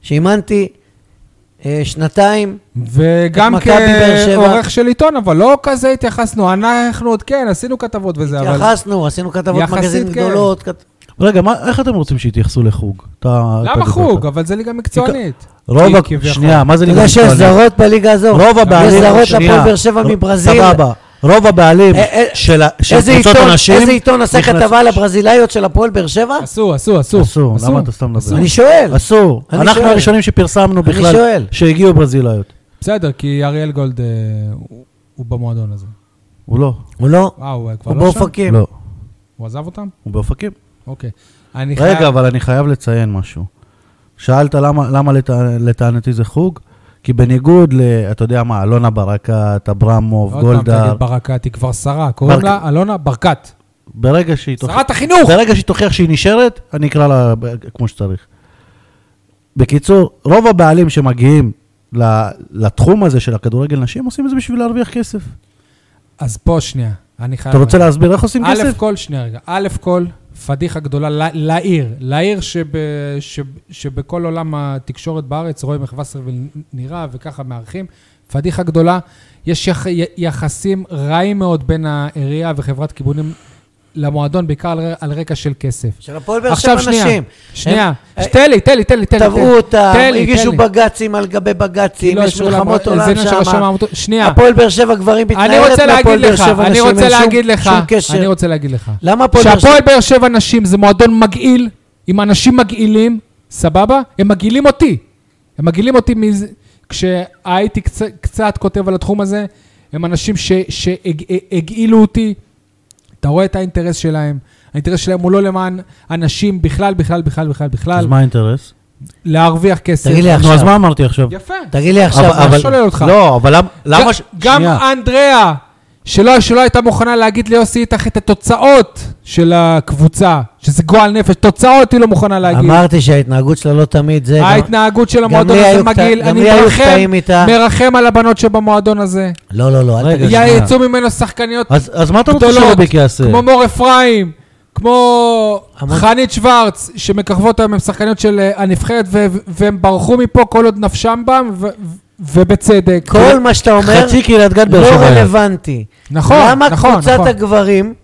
C: שאימנתי אה, שנתיים,
A: סע. וגם
C: את מכבי באר שבע.
A: כעורך של עיתון, אבל לא כזה התייחסנו. אנחנו עוד כן, עשינו כתבות וזה, אבל...
C: התייחסנו, עשינו כתבות
A: יחסית,
C: מגזין
A: כן.
C: גדולות. כת-
B: רגע, מה, איך אתם רוצים שיתייחסו לחוג? אתה- אתה
A: למה
B: דיברת.
A: חוג? אבל זה ליגה מקצוענית.
B: רוב,
A: כי-
B: ה-
A: כביכול.
B: שנייה, מה זה
C: אתה
B: ליגה
C: יודע שיש
B: מקצוענית?
C: זרות בליגה הזו?
B: רוב הבעלים,
C: יש זרות
B: שנייה.
C: לפועל באר שבע
B: ר-
C: מברזיל.
B: סבבה. רוב הבעלים
C: אה, אה,
B: של ה- של
C: איזה
B: קבוצות
C: עיתון-
B: הנשים...
C: איזה עיתון עשה
B: נכנס-
C: כתבה על הברזילאיות של הפועל באר שבע?
A: אסור, אסור, אסור.
B: אסור, למה אתה סתם מדבר?
C: אני שואל.
B: אסור.
C: אני
B: אנחנו
C: שואל.
B: הראשונים שפרסמנו
C: אני
B: בכלל,
C: שואל.
B: שהגיעו ברזילאיות.
A: בסדר, כי אריאל גולד אה, הוא- הוא במועדון הזה.
B: הוא לא.
C: הוא לא,
A: אה, הוא אה, כבר
C: הוא
A: לא שם?
C: באופקים.
B: לא.
A: הוא עזב אותם?
B: הוא באופקים.
A: אוקיי. אני חייב...
B: רגע, אבל אני חייב לציין משהו. שאלת למה, למה לט... לטענתי זה חוג? כי בניגוד ל... אתה יודע מה, אלונה ברקת, אברמוב,
A: עוד פעם
B: גולדהר,
A: תגיד ברקת, היא כבר שרה. קוראים
B: ברק-
A: לה אלונה ברקת.
B: ברגע שהיא תוכיח...
A: שרת החינוך!
B: ברגע שהיא תוכיח שהיא נשארת, אני אקרא לה ב- כמו שצריך. בקיצור, רוב הבעלים שמגיעים ל- לתחום הזה של הכדורגל נשים, עושים את זה בשביל להרוויח כסף.
A: אז פה שנייה, אני חייב...
B: אתה רוצה להסביר איך עושים
A: א'
B: כסף?
A: כל, שנייה רגע, א' כל, פדיחה גדולה ל- לעיר, לעיר שב, ש, שבכל עולם התקשורת בארץ רואים איך וסרוויל נראה וככה מארחים, פדיחה גדולה, יש יח, י- יחסים רעים מאוד בין העירייה וחברת כיוונים למועדון, בעיקר על, ר- על רקע של כסף.
C: של הפועל באר שבע
A: עכשיו שנייה,
C: נשים.
A: שנייה,
C: הם- אה,
A: ש- תן לי, תן לי, תן לי, תן לי.
C: תבעו אותם,
A: תן לי,
C: הגישו
A: תן לי.
C: בג"צים על גבי בג"צים,
A: לא
C: יש
A: אישרו להם-
C: מלחמות
A: זה
C: עולם
A: עניין של רשם
C: שם.
A: העמותות. שנייה,
C: הפועל באר שבע גברים
A: אני
C: מתנהלת
A: רוצה להגיד
C: מהפועל באר
A: לך,
C: שבע
A: אני
C: נשים,
A: רוצה
C: אין שום-
A: להגיד לך,
C: שום קשר.
A: אני רוצה להגיד לך.
C: למה הפועל באר שבע...
A: שהפועל באר שבע נשים זה מועדון מגעיל, עם אנשים מגעילים, סבבה? הם מגעילים אותי. הם מגעילים אותי מזה, כשהייתי קצ- קצת כותב על התחום הזה, הם אנשים ש- שהגעילו אותי. אתה רואה את האינטרס שלהם, האינטרס שלהם הוא לא למען אנשים בכלל, בכלל, בכלל, בכלל,
B: אז
A: בכלל,
B: מה האינטרס?
A: להרוויח כסף.
C: תגיד לי,
B: נו, אז
C: עכשיו.
B: מה אמרתי עכשיו?
A: יפה.
C: תגיד לי עכשיו,
A: אבל-
C: מה-
A: אני שולל אותך.
B: לא, אבל למ- למה... ש-
A: ג- גם
B: שנייה.
A: אנדריאה, שלא, שלא הייתה מוכנה להגיד ליוסי איתך את התוצאות של הקבוצה, שזה גועל נפש, תוצאות היא לא מוכנה להגיד.
C: אמרתי שההתנהגות שלה לא תמיד זה... גם-
A: ההתנהגות של
C: גם
A: המועדון
C: לי
A: הזה
C: היו קט-
A: מגעיל,
C: גם
A: אני
C: לי היו
A: מרחם,
C: קטעים איתה.
A: מרחם על הבנות שבמועדון הזה.
C: לא, לא, לא, אל
B: רגע,
C: תגיד.
B: שנייה.
A: יצאו ממנו שחקניות
B: אז אז מה אתה רוצה
A: גדולות,
B: שרוביק יעשה?
A: כמו מור אפרים, כמו
C: המון-
A: חנית שוורץ, שמככבות היום עם שחקניות של אה, הנבחרת, ו- והם ברחו מפה כל עוד נפשם בם, ו- ובצדק.
C: כל מה שאתה אומר
B: חצי קהילת גן באר
C: לא
B: שבע.
C: רלוונטי.
A: נכון,
C: למה
A: נכון,
C: קבוצת
A: נכון.
C: הגברים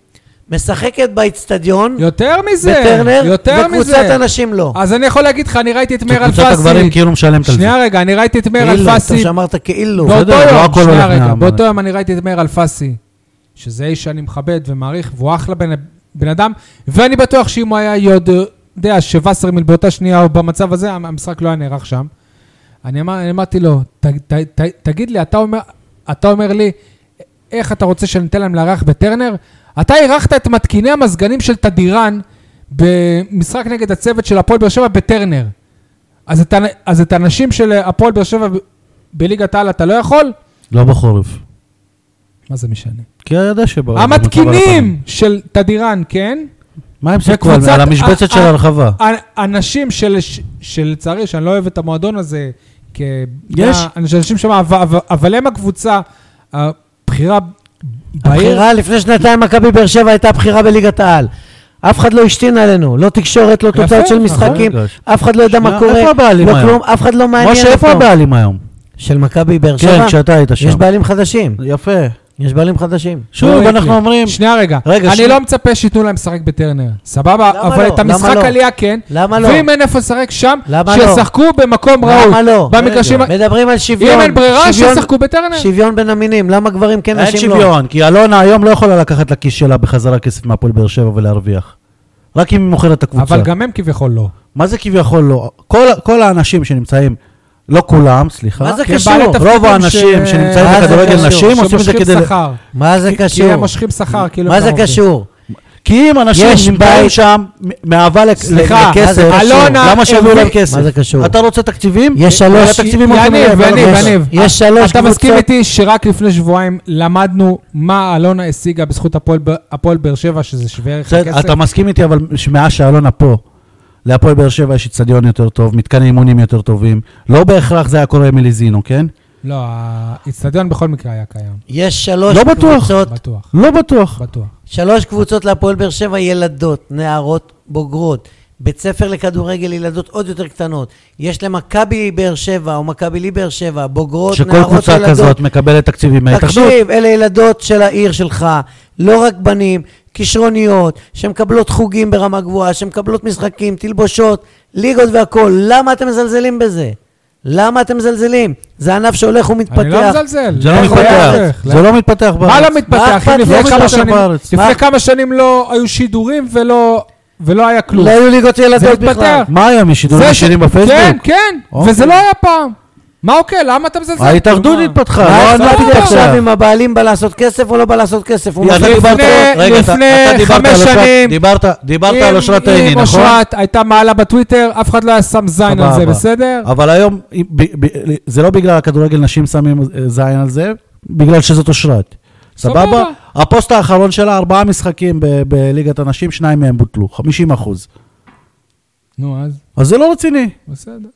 C: משחקת באיצטדיון,
A: יותר מזה,
C: בטרנר,
A: יותר מזה.
C: וקבוצת הנשים לא.
A: אז אני יכול להגיד לך, אני ראיתי את
B: כי
A: מאיר
B: קבוצת
A: אלפסי.
B: הגברים כאילו משלמת על זה.
A: שנייה רגע, אני ראיתי את מאיר
C: כאילו, טוב
A: אלפסי
C: שאמרת כאילו.
A: באותו
B: בסדר, לא
A: יום,
B: הכל
A: שנייה
B: הולך
A: רגע,
B: מהאמן.
A: באותו יום אני ראיתי את מאיר אלפסי, שזה איש שאני מכבד ומעריך, והוא אחלה בן, בן אדם, ואני בטוח שאם הוא היה יודע שווסרמיל באותה שנייה או במצב הזה, המשחק לא היה נערך שם. אני, אמר, אני אמרתי לו, ת, ת, ת, תגיד לי, אתה אומר, אתה אומר לי, איך אתה רוצה שניתן להם לארח בטרנר? אתה אירחת את מתקיני המזגנים של תדירן במשחק נגד הצוות של הפועל באר שבע בטרנר. אז את, הנ- אז את הנשים של אה, הפועל באר שבע ב- בליגת העל אתה לא יכול?
B: לא בחורף.
A: מה זה משנה?
B: כי אני יודע שבא...
A: המתקינים של תדירן, כן?
B: מה הם סיפרו?
A: וקבוצת-
B: על המשבצת של
A: אה, אה.
B: הרחבה.
A: ה- אנשים של- ש- שלצערי, שאני לא אוהב את המועדון הזה, כ...
B: יש.
A: אנשים שם, אבל- אבל- אבל הם הקבוצה הבכירה בעיר.
C: הבחירה לפני שנתיים מכבי באר שבע הייתה בחירה בליגת העל. אף אחד לא השתין עלינו, לא תקשורת, לא
A: יפה,
C: תוצאות של
A: נכון,
C: משחקים,
B: גש.
C: אף אחד לא יודע מה
B: שנייה,
C: קורה,
B: איפה הבעלים
C: לא
B: היום?
C: כלום, אף אחד לא מעניין
B: משה, איפה
C: אותו.
B: הבעלים היום?
C: של מכבי באר
B: כן,
C: שבע?
B: כשאתה היית שם.
C: יש בעלים חדשים,
B: יפה.
C: יש בעלים חדשים.
B: שוב,
A: לא
B: אנחנו
A: יקרה.
B: אומרים...
A: שנייה רגע,
C: רגע,
A: אני
C: שנייה.
A: לא מצפה שייתנו להם לשחק בטרנר, סבבה?
C: למה
A: אבל
C: לא?
A: את המשחק
C: למה לא?
A: עלייה כן,
C: למה לא?
A: ואם אין איפה לשחק שם,
C: למה לא?
A: שישחקו במקום ראוי.
C: למה לא?
A: במגרשים... ה-
C: מדברים על
A: אם
C: שוויון.
A: אין ברירה,
C: שוויון-
A: שישחקו בטרנר.
C: שוויון בין המינים, למה גברים כן,
B: אין
C: נשים לא?
B: שוויון, כי אלונה היום לא יכולה לקחת לכיס שלה בחזרה כסף מהפועל באר שבע ולהרוויח. רק אם היא מוכרת את הקבוצה.
A: אבל גם הם כביכול לא.
B: מה זה כביכול לא? כל, כל האנשים שנמצאים, לא כולם, סליחה.
C: מה זה
A: כי הם
C: קשור?
A: בעלי תפקידים
B: רוב האנשים
A: ש-
B: שנמצאים
A: מה זה
B: בכדורגל
A: קשור?
B: נשים עושים את זה
A: שמושכים
B: כדי ל-
A: שכר.
C: מה זה
A: כי- כי הם
C: קשור?
A: מושכים שכר, כאילו...
C: מה
A: הם
C: זה
B: אוקיי.
A: עובדים.
C: קשור?
B: כי אם אנשים
C: יש
B: נמצאים
C: בית-
B: שם מ- מאהבה לק-
A: סליחה,
B: לכסף,
C: מה זה קשור?
B: למה שיביאו להם
A: הביא-
B: כסף?
C: מה זה קשור?
B: אתה רוצה תקציבים? אה,
C: יש שלוש-
B: התקציבים הולכים
A: יניב,
B: אליהם,
A: יניב,
B: לא לכסף.
A: יניב.
C: יש שלוש
A: אתה מסכים
C: קבוצות-
A: איתי שרק לפני שבועיים למדנו מה אלונה השיגה בזכות הפועל ב- הפועל באר שבע, שזה שווה ערך
B: בסדר,
A: הכסף?
B: אתה מסכים איתי, אבל שמעה שאלונה פה, להפועל באר שבע יש איצטדיון יותר טוב, מתקני אימונים יותר טובים, לא בהכרח זה היה קורה מליזינו, כן?
A: לא, האיצטדיון בכל מקרה היה קיים.
C: יש שלוש
B: לא בטוח.
C: קבוצות,
A: בטוח,
B: לא בטוח.
A: בטוח.
C: שלוש קבוצות להפועל באר שבע, ילדות, נערות, בוגרות. בית ספר לכדורגל, ילדות עוד יותר קטנות. יש למכבי באר שבע, או מכבי לי באר שבע, בוגרות, נערות,
B: שכל
C: ילדות.
B: קבוצה כזאת מקבלת תקציבים אה, מההתאחדות.
C: תקשיב, אלה ילדות של העיר שלך, לא רק בנים, כישרוניות, שמקבלות חוגים ברמה גבוהה, שמקבלות משחקים, תלבושות, ליגות והכול. למה אתם מזלזלים בזה? למה אתם מזלזלים? זה ענף שהולך ומתפתח.
A: אני לא מזלזל.
B: זה לא
A: להפך,
B: מתפתח,
A: להפך.
B: זה לא מתפתח בארץ.
A: מה לא מתפתח?
C: מה
A: אם לפני
C: אכפת לי?
A: כמה
B: לא
A: שנים-
B: בארץ.
A: לפני
C: מה-
A: כמה שנים לא היו שידורים ולא ולא היה כלום.
C: לא היו ליגות
A: זה
C: ילדות
A: מתפתח.
C: בכלל.
B: מה היום, יש שידורים
A: זה ש-
B: ישירים
A: כן,
B: בפייסבוק?
A: כן,
B: אוקיי.
A: וזה לא היה פעם. מה אוקיי? למה אתה מזלזל?
B: ההתאחדות
A: מה?
B: התפתחה,
C: מה
B: לא
C: החלטתי
B: ענפית
C: עכשיו
B: עכשיו.
C: אם הבעלים בא לעשות כסף או לא בא לעשות כסף? הוא
B: אתה
C: מחליט.
B: דיברת-
A: לפני-
B: רגע, אתה- אתה
A: לפני
B: דיברת
A: חמש
B: על אושרת-
A: שנים.
B: דיברת- דיברת על
A: אם-
B: אושרת
A: אם
B: עיני, נכון?
A: אושרת הייתה מעלה בטוויטר, אף אחד לא היה שם זין על זה,
B: סבבה.
A: בסדר?
B: אבל היום, ב- ב- זה לא בגלל הכדורגל נשים שמים אה, זין על זה, בגלל שזאת אושרת. סבבה?
A: סבבה.
B: הפוסט האחרון שלה, ארבעה משחקים ב- בליגת הנשים, שניים מהם בוטלו, 50 אחוז.
A: נו, אז
B: אז זה לא רציני.
A: בסדר.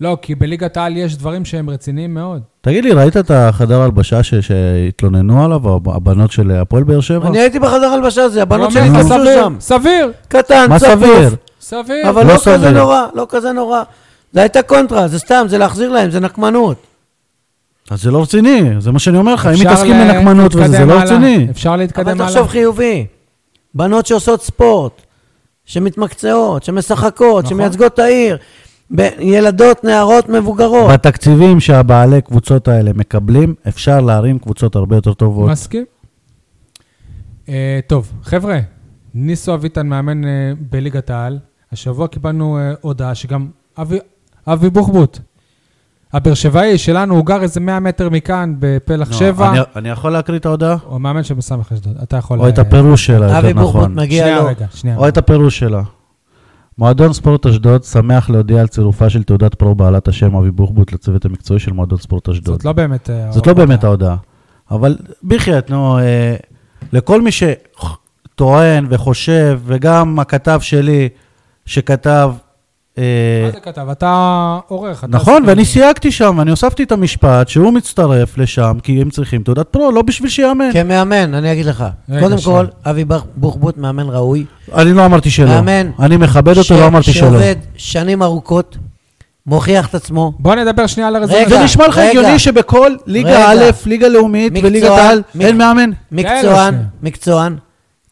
A: לא, כי בליגת העל יש דברים שהם רציניים מאוד.
B: תגיד לי, ראית את החדר הלבשה ש- שהתלוננו עליו, הב- הבנות של הפועל באר שבע?
C: אני הייתי בחדר הלבשה הזה, הבנות
A: הוא
C: שלי
A: אומר,
C: התכנסו
A: לא סביר,
C: שם.
A: סביר,
C: קטן,
B: מה סביר?
C: צפוף.
A: סביר.
C: אבל
B: לא
C: לא כזה
B: סביר.
C: נורא, לא כזה נורא. זה הייתה קונטרה, זה סתם, זה להחזיר להם, זה נקמנות.
B: אז זה לא רציני, זה מה שאני אומר לך, אם
A: אפשר
B: מתעסקים
A: ל-
B: בנקמנות וזה, זה
A: להתקדם
B: לא
A: הלאה.
B: רציני.
A: אפשר להתקדם
C: אבל
A: הלאה.
C: תחשוב חיובי. בנות שעושות ספורט, שמתמקצעות, שמשחקות,
A: נכון.
C: שמייצגות את העיר. ב- ילדות, נערות,
A: נכון.
C: מבוגרות.
B: בתקציבים שהבעלי קבוצות האלה מקבלים, אפשר להרים קבוצות הרבה יותר טובות.
A: מסכים. אה, טוב, חבר'ה, ניסו אביטן מאמן אה, בליגת העל. השבוע קיבלנו אה, הודעה שגם אבי- אבי בוחבוט, הבאר שבעי שלנו, הוא גר איזה 100 מטר מכאן בפלח
B: נו,
A: 7.
B: לא, אני- אני יכול להקריא את ההודעה?
A: הוא המאמן של מסמך אשדוד, אתה יכול...
B: או את
A: אה,
B: הפירוש שלה,
C: אבי
B: יותר
C: בוחבוט
B: נכון.
C: מגיע
A: שנייה
C: לו.
A: רגע, שנייה.
B: או את הפירוש שלה. מועדון ספורט אשדוד שמח להודיע על צירופה של תעודת פרו בעלת השם אבי בוחבוט לצוות המקצועי של מועדון ספורט אשדוד.
A: זאת לא באמת... אה,
B: זאת לא
A: ההודעה.
B: באמת ההודעה. אבל בחייאת, נו, אה, לכל מי שטוען וחושב, וגם הכתב שלי שכתב... אה,
A: מה זה כתב? אתה עורך. אתה
B: נכון,
A: עושה-
B: ואני סייגתי שם, אני הוספתי את המשפט שהוא מצטרף לשם, כי הם צריכים תעודת פרו, לא בשביל שיאמן.
C: כן. כמאמן, אני אגיד לך.
A: רגע,
C: קודם
A: שנייה.
C: כל, אבי בר- בוחבוט מאמן ראוי.
B: אני לא אמרתי שלא.
C: מאמן.
B: אני מכבד
C: ש-
B: אותו, לא אמרתי שלא.
C: שעובד שנים ארוכות, מוכיח את עצמו.
A: בוא נדבר שנייה על הרזומה.
C: רגע,
B: זה נשמע לך
C: רגע.
B: הגיוני שבכל ליגה
C: רגע.
B: א', ליגה לאומית
C: מקצוע,
B: וליגת העל
C: מק-
B: אין מאמן?
A: תן לו
C: מקצוען,
A: שנייה.
C: מקצוען,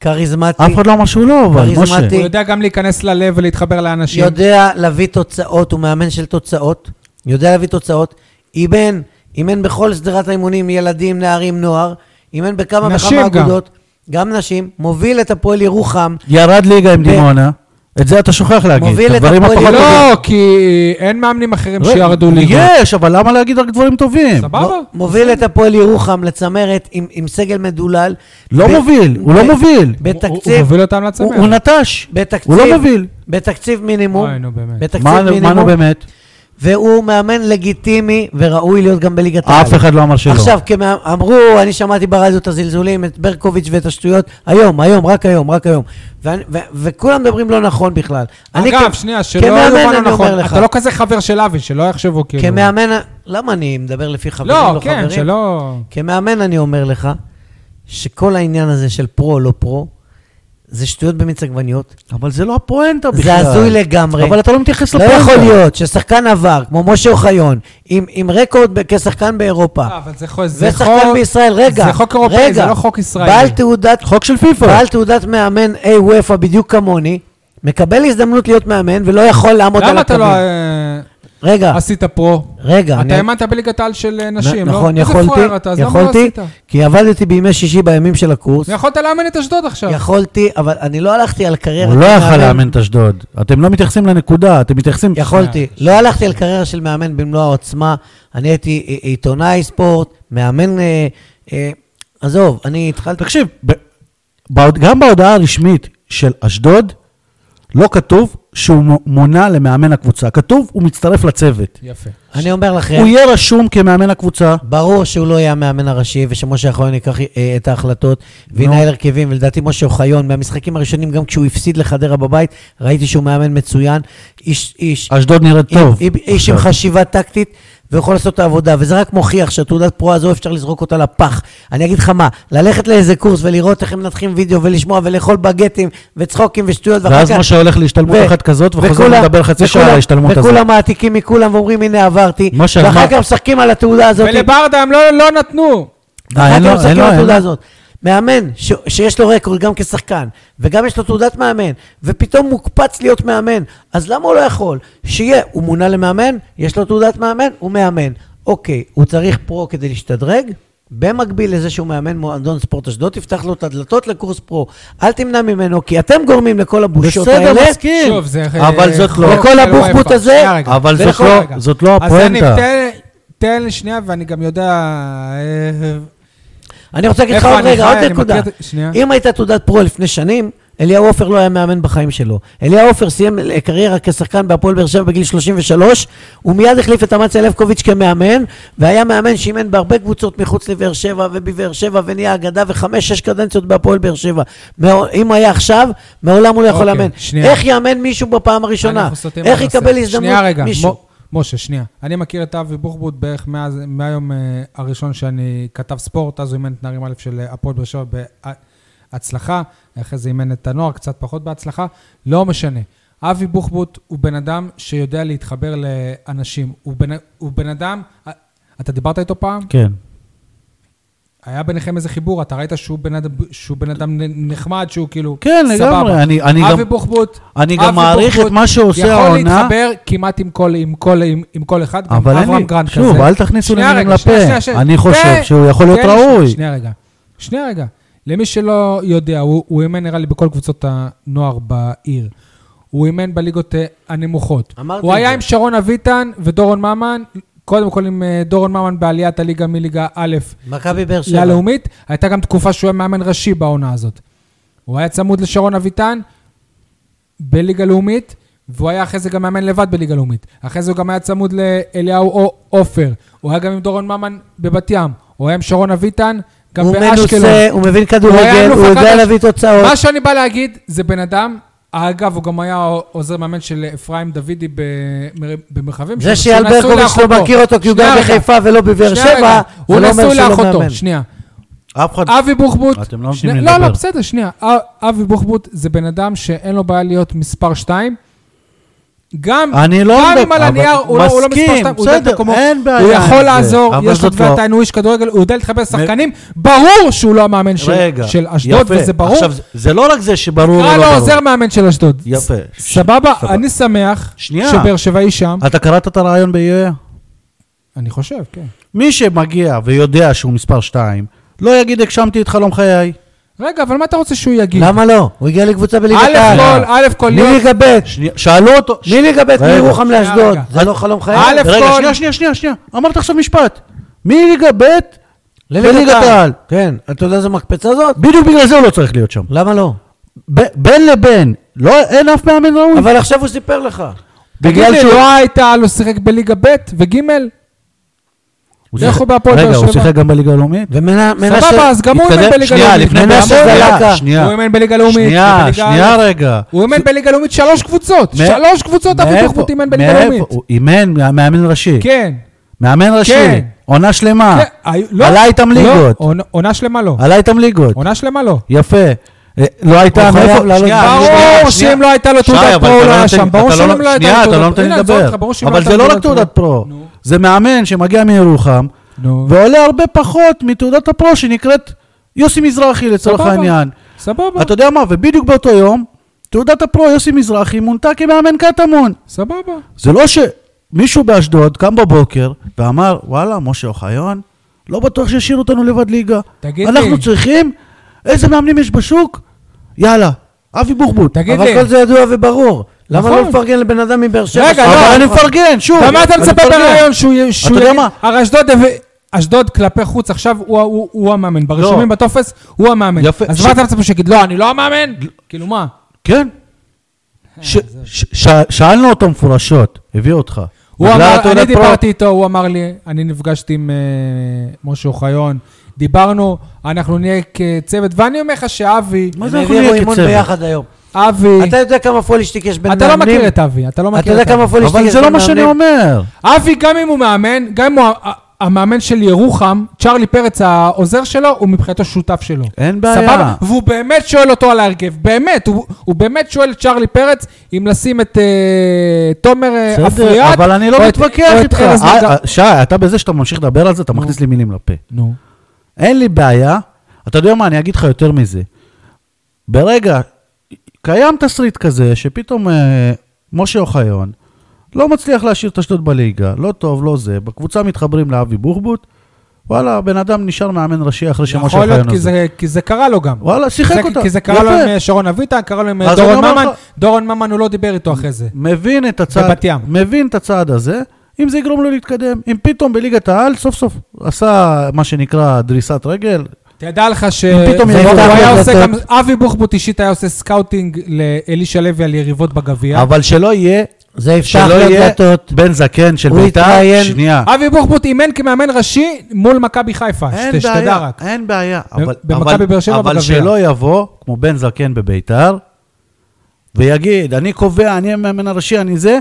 C: כריזמטי,
B: כן, לא אף אחד לא אמר שהוא לא, אבל
C: כריזמטי.
B: משה.
A: הוא יודע גם להיכנס ללב ולהתחבר לאנשים.
C: יודע להביא תוצאות, הוא מאמן של תוצאות, יודע להביא תוצאות, אימן, אימן בכל שדרת האימונים, ילדים, נערים, נוער, אימן בכמה
A: נשים
C: וכמה
A: גם.
C: אגודות, גם נשים, מוביל את הפועל ירוחם,
B: ירד ליגה עם
C: ב-
B: דימונה, את זה אתה שוכח להגיד,
C: מוביל
B: את
C: את
B: הדברים
C: הפועל
B: הפחות
C: ירוחם.
A: לא, כי אין מאמנים אחרים לא, שירדו ליגה.
B: יש, אבל למה להגיד רק דברים טובים?
A: סבבה?
C: מ- מוביל את הפועל ירוחם לצמרת עם, עם סגל מדולל.
B: לא
C: ב-
B: מוביל, הוא
C: ב-
B: לא מוביל.
A: הוא- הוא
C: בתקציב,
A: מוביל אותם
B: הוא הוא
A: לצמרת.
B: נטש,
C: בתקציב,
B: הוא לא מוביל.
C: בתקציב מינימום,
A: אוי, נו, באמת.
C: בתקציב
B: מה מה נו
C: מינימום,
B: באמת?
C: והוא מאמן לגיטימי וראוי להיות גם בליגת העל.
B: אף אחד לא אמר שלא.
C: עכשיו, כמה- אמרו, אני שמעתי ברדיו את הזלזולים, את ברקוביץ' ואת השטויות, היום, היום, רק היום, רק היום. ואני- ו- וכולם מדברים לא נכון בכלל. אני
A: אגב,
C: כ-
A: שנייה, שלא
C: כמאמן,
A: יובן
C: אני
A: לא נכון.
C: אומר לך.
A: אתה לא כזה חבר של אבי, שלא יחשבו כאילו.
C: כמאמן, למה אני מדבר לפי חברים,
A: לא,
C: לא
A: כן,
C: חברים?
A: שלא...
C: כמאמן אני אומר לך, שכל העניין הזה של פרו, לא פרו, זה שטויות במיץ עגבניות.
B: אבל זה לא הפואנטה בכלל.
C: זה הזוי לגמרי.
B: אבל אתה לא מתייחס
C: לא
B: לפואנטה.
C: יכול להיות ששחקן עבר, כמו משה אוחיון, עם, עם רקורד ב- כשחקן באירופה,
A: אה, אבל זה חוק... זה
C: ושחקן
A: חוק-
C: בישראל, רגע,
A: זה חוק אירופאי,
C: רגע,
A: זה לא חוק ישראלי.
C: בעל תעודת,
B: חוק של פיפ"א.
C: בעל תעודת מאמן איי וופא בדיוק כמוני, מקבל הזדמנות להיות מאמן ולא יכול לעמוד על
A: למה אתה
C: הקווים.
A: לא אה,
C: רגע,
A: עשית פרו?
C: רגע.
A: אתה
C: אני-
A: האמנת בליגת העל של אה, נשים,
C: נ-
A: לא?
C: נכון,
A: איזה
C: יכולתי,
A: פראייר אתה, אז למה לא
C: יכולתי,
A: עשית?
C: כי עבדתי בימי שישי בימים של הקורס.
A: יכולת לאמן את אשדוד עכשיו.
C: יכולתי, אבל אני לא הלכתי על קריירה.
B: הוא לא
C: של
B: יכל
C: מאמן.
B: לאמן את אשדוד. אתם לא מתייחסים לנקודה, אתם מתייחסים...
C: יכולתי. לא הלכתי על קריירה של מאמן במלוא העוצמה. אני הייתי ע- עיתונאי ספורט, מאמן... אה, אה, עזוב, אני התחלתי...
B: תקשיב, ב... בהוד... גם בהודעה הרשמית של אשדוד, לא כתוב שהוא מו- מונה למאמן הקבוצה. כתוב, הוא מצטרף לצוות.
A: יפה.
C: אני אומר לכם,
B: הוא יהיה רשום כמאמן הקבוצה.
C: ברור שהוא לא יהיה המאמן הראשי, ושמשה אוחיון ייקח אה, את ההחלטות וינהל הרכבים, ולדעתי משה אוחיון, מהמשחקים הראשונים, גם כשהוא הפסיד לחדרה בבית, ראיתי שהוא מאמן מצוין. איש, איש,
B: אשדוד נראית טוב.
C: עם- עם- איש עם
B: עכשיו.
C: חשיבה טקטית, ויכול לעשות את העבודה, וזה רק מוכיח שהתעודת פרועה הזו אפשר לזרוק אותה לפח. אני אגיד לך מה, ללכת לאיזה קורס ולראות איך הם מנתחים וידאו, ולשמוע ולאכול בגטים, וצחוקים ושטויות,
B: ואז משה הולך להשתלמות
C: ו-
B: אחת כזאת, וחוזר
C: וכולם-
B: לדבר חצי שעה על
C: וכולם-
B: ההשתלמות הזאת.
C: וכולם מעתיקים מכולם ואומרים, הנה עברתי,
B: משה,
C: ואחר
B: מה-
C: כך משחקים על התעודה הזאת.
A: ולברדה הם לא- לא נתנו.
B: אה,
C: ואחר
B: אין
C: כך
B: לו- אין
C: משחקים
B: לו- אין
C: בתעודה
B: לו.
C: הזאת. מאמן ש- שיש לו רקורד גם כשחקן, וגם יש לו תעודת מאמן, ופתאום מוקפץ להיות מאמן, אז למה הוא לא יכול? שיהיה, הוא מונה למאמן, יש לו תעודת מאמן, הוא מאמן. אוקיי, הוא צריך פרו כדי להשתדרג, במקביל לזה שהוא מאמן מועדון ספורט אשדוד, תפתח לו את הדלתות לקורס פרו. אל תמנע ממנו, כי אתם גורמים לכל הבושות האלה.
B: בסדר, מסכים.
A: שוב, זה...
B: אבל
A: אה,
B: זאת לא...
A: חוק
C: וכל
A: של
C: הבוחבוט
A: וופא.
C: הזה,
A: שנייה רגע.
B: אבל זאת
A: ולכל
B: לא-
A: רגע.
B: זאת לא הפואנטה.
A: אז אני... תן- תן לי שנייה, ואני גם יודע... אה,
C: אני רוצה להגיד לך
A: איפה
C: עוד
A: אני
C: רגע,
A: חי?
C: עוד
A: אני
C: נקודה.
A: מכיר את- שנייה.
C: אם הייתה תעודת פרו לפני שנים, אליהו עופר לא היה מאמן בחיים שלו. אליהו עופר סיים קריירה כשחקן בהפועל באר שבע בגיל 33, הוא מיד החליף את אמציה לבקוביץ' כמאמן, והיה מאמן שאימן בהרבה קבוצות מחוץ לבאר שבע ובבאר שבע, ונהיה אגדה, וחמש-שש קדנציות בהפועל באר שבע. מעו- אם היה עכשיו, מעולם הוא לא יכול
A: אוקיי,
C: לאמן.
A: שנייה.
C: איך יאמן מישהו בפעם הראשונה?
A: אנחנו סוטים
C: איך
A: מהנושא.
C: יקבל הזדמנות
A: שנייה רגע,
C: מישהו?
A: מ- משה, שנייה. אני מכיר את אבי בוחבוט בערך מאז- מהיום אה, הראשון שאני כתב ספורט, אז הוא אימן את נערים א' של אה, הפועל באר שבע בהצלחה, אחרי זה אימן את הנוער, קצת פחות בהצלחה, לא משנה. אבי בוחבוט הוא בן אדם שיודע להתחבר לאנשים. הוא בן- הוא בן אדם, אה, אתה דיברת איתו פעם?
B: כן.
A: היה ביניכם איזה חיבור, אתה ראית שהוא בן אדם, שהוא בן אדם נ- נחמד, שהוא כאילו,
B: כן, לגמרי. אני- אני גם-
A: אבי בוחבוט,
B: אני גם
A: אבי
B: מעריך
A: בוחבוט
B: את מה שעושה
A: יכול
B: העונה.
A: להתחבר כמעט עם כל, עם כל, עם, עם כל אחד, גם
B: אבל אין
A: אברהם
B: לי-
A: גרנט כזה.
B: שוב, אל תכניסו לי
A: שנייה
B: מילים
A: רגע, שנייה,
B: לפה.
A: שנייה, שנייה.
B: אני חושב
A: תן-
B: שהוא יכול להיות
A: תן לי שנייה,
B: ראוי.
A: שנייה רגע, שנייה רגע. למי שלא יודע, הוא הוא אימן נראה לי בכל קבוצות הנוער בעיר. הוא אימן בליגות אה, הנמוכות.
C: אמרתי
A: הוא
C: את
A: היה
C: זה.
A: עם שרון אביטן ודורון ממן, קודם כל עם אה, דורון ממן בעליית הליגה מליגה א'
C: מכבי באר שבע.
A: ללאומית, הייתה גם תקופה שהוא היה מאמן ראשי בעונה הזאת. הוא היה צמוד לשרון אביטן בליגה לאומית, והוא היה אחרי זה גם מאמן לבד בליגה לאומית. אחרי זה הוא גם היה צמוד לאליהו או- עופר. הוא היה גם עם דורון ממן בבת ים. הוא היה עם שרון אביטן, גם
C: הוא
A: באשקלון.
C: מנוסה, הוא מבין
A: היה
C: כדורגל,
A: אלוף
C: הוא יודע
A: הקדש.
C: להביא תוצאות.
A: מה שאני בא להגיד, זה בן אדם, אגב, הוא גם היה עוזר מאמן של אפרים דוידי במר- במרחבים.
C: זה
A: שהוא נשוי
C: שאלברקוביץ' לא
A: לאחותו.
C: מכיר אותו כי הוא
A: שנייה
C: גר
A: רגע.
C: בחיפה ולא בבאר
A: שנייה
C: שבע,
A: רגע.
C: זה
A: הוא
C: לא
A: נשוי
C: אומר שהוא לא
A: לאחותו,
C: מאמן.
A: שנייה.
B: אף אחד...
A: אבי בוחבוט...
B: אתם לא נותנים
A: שנייה-
B: לי
A: לא,
B: לדבר.
A: לא, בסדר, שנייה. א- אבי בוחבוט זה בן אדם שאין לו בעיה להיות מספר 2, גם,
B: אני לא
A: גם
B: מדבר-
A: אם על
B: אבל-
A: הנייר הוא לא- הוא לא מספר
B: מסכים,
A: שתיים, הוא יודע את
B: בסדר,
A: מקומו,
B: אין בעיה
A: הוא
B: עם
A: יכול
B: זה,
A: לעזור,
B: אבל
A: יש לו
B: זאת
A: תביעת
B: לא-
A: עין הוא איש כדורגל, הוא יודע להתחבר לשחקנים, ברור שהוא לא המאמן של-
B: רגע,
A: של אשדוד,
B: יפה.
A: וזה ברור.
B: עכשיו, זה לא רק זה שברור
A: קרא
B: או לא
A: לו
B: ברור.
A: עוזר מאמן של אשדוד.
B: יפה.
A: סבבה,
B: סבבה.
A: אני שמח
B: שנייה.
A: שבאר שבעי שם.
B: אתה קראת את הרעיון ב-EA?
A: אני חושב, כן.
B: מי שמגיע ויודע שהוא מספר 2, לא יגיד, הגשמתי את חלום חיי.
A: רגע, אבל מה אתה רוצה שהוא יגיד?
C: למה לא? הוא הגיע לקבוצה בליגת
A: א'
C: העל.
A: כל, א' כל, להיות-
C: מליגה ב',
B: שנייה, שאלו אותו... ש-
C: מליגה ב'
B: רגע.
C: מירוחם
A: שנייה,
C: לאשדוד.
A: רגע.
C: זה לא חלום חיי?
A: א',
B: רגע,
A: כל-
B: שנייה, שנייה, שנייה, שנייה. אמרת עכשיו משפט. מליגה ב' לליגת העל.
C: כן, אתה יודע איזה מקפצה זאת?
B: בדיוק בגלל זה הוא לא צריך להיות שם.
C: למה לא?
B: ב- בין לבין, לא, אין אף מאמן ראוי.
C: אבל עכשיו הוא סיפר לך.
A: תגיד
B: בגלל
A: לי,
B: שהוא...
A: לא הייתה, לא שיחק בליגה ב' וג',
B: הוא
A: לכו
B: שיחק-
A: בהפועל באר
B: רגע, הוא
A: שבע.
B: שיחק גם בליגה הלאומית?
A: סבבה,
C: סבבה,
A: אז גם הוא אימן
B: התקדם-
A: בליגה
B: שנייה,
A: לאומית.
B: לפני
A: גם
B: מאה
A: הוא
B: שזה
A: אימן-
B: עלה, שנייה.
A: הוא אימן בליגה לאומית.
B: שנייה,
A: בליגה
B: שנייה
A: א'.
B: רגע.
A: הוא אימן בליגה לאומית שלוש קבוצות.
B: מא-
A: שלוש קבוצות אבי
B: מאיפה-
A: בוחבוט אימן בליגה
B: מאיפה?
A: לאומית.
B: הוא אימן, מא- מאמן ראשי.
A: כן.
B: מאמן ראשי.
A: כן.
B: עונה שלמה.
A: כן, היו- לא.
B: אה. עלה איתם
A: לא,
B: ליגות. אה.
A: עונה- עונה שלמה לא.
B: עלה איתם ליגות.
A: עונה שלמה לא.
B: יפה. אה, לא הייתה...
C: הוא חייב
B: מאיפה-
C: לעלות
B: שנייה,
C: ליגה.
B: שנייה,
A: ברור
B: שנייה.
A: שאם לא הייתה לו
B: שי,
A: תעודת
B: אבל
A: פרו,
B: אתה
A: הוא לא היה
B: נותן-
A: שם. ברור
B: אתה
A: שאם לא הייתה לו
B: שנייה, אתה
A: תעודת-
B: לא נותן
A: הנה,
B: לי
A: אני זורק
B: לדבר.
A: לך, ברור שאם לא
B: אבל
A: הייתה
B: זה
A: לו
B: לא רק
A: תעודת
B: תעודת פרו.
A: נו.
B: זה מאמן שמגיע מירוחם,
A: נו.
B: ועולה הרבה פחות מתעודת הפרו שנקראת יוסי מזרחי לצורך
A: סבבה.
B: העניין.
A: סבבה.
B: אתה יודע מה, ובדיוק באותו יום, תעודת הפרו יוסי מזרחי מונתה כמאמן קטמון.
A: סבבה.
B: זה לא שמישהו באשדוד קם בבוקר ואמר, וואלה, משה אוחיון, לא בטוח שישאיר אותנו לבד ליגה.
A: תגיד
B: אנחנו
A: לי.
B: צריכים, איזה מאמנים יש בשוק? יאללה, אבי בוחבוט.
A: תגיד לי.
C: אבל כל זה ידוע וברור. למה
A: נכון.
C: לא מפרגן לבן אדם מבאר שבע?
A: רגע,
B: אבל
A: לא.
B: אני מפרגן, שוב.
A: ומה אתה
B: אני
A: מצפה
B: מפרגן.
A: ברעיון שהוא יהיה... שהוא
B: יודע
A: יגיד-
B: מה?
A: הרי אשדוד... הביא- אשדוד כלפי חוץ עכשיו הוא- הוא הוא המאמן, ברשומים בטופס הוא המאמן.
B: לא. יפה.
A: אז
B: ש-
A: מה אתה מצפה שיגיד, לא, אני לא המאמן? כאילו מה?
B: כן.
A: אה,
B: ש- ש- ש- שאלנו אותו מפורשות, הביא אותך.
A: הוא
B: בגלל
A: אמר,
B: התעודת
A: אני
B: פרו.
A: דיברתי איתו, הוא אמר לי, אני נפגשתי עם אה, משה אוחיון, דיברנו, אנחנו נהיה כצוות, ואני אומר לך שאבי,
B: מה זה
C: הם
B: אנחנו
C: העבירו
B: נהיה
C: אימון
B: כצוות?
C: ביחד היום.
A: אבי,
C: אתה יודע כמה פולישטיק יש בין מאמנים?
A: אה. אתה לא מכיר את אבי, אתה לא
C: אתה
A: מכיר
C: יודע
A: את אבי.
C: כמה פולישטיק יש בין
B: אבל זה לא מה שאני
C: מאמנים?
B: אומר.
A: אבי, גם אם הוא מאמן, גם אם הוא ה- ה- המאמן של ירוחם, צ'רלי פרץ, העוזר שלו, הוא מבחינתו שותף שלו.
B: אין בעיה.
A: סבבה? והוא באמת שואל אותו על ההרכב, באמת, הוא, הוא באמת שואל את צ'רלי פרץ אם לשים את אה, תומר אה,
B: בסדר,
A: אפריאט.
B: אבל אני לא
A: או את-
B: מתווכח
A: או את
B: איתך.
A: ארז
B: אה,
A: נדב.
B: אה, שי, אתה בזה שאתה ממשיך לדבר על זה, אתה מכניס לי מילים לפה.
A: נו,
B: אין לי בעיה. אתה יודע מה, אני אגיד לך יותר מזה. ברגע, קיים תסריט כזה שפתאום אה, משה אוחיון לא מצליח להשאיר את אשדוד בליגה, לא טוב, לא זה. בקבוצה מתחברים לאבי בוחבוט, וואלה, הבן אדם נשאר מאמן ראשי אחרי שמשה
A: יכול להיות
B: אוחיון
A: כי
B: עוזב.
A: זה, כי זה קרה לו גם.
B: וואלה, שיחק
A: זה-
B: אותה.
A: כי זה קרה לו עם
B: יפה.
A: אה, שרון אביטן, קרה לו עם אה,
B: אז אני
A: דורון
B: אומר
A: ממן,
B: לך-
A: דורון ממן הוא לא דיבר איתו אחרי זה.
B: מבין את הצעד,
A: בבת ים.
B: מבין את הצעד הזה, אם זה יגרום לו להתקדם. אם פתאום בליגת העל, סוף סוף עשה מה שנקרא דריסת רגל,
A: תדע לך ש...
B: פתאום
A: זה- לא-
B: יבוא
A: הוא
B: דבר
A: היה
B: כזה.
A: עושה גם... אבי בוחבוט אישית היה עושה סקאוטינג לאלישע לוי על יריבות בגביע.
B: אבל שלא יהיה,
C: זה יפתח
B: שלא
C: לו
B: יהיה
C: דלתות.
B: בן זקן של
C: הוא
B: בית"ר,
C: התראיין.
B: שנייה.
A: אבי בוחבוט אימן כמאמן ראשי מול מכבי חיפה,
C: אה,
A: שת- שתדע רק.
B: אין בעיה, אבל,
A: במכבי
B: אבל-
A: באר שבע
B: אבל
A: בגביע.
B: שלא יבוא כמו בן זקן בביתר, ויגיד, אני קובע, אני המאמן הראשי, אני זה,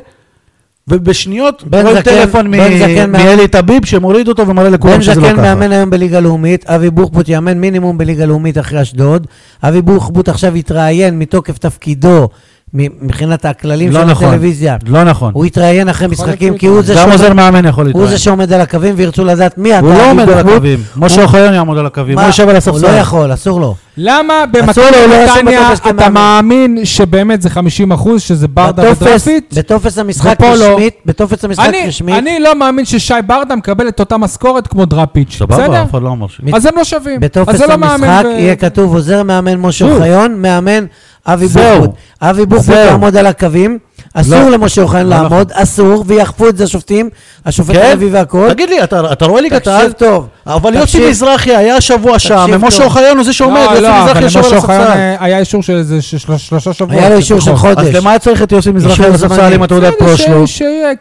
B: ובשניות
C: בן
B: רואים
C: זקן-
B: טלפון מ-
C: בן זקן מאמן-
B: מאלי טביב שמוריד אותו ומראה
C: בן
B: לכולם שזה לא
C: זקן
B: ככה.
C: מאמן היום בליגה לאומית, אבי בוחבוט יאמן מינימום בליגה לאומית אחרי אשדוד. אבי בוחבוט עכשיו התראיין מתוקף תפקידו, מ- מבחינת הכללים
B: לא
C: של
B: נכון,
C: הטלוויזיה.
B: לא נכון.
C: הוא התראיין אחרי
A: יכול להיות
C: משחקים,
A: שהוא
C: כי הוא זה
B: גם
C: שעומד-
B: עוזר מאמן יכול
C: הוא זה
B: להתראיין.
C: שעומד על הקווים וירצו לדעת מי אתה.
B: הוא
C: אבי
B: לא עומד על
C: בוחבוט.
B: הקווים, משה
C: הוא-
B: אוחיון יעמוד על הקווים,
C: מה?
B: הוא יושב על הספסל.
C: הוא לא יכול, אסור לו.
A: למה
C: אסור
A: במכבי
C: לו, לא יעשה
A: נתניה
C: בטופס
A: אתה
C: כמאמן.
A: מאמין שבאמת זה 50 אחוז, שזה ברדה
C: בטופס-
A: ודרפיץ'?
C: בטופס המשחק
A: ופה לא.
C: רשמית, בטופס המשחק
A: אני-
C: רשמית,
A: אני לא מאמין ששי ברדה מקבל את אותה משכורת כמו דראפיץ',
B: סבבה,
A: בסדר?
B: אף אחד לא אמר ש...
A: אז הם לא שווים. אז
C: בטופס
A: זה לא
C: המשחק
A: מאמן ו-
C: יהיה כתוב עוזר מאמן משה אוחיון, מאמן אבי
B: זהו.
C: בוחבוט. אבי בוחבוט
B: זהו.
C: יעמוד על הקווים, אסור
B: לא.
C: למשה אוחיון
B: לא
C: לעמוד, אסור, ויאכפו את זה השופטים, השופט הלוי והכל.
B: כן? תגיד לי, אתה, אתה רואה ליגת
C: תקשיב
B: העל?
C: טוב.
B: אבל
C: תקשיב.
B: יוסי מזרחי היה שבוע שם,
C: תקשיב
B: ומשה
C: טוב.
B: אוחיון הוא זה שעומד,
A: לא,
B: יוסי
A: לא, אבל
B: מזרחי יושב על
A: למשה אוחיון
B: הספסל.
A: אה, היה אישור של איזה של- של- שלושה שבועות. נכון.
C: היה לו אישור של
A: לפחות.
C: חודש.
B: אז למה היה צריך את יוסי מזרחי
C: אישור
B: על הספסל
C: זמני.
B: עם התעודת
A: בסדר,
B: לא. פרו
A: ש-
B: שלו?
A: שיהיה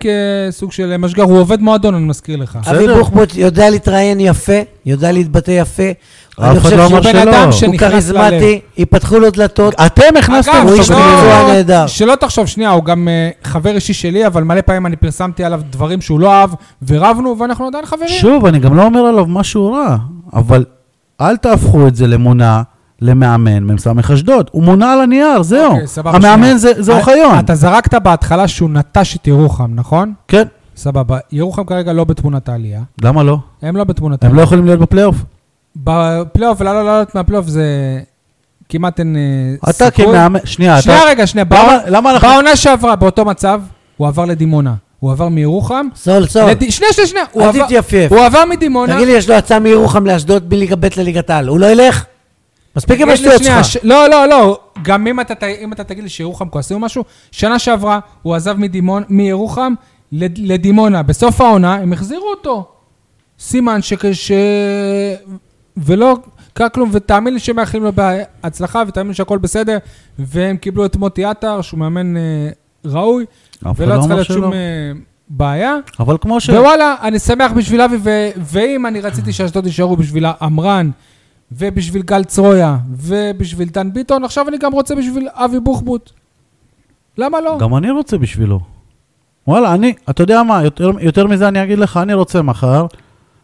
A: כסוג של משגר, הוא עובד מועדון, אני מזכיר לך.
C: אבי
B: בסדר.
C: בוחבוט יודע להתראיין יפה, יודע להתבטא יפה. אני
B: אחד
C: חושב
B: לא אמר
C: שהוא בן
B: שלא.
C: אדם
B: הוא
C: שהוא
A: נכנס ללב.
C: כריזמטי, ייפתחו לו דלתות.
B: אתם הכנסתם
A: אגב,
C: הוא
B: אותו
C: איש
A: שלא-
B: פנימה.
C: מקצוע נהדר.
A: שלא תחשוב, שנייה, הוא גם אה, חבר אישי שלי, אבל מלא פעמים אני פרסמתי עליו דברים שהוא לא אהב, ורבנו, ואנחנו עדיין חברים.
B: שוב, אני גם לא אומר עליו משהו רע, אבל אל תהפכו את זה למונה, למאמן מ"ס אשדוד. הוא מונה על הנייר, זהו.
A: אוקיי, סבבה, שנייה.
B: המאמן זה זה
A: אה,
B: אוחיון.
A: אתה זרקת בהתחלה שהוא נטש את ירוחם, נכון?
B: כן,
A: סבבה. ירוחם כרגע לא בתמונת העלייה.
B: למה לא?
A: הם לא בתמונת
B: הם לא
A: העלייה.
B: יכולים להיות בפלייאוף.
A: בפלייאוף, לא- לעלות לעלות מהפלייאוף זה כמעט אין אה, סיכוי.
B: אתה כמאמן, שנייה, אתה...
A: שנייה רגע, שנייה.
B: למה-
A: בעונה-
B: למה אנחנו...
A: בעונה שעברה, באותו מצב, הוא עבר לדימונה. הוא עבר מירוחם.
C: סול, סול,
A: לד- שנייה, שנייה, שנייה. הוא
C: אל
A: עבר-
C: תתייפייף.
A: הוא עבר מדימונה.
C: תגיד לי, יש לו הצעה מירוחם לאשדוד מליגה ב' לליגת העל. הוא לא ילך? מספיק עם
A: תגיד לי
C: השטויות
A: שנייה,
C: שלך.
A: ש- לא, לא, לא. גם אם אתה, ת- אם אתה תגיד לי שירוחם כועסים או משהו, שנה שעברה הוא עזב מדימון, מירוחם לד- לדימונה. בסוף העונה הם החזירו אותו. סימן ש... ש... ולא קרה כלום, ותאמין לי שמאחלים לו בהצלחה, ותאמין לי שהכל בסדר, והם קיבלו את מוטי עטר, שהוא מאמן אה, ראוי,
B: אף אחד
A: ולא
B: לא
A: צריכה
B: אמר
A: להיות שום
B: שלא.
A: אה, בעיה.
B: אבל כמו ש...
A: ווואלה, אני שמח בשביל אבי, ו- ואם אני רציתי שאשדוד יישארו בשביל עמרן, ובשביל גל צרויה, ובשביל דן ביטון, עכשיו אני גם רוצה בשביל אבי בוחבוט. למה לא?
B: גם אני רוצה בשבילו. וואלה, אני, אתה יודע מה, יותר, יותר מזה אני אגיד לך, אני רוצה מחר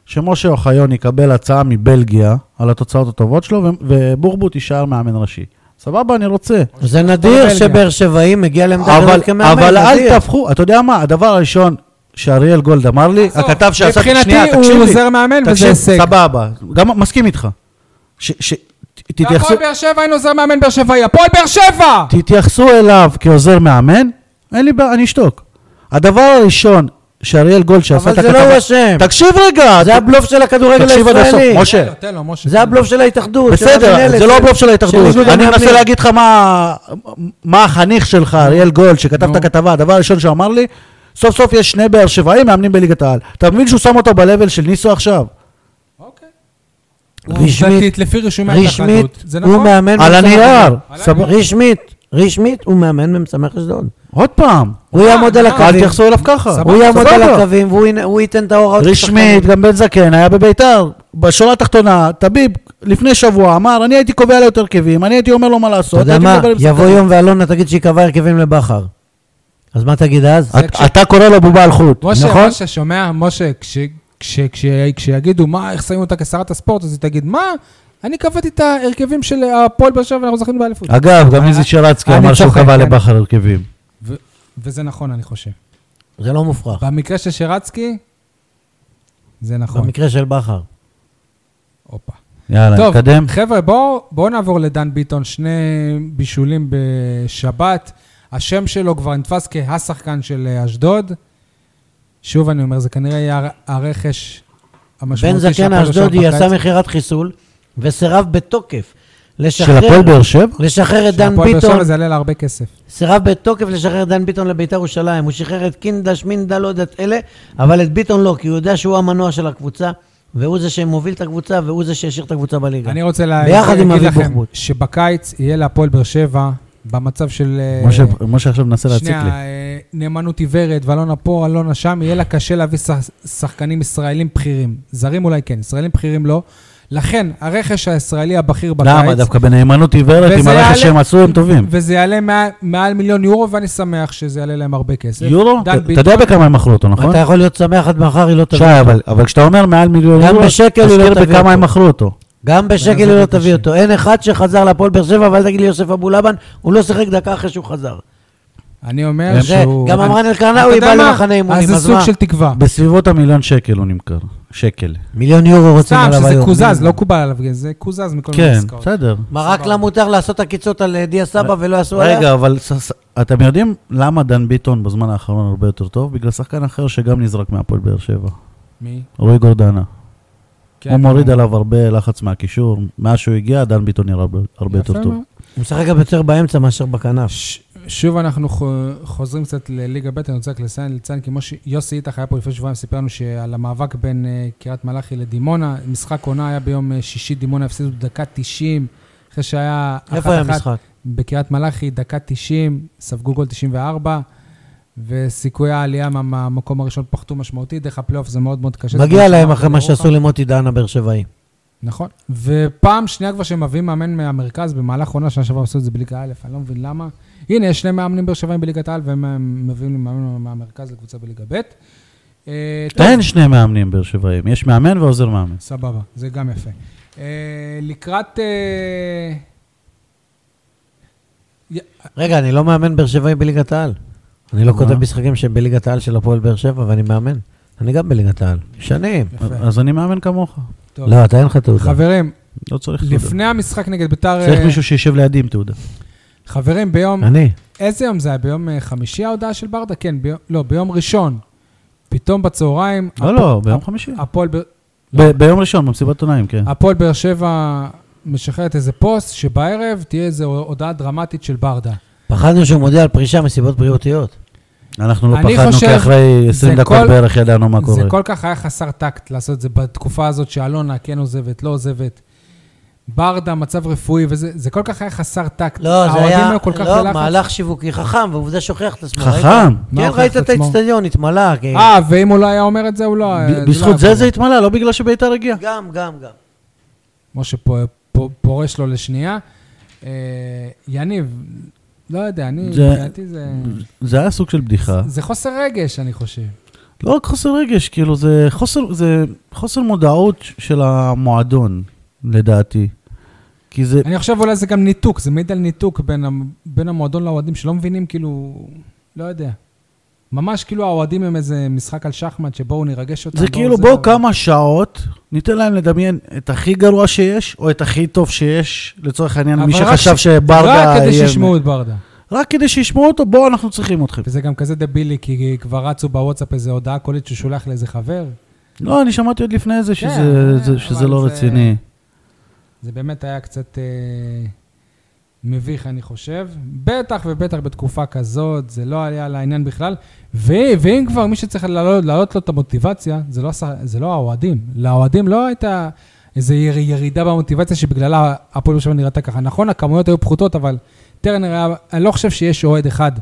B: שמשה אוחיון יקבל הצעה מבלגיה על התוצאות הטובות שלו, ו- ובורבוט יישאר מאמן ראשי. סבבה, אני רוצה.
C: זה נדיר
A: בלגיה.
C: שבאר שבעי מגיע לעמדה
B: אבל,
C: כזאת כמאמן.
B: אבל אל
C: נדיר.
B: תהפכו, אתה יודע מה, הדבר הראשון שאריאל גולד אמר לי,
A: עזוב,
B: הכתב שעשה,
A: מבחינתי הוא עוזר מאמן, וזה הישג.
B: סבבה, גם מסכים איתך. ש- ש- ת- תתייחסו...
A: והפועל באר שבע, אין עוזר מאמן באר שבעי, הפועל באר שבע!
B: תתייחסו אליו כעוזר מאמן, אין לי בעיה, אני אשתוק. הדבר הראשון שאריאל גולד שעשה
C: אבל
B: את הכתבה...
C: זה לא הוא אשם.
B: תקשיב רגע!
C: זה
B: ת-
C: הבלוף של הכדורגל
B: תקשיב עד
C: הישראלי.
B: הסוף, משה.
A: תן לו, לא, תן לו, משה.
C: זה הבלוף של ההתאחדות. של
B: בסדר,
C: המנהלת,
B: זה לא
C: של-
B: הבלוף של ההתאחדות.
C: איגוד
B: אני
C: המאמנים.
B: מנסה להגיד לך מה מה החניך שלך, אריאל גולד, שכתב
A: נו.
B: את הכתבה, הדבר הראשון שהוא אמר לי, סוף סוף יש שני באר שבעים מאמנים בליגת העל. אתה מבין שהוא שם אותו ב-level של ניסו עכשיו?
A: אוקיי.
C: רשמית-
A: עובדתית, לפי רישומי
C: רשמית,
A: התחרות. זה
C: הוא
A: נכון?
C: מאמן...
B: על
C: מ"ס
B: הנייר.
C: אשדוד. סבבה. רשמית, רשמית, הוא מאמן מ"ס אשדוד.
B: עוד פעם,
C: הוא יעמוד על
A: אה,
B: אל
C: הקווים.
B: תתייחסו אליו ככה.
A: סבבה,
C: הוא יעמוד על
B: סבבה.
C: הקווים והוא ינ- הוא ייתן את ההוראות.
B: רשמית,
C: לשחקנים.
B: גם בן זקן היה בביתר. בשורה התחתונה, טביב לפני שבוע אמר, אני הייתי קובע לו יותר הרכבים, אני הייתי אומר לו מה לעשות.
C: אתה יודע
B: הייתי
C: מה,
B: מדבר עם
C: יבוא
B: שחקנים."
C: יום ואלונה תגיד שהיא קבעה הרכבים לבכר. אז מה תגיד אז?
B: את- אתה קורא לו בובה על חוט,
A: משה,
B: נכון?
A: משה, שומע? משה, כש- כש- כש- כשיגידו, מה, איך שמים אותה כשרת הספורט, אז היא תגיד, מה? אני קבעתי את ההרכבים של אה, הפועל באר שבע ואנחנו זכינו באליפות.
B: אגב, גם
A: אני-
B: איזי שרצקי
A: אני
B: אמר שהוא
A: צוחק,
B: קבע
A: כן.
B: לבכר הרכבים.
A: ו- וזה נכון, אני חושב.
C: זה לא מופרך.
A: במקרה של שרצקי, זה נכון.
C: במקרה של בכר.
A: הופה.
B: יאללה,
A: טוב,
B: נתקדם.
A: חבר'ה, בואו בוא נעבור לדן ביטון, שני בישולים בשבת. השם שלו כבר נתפס כהשחקן של אה, אשדוד. שוב אני אומר, זה כנראה יהיה הרכש
C: בן
A: המשמעותי
C: זקן
A: שהפועל באר שבע
C: האשדודי
A: פתחה
C: עשה
A: את-
C: מכירת חיסול וסירב בתוקף
B: של
C: לשחרר-
B: הפועל באר שבע?
A: אה,
C: לשחרר את דן
A: הפועל באר
C: ביטון
A: שבע זה יעלה לה הרבה כסף.
C: סירב בתוקף לשחרר את דן ביטון לביתר ירושלים. הוא שחרר את קינדה, שמינדה, לא יודע את אלה, אבל את ביטון לא, כי הוא יודע שהוא המנוע של הקבוצה, והוא זה שמוביל את הקבוצה, והוא זה שהשאיר את הקבוצה בליגה.
A: אני רוצה לה-
C: ביחד עם
A: להגיד
C: אבי
A: לכם
C: בוחבוט.
A: שבקיץ יהיה להפועל באר שבע, במצב של... אה,
B: משה- משה עכשיו מנסה להציק לי.
A: שנייה, אה, נאמנות עיוורת, ואלונה פה, אלונה שם, יהיה לה קשה להביא שח- שחקנים ישראלים בכירים. זרים אולי כן, ישראלים בכירים לא. לכן, הרכש הישראלי הבכיר בקיץ...
B: למה? דווקא בנאמנות עיוורת עם
A: וזה
B: הרכש
A: יעלה-
B: שהם עשו הם טובים.
A: וזה יעלה מעל, מעל מיליון יורו, ואני שמח שזה יעלה להם הרבה כסף.
B: יורו?
A: דן
B: אתה
A: ביטון,
B: יודע בכמה הם מכרו אותו, נכון?
C: אתה יכול להיות שמח עד מחר, היא לא
B: שי,
C: תביא אותו.
B: אבל- אבל כשאתה אומר מעל מיליון
C: גם
B: יורו,
C: בשקל היא לא
B: תזכיר
C: תביא
B: בכמה
C: אותו.
B: הם מכרו אותו.
C: גם בשקל
A: זה
C: היא לא
A: קשה.
C: תביא אותו. אין אחד שחזר להפועל באר שבע, ואל תגיד לי יוסף אבו לבן, הוא לא שיחק דקה אחרי שהוא חזר.
A: אני אומר
C: זה-
A: כן, שהוא...
C: גם אמרן
A: אתה
C: אלקרנאווי
A: יודע
C: בא
A: מה?
C: למחנה אימונים,
A: אז זה
C: אז
A: סוג
C: מה?
A: של תקווה.
B: בסביבות המיליון שקל הוא נמכר. שקל.
C: מיליון יורו רוצים
A: סתם,
C: עליו
A: שזה
C: היום. Mm.
A: קוזז, לא קובל עליו, זה קוזז מכל מיני
B: כן,
A: עסקאות.
B: בסדר.
C: מה, רק לה מותר לעשות עקיצות על אה, דיה סבא ולא עשו עליה?
B: רגע, אבל ס- ס- אתם יודעים למה דן ביטון בזמן האחרון הרבה יותר טוב? בגלל שחקן אחר שגם נזרק מהפועל באר שבע.
A: מי?
B: רועי גורדנה.
A: כן,
B: הוא מוריד
A: אה,
B: עליו הרבה לחץ מהקישור. מאז שהוא הגיע, דן ביטון נראה הרבה- הרבה
A: יפה
B: יותר טוב.
A: מאוד.
C: הוא משחק גם יותר באמצע מאשר בכנף.
A: ש- שוב אנחנו חו- חוזרים קצת לליגה ב', אני רוצה רק לציין, לציין כי משה- יוסי איתך היה פה לפני שבועיים, סיפר לנו שעל המאבק בין אה, קריית מלאכי לדימונה, משחק עונה היה ביום אה, שישי, דימונה הפסידו דקה 90, אחרי שהיה
C: איפה היה
A: אחת-אחת
C: המשחק?
A: בקריית מלאכי, דקה 90, ספגו גול 94, וסיכויי העלייה מה- מהמקום הראשון פחתו משמעותית, דרך הפלייאוף זה מאוד מאוד קשה. זה
C: מגיע
A: כמו
C: להם
A: שאמרתי,
C: אחרי מה
A: לירוחם.
C: שעשו למוטי דן הבאר שבעי.
A: נכון. ופעם שנייה כבר שהם מביאים מאמן מהמרכז, במהלך עונה שנה שעברה עשו את זה בליגה א', אני לא מבין למה. הנה, יש שני מאמנים באר שבעים בליגת העל, והם הם מביאים לי מאמן מהמרכז לקבוצה בליגה ב'. אה, טוב,
B: אין שני מאמנים באר שבעים, יש מאמן ועוזר מאמן.
A: סבבה, זה גם יפה. אה, לקראת אה,
C: רגע, אני לא מאמן באר שבעי בליגת העל. אני לא
B: מה?
C: כותב משחקים שהם בליגת העל של הפועל באר שבע, ואני מאמן. אני גם בליגת העל. שנים.
A: יפה.
B: אז אני מאמן כמוך.
A: טוב.
C: לא, אתה אין לך תעודה.
A: חברים,
B: לא צריך תעודה.
A: לפני המשחק נגד ביתר...
B: צריך
A: אה,
B: מישהו שישב לידי עם תעודה.
A: חברים, ביום...
C: אני.
A: איזה יום זה היה? ביום אה, חמישי ההודעה של ברדה? כן, ביום... לא, ביום ראשון. פתאום בצהריים...
B: לא,
A: הפ-
B: לא, ביום חמישי.
A: הפועל ב-
B: ב- ביום ראשון, במסיבת עונאים, כן.
A: הפועל באר שבע משחררת איזה פוסט, שבערב תהיה איזו הודעה דרמטית של ברדה.
C: פחדנו שהוא מודיע על פרישה מסיבות בריאותיות.
B: אנחנו לא
A: אני
B: פחדנו,
A: חושב-
B: כי אחרי
A: זה
B: 20 דקות
A: כל-
B: בערך ידענו מה
A: זה
B: קורה.
A: כל כך היה חסר טקט לעשות את זה בתקופה הזאת שאלונה כן עוזבת, לא עוזבת. ברדה, מצב רפואי, וזה זה כל כך היה חסר טקט.
C: לא, זה
A: האוהדים
C: היה
A: היו כל כך
C: לא,
A: בלחץ.
C: מהלך שיווקי חכם, ועובדה שהוכיח את
A: לא,
C: עצמו.
B: חכם?
C: ראית?
A: מה
C: כן,
A: הוכיח
C: ראית
A: את
C: את
A: עצמו?
C: האצטדיון, התמלא. כן. כי-
A: אה, ואם הוא לא היה אומר את זה, הוא לא...
B: ב-
A: זה לא היה
B: בזכות זה
A: קורה.
B: זה התמלא, לא בגלל שביתר הגיע.
C: גם, גם, גם.
A: משה פה- פה- פורש לו לשנייה. אה, יניב, לא יודע, אני,
B: זה- אה.
A: מבחינתי זה...
B: זה היה סוג של בדיחה.
A: זה חוסר רגש, אני חושב.
B: לא רק חוסר רגש, כאילו זה חוסר, זה חוסר מודעות ש- של המועדון, לדעתי. כי זה,
A: אני חושב אולי זה גם ניתוק, זה מעיד על ניתוק בין, המ- בין המועדון לאוהדים שלא מבינים, כאילו, לא יודע. ממש כאילו האוהדים הם איזה משחק על שחמט שבואו נרגש אותם.
B: זה כאילו
A: לא
B: בואו כמה שעות, ניתן להם לדמיין את הכי גרוע שיש, או את הכי טוב שיש, לצורך העניין,
A: אבל
B: מי
A: רק
B: שחשב
A: ש-
B: שברדה...
A: רק כדי
B: יהיה-
A: שישמעו את ברדה.
B: רק כדי שישמעו אותו, בואו, אנחנו צריכים אתכם.
A: וזה גם כזה דבילי, כי כבר רצו בוואטסאפ איזו הודעה קולית שהוא שולח לאיזה חבר.
B: לא, אני שמעתי עוד לפני זה
A: כן,
B: שזה, זה, שזה
A: אבל
B: לא
A: זה-
B: רציני.
A: זה באמת היה קצת אה, מביך, אני חושב. בטח ובטח בתקופה כזאת, זה לא היה לעניין בכלל. ו- ואם כבר מי שצריך להעלות, להעלות לו את המוטיבציה, זה לא, הש- זה לא האוהדים. לאוהדים לא הייתה איזו יר- ירידה במוטיבציה שבגללה הפועל ירושלים נראתה ככה. נכון, הכמויות היו פחותות, אבל טרנר היה, אני לא חושב שיש אוהד אחד.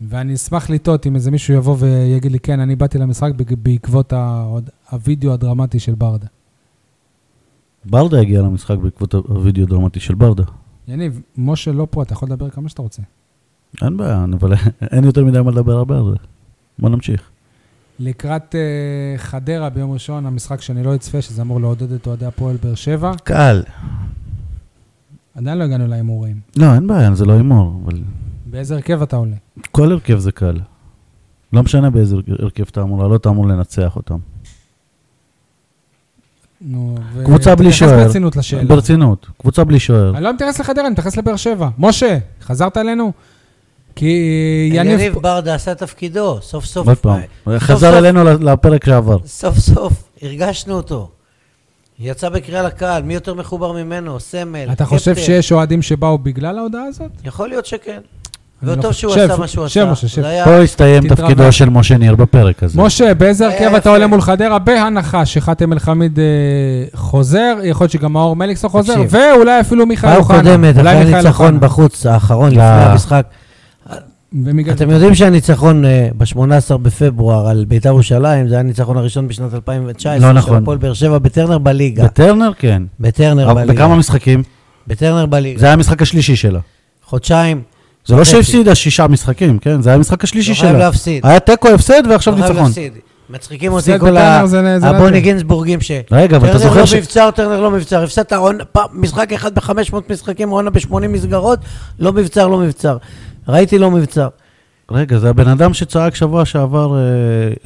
A: ואני אשמח לטעות אם איזה מישהו יבוא ויגיד לי, כן, אני באתי למשחק בג- בעקבות ההוד- הווידאו הדרמטי של ברדה.
B: ברדה הגיע למשחק בעקבות הווידאו הדרמטי של ברדה.
A: יניב, משה לא פה, אתה יכול לדבר כמה שאתה רוצה.
B: אין בעיה, אבל אין יותר מדי מה לדבר על ברדה. בוא נמשיך.
A: לקראת uh, חדרה ביום ראשון, המשחק שאני לא אצפה, שזה אמור לעודד את אוהדי הפועל באר שבע,
B: קל.
A: עדיין לא הגענו להימורים.
B: לא, אין בעיה, זה לא הימור, אבל
A: באיזה הרכב אתה עולה?
B: כל הרכב זה קל. לא משנה באיזה הרכב אתה אמור לעלות, אתה אמור לנצח אותם.
A: נו, ו...
B: קבוצה בלי שוער.
A: תתייחס ברצינות לשאלה.
B: ברצינות, קבוצה בלי שוער.
A: אני לא מתייחס לחדרה, אני מתייחס לבאר שבע. משה, חזרת אלינו? כי אה, יניב...
C: יניב
A: פה-
C: ברדה עשה תפקידו, סוף סוף.
B: עוד פעם,
C: סוף סוף-
B: חזר אלינו ל- לפרק שעבר.
C: סוף סוף הרגשנו אותו. יצא בקריאה לקהל, מי יותר מחובר ממנו, סמל.
A: אתה חושב
C: קפטן.
A: שיש אוהדים שבאו בגלל ההודעה הזאת?
C: יכול להיות שכן.
A: אני לא
C: וטוב
A: חושב.
C: שהוא
A: שב,
C: עשה מה שהוא
A: שב,
C: עשה.
A: משה, שב.
C: זה היה-
B: פה הסתיים
A: תתרבה.
B: תפקידו של משה ניר בפרק הזה.
A: משה, באיזה
C: היה
A: הרכב אתה
C: יפה.
A: עולה מול חדרה? בהנחה שחאתם אל-חמיד אה, חוזר, יכול להיות שגם מאור מליקסון חוזר,
C: תקשיב.
A: ואולי אפילו מיכאל
C: פעם
A: אוחנה.
C: קודמת,
A: אולי
C: אחרי
A: מיכאל
C: הניצחון
A: אוחנה.
C: בחוץ, האחרון לפני
B: לא.
C: המשחק.
A: ומגלל-
C: אתם יודעים שהניצחון ב-18 בפברואר על בית"ר ירושלים, זה היה הניצחון הראשון בשנת 2019.
B: לא
C: של
B: נכון.
C: הפועל באר שבע בטרנר בליגה.
B: בטרנר כן.
C: בטרנר
B: אבל
C: בליגה.
B: בכמה משחקים?
C: בטרנר בליגה.
B: זה היה המשחק השלישי שלה.
C: חודשיים.
B: זה לא
C: וחצי.
B: שהפסידה שישה משחקים, כן? זה היה המשחק השלישי
C: לא
B: שלה.
C: חייב להפסיד.
B: היה תיקו הפסד ועכשיו
C: לא חייב
B: ניצחון.
C: להפסיד. מצחיקים אותי
A: הפסד
C: כל ה-
A: בטרנר זה- זה
C: הבוני
A: לאט.
C: גינזבורגים ש...
B: רגע, אבל אתה
C: טרנר
B: זוכר
C: לא
B: ש...
C: מבצר, טרנר לא מבצר. הפסדת עונה- פעם- משחק אחד ב-500 משחקים, עונה ב-80 מסגרות, לא מבצר, לא מבצר. ראיתי לא מבצר.
B: רגע, זה הבן אדם שצעק שבוע שעבר אה,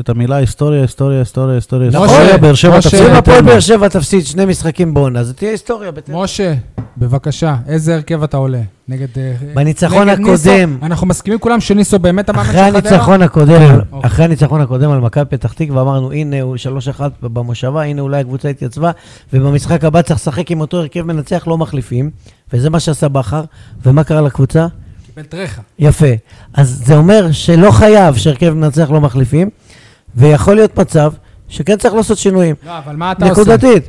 B: את המילה היסטוריה, היסטוריה, היסטוריה, היסטוריה.
A: נכון.
B: היסטוריה,
A: משה,
B: באר שבע
A: משה,
B: תפסיד
A: כן,
C: אם הפועל
B: לטרנר.
C: באר שבע תפסיד שני משחקים בעונה, זה תהיה היסטוריה. בטרנר.
A: משה, בבקשה, איזה הרכב אתה עולה? נגד... אה,
C: בניצחון
A: נגד ניסו?
C: הקודם.
A: אנחנו מסכימים כולם שניסו באמת המאמן של
C: אחרי
A: חדרה?
C: הניצחון הקודם,
A: אוקיי.
C: אחרי הניצחון הקודם על מכבי פתח תקווה, אמרנו, הנה הוא 3-1 במושבה, הנה אולי הקבוצה התייצבה, ובמשחק הבא צריך לשחק עם אותו הרכב מנצח, לא מחליפים, וזה מה שעשה בכר, ומה קרה לקבוצה?
A: קיבל טרחה.
C: יפה. אז זה אומר שלא חייב שהרכב מנצח לא מחליפים, ויכול להיות מצב שכן צריך לעשות שינויים.
A: לא, אבל מה אתה עושה?
C: נקודתית.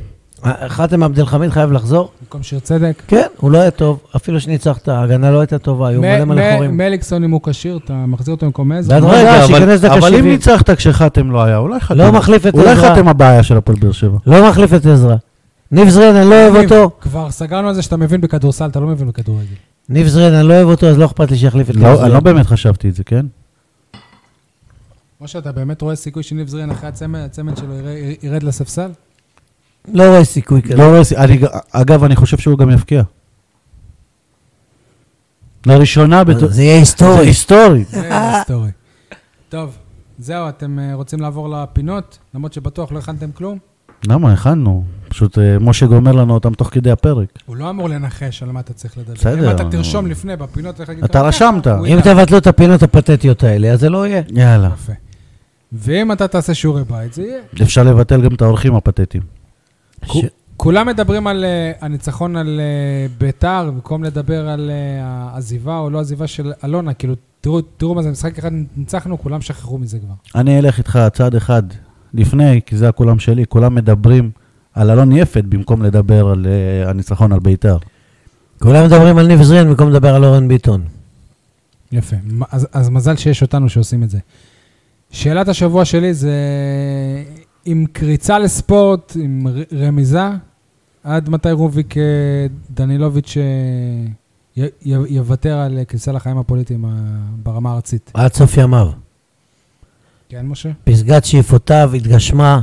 C: חאתם עבד אל חמיד חייב לחזור?
A: במקום שיר צדק?
C: כן, הוא לא היה טוב, אפילו שניצחת, ההגנה לא הייתה טובה, היו מלא
A: מ-
C: מלא
A: מ-
C: חורים.
A: מליקסון, אם הוא כשיר, אתה מחזיר אותו במקום עזרא?
C: בהדרגה.
B: רגע, אבל-
C: שייכנס דקה
B: אבל אם
C: 70.
B: ניצחת כשחתם לא היה, אולי חתם.
C: לא מחליף את
B: אולי
C: עזרא.
B: חתם הבעיה של הפועל באר שבע.
C: לא מחליף את עזרא. ניב זרין, אני לא אוהב אותו.
A: כבר סגרנו על זה שאתה מבין בכדורסל, אתה לא מבין בכדורגל.
C: ניב זרין, אני לא אוהב אותו, אז לא אכפת לי שיחליף את
B: לא,
C: ניב זרין.
B: אני לא באמת חשבתי את זה, כן?
A: משה, אתה באמת רואה סיכוי שניב זרין אחרי הצמד, הצמד שלו יראה- ירד לספסל?
C: לא רואה סיכוי כזה.
B: לא רואה ס- אני ג- אגב, אני חושב שהוא גם יפקיע. לראשונה בתור...
C: זה יהיה
B: זה
C: היסטורי.
B: היסטורי.
A: זה היסטורי. טוב, זהו, אתם אה, רוצים לעבור לפינות? למרות שבטוח לא הכנתם כלום.
B: למה? הכנו. פשוט אה, משה גומר לנו אותם תוך כדי הפרק.
A: הוא לא אמור לנחש על מה אתה צריך לדבר.
B: בסדר,
A: אם אתה
B: נו.
A: תרשום לפני בפינות, איך להגיד...
B: אתה רשמת.
A: הוא
C: אם
A: ידע.
C: תבטלו את הפינות הפתטיות האלה, אז זה לא יהיה.
B: יאללה.
A: יפה. ואם אתה תעשה שיעורי בית, זה יהיה.
B: אפשר לבטל גם את האורחים הפתטיים.
A: כו- כולם מדברים על אה, הניצחון על אה, ביתר, במקום לדבר על אה, העזיבה או לא עזיבה של אלונה. כאילו, תראו- תראו מה זה, משחק אחד ניצחנו, כולם שכחו מזה כבר.
B: אני אלך איתך צעד אחד לפני, כי זה הקולם שלי. כולם מדברים על אלון יפת במקום לדבר על אה, הניצחון על בית"ר.
C: כולם מדברים על ניב זרין במקום לדבר על אורן ביטון.
A: יפה. מ- אז, אז מזל שיש אותנו שעושים את זה. שאלת השבוע שלי זה עם קריצה לספורט, עם ר- רמיזה, עד מתי רוביק אה, דנילוביץ' אה, י- י- יוותר על אה, כניסה לחיים הפוליטיים אה, ברמה הארצית.
C: עד סוף ימיו.
A: כן, משה?
C: פסגת שאיפותיו התגשמה,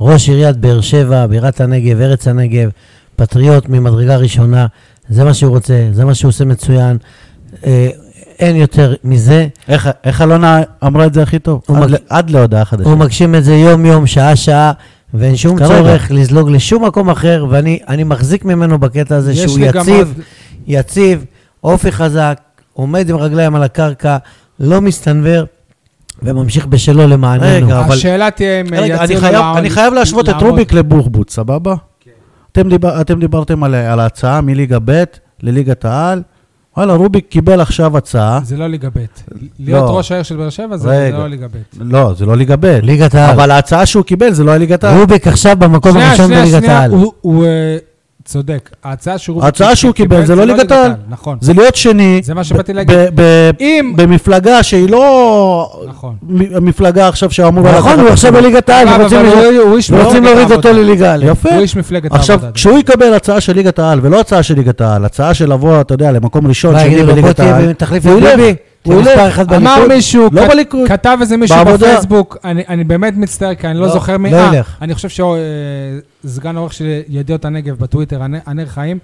C: ראש עיריית באר שבע, בירת הנגב, ארץ הנגב, פטריוט ממדרגה ראשונה, זה מה שהוא רוצה, זה מה שהוא עושה מצוין. אה, אין יותר מזה,
B: איך- איך אלונה אמרה את זה הכי טוב?
C: הוא
B: עד
C: מג-
B: ל- עד להודעה חדשה.
C: הוא
A: נכון.
C: מגשים את זה יום-יום, שעה-שעה, ואין שום
B: כרגע.
C: צורך לזלוג לשום מקום אחר, ואני אני מחזיק ממנו בקטע הזה
A: יש
C: שהוא
A: לי גם
C: יציב,
A: עוד-
C: יציב, אופי חזק, עומד עם רגליים על הקרקע, לא מסתנוור, וממשיך בשלו למעננו.
B: רגע, אבל-
A: השאלה תהיה אם אה,
B: רגע, אני
A: יציב
B: חייב-
A: לעמוד-
B: אני חייב להשוות את
A: לעמוד. כן.
B: רוביק לבוחבוט, סבבה? אתם דיבר- אתם דיברתם על על ההצעה מליגה ב' לליגת העל. וואלה, רוביק קיבל עכשיו הצעה.
A: זה לא ליגה ב'. להיות ראש העיר של באר שבע זה זה
B: לא. רגע.
A: לא ליגה ב'.
B: לא, זה לא ליגה ב'.
C: ליגת העל.
B: אבל ההצעה שהוא קיבל זה לא היה ליגת העל.
C: רוביק עכשיו במקום
A: שנייה,
C: הראשון
A: שנייה,
C: בליגת
A: שנייה,
C: העל.
A: הוא- הוא אה, צודק. ההצעה שהוא
B: ההצעה שהוא קיבל זה לא ליגת העל.
A: נכון.
B: זה להיות שני.
A: זה מה
B: ב-
A: שבאתי להגיד.
B: ב- ב-
A: אם-
B: במפלגה שהיא לא...
A: נכון.
B: מ- המפלגה עכשיו שאמורה...
C: נכון,
B: לקחת
C: הוא עכשיו
B: את זה.
C: בליגת העל,
A: אבל-
C: ורוצים
A: לא, אבל
C: לראות-
A: הוא-
B: לא
A: הוא איש
C: ורוצים
A: מפלגת
C: להוריד אותו
A: העבודה.
C: לליגה א'.
B: יפה.
A: הוא איש מפלגת
B: עכשיו,
A: העבודה.
B: כשהוא יקבל הצעה של ליגת העל, ולא הצעה של ליגת העל, הצעה של לבוא, אתה יודע, למקום ראשון,
C: מה,
B: שני
C: לא, יגידו לו, בוא
B: בליגת
C: תהיה
B: העל,
C: תחליף
B: הוא
C: את
B: ילך,
C: ביבי,
B: הוא
C: תהיה
B: ילך.
C: מספר אחד בליכוד.
A: אמר מישהו,
B: לא
A: כת-
B: בליכוד.
A: כתב איזה מישהו
B: בעבודה.
A: בפייסבוק, אני אני באמת מצטער, כי אני לא
C: לא,
A: זוכר מי...
C: לא
A: אה,
C: ילך.
A: אני חושב שסגן העורך של ידיעות הנגב בטוויטר, הנ- הנר חיים,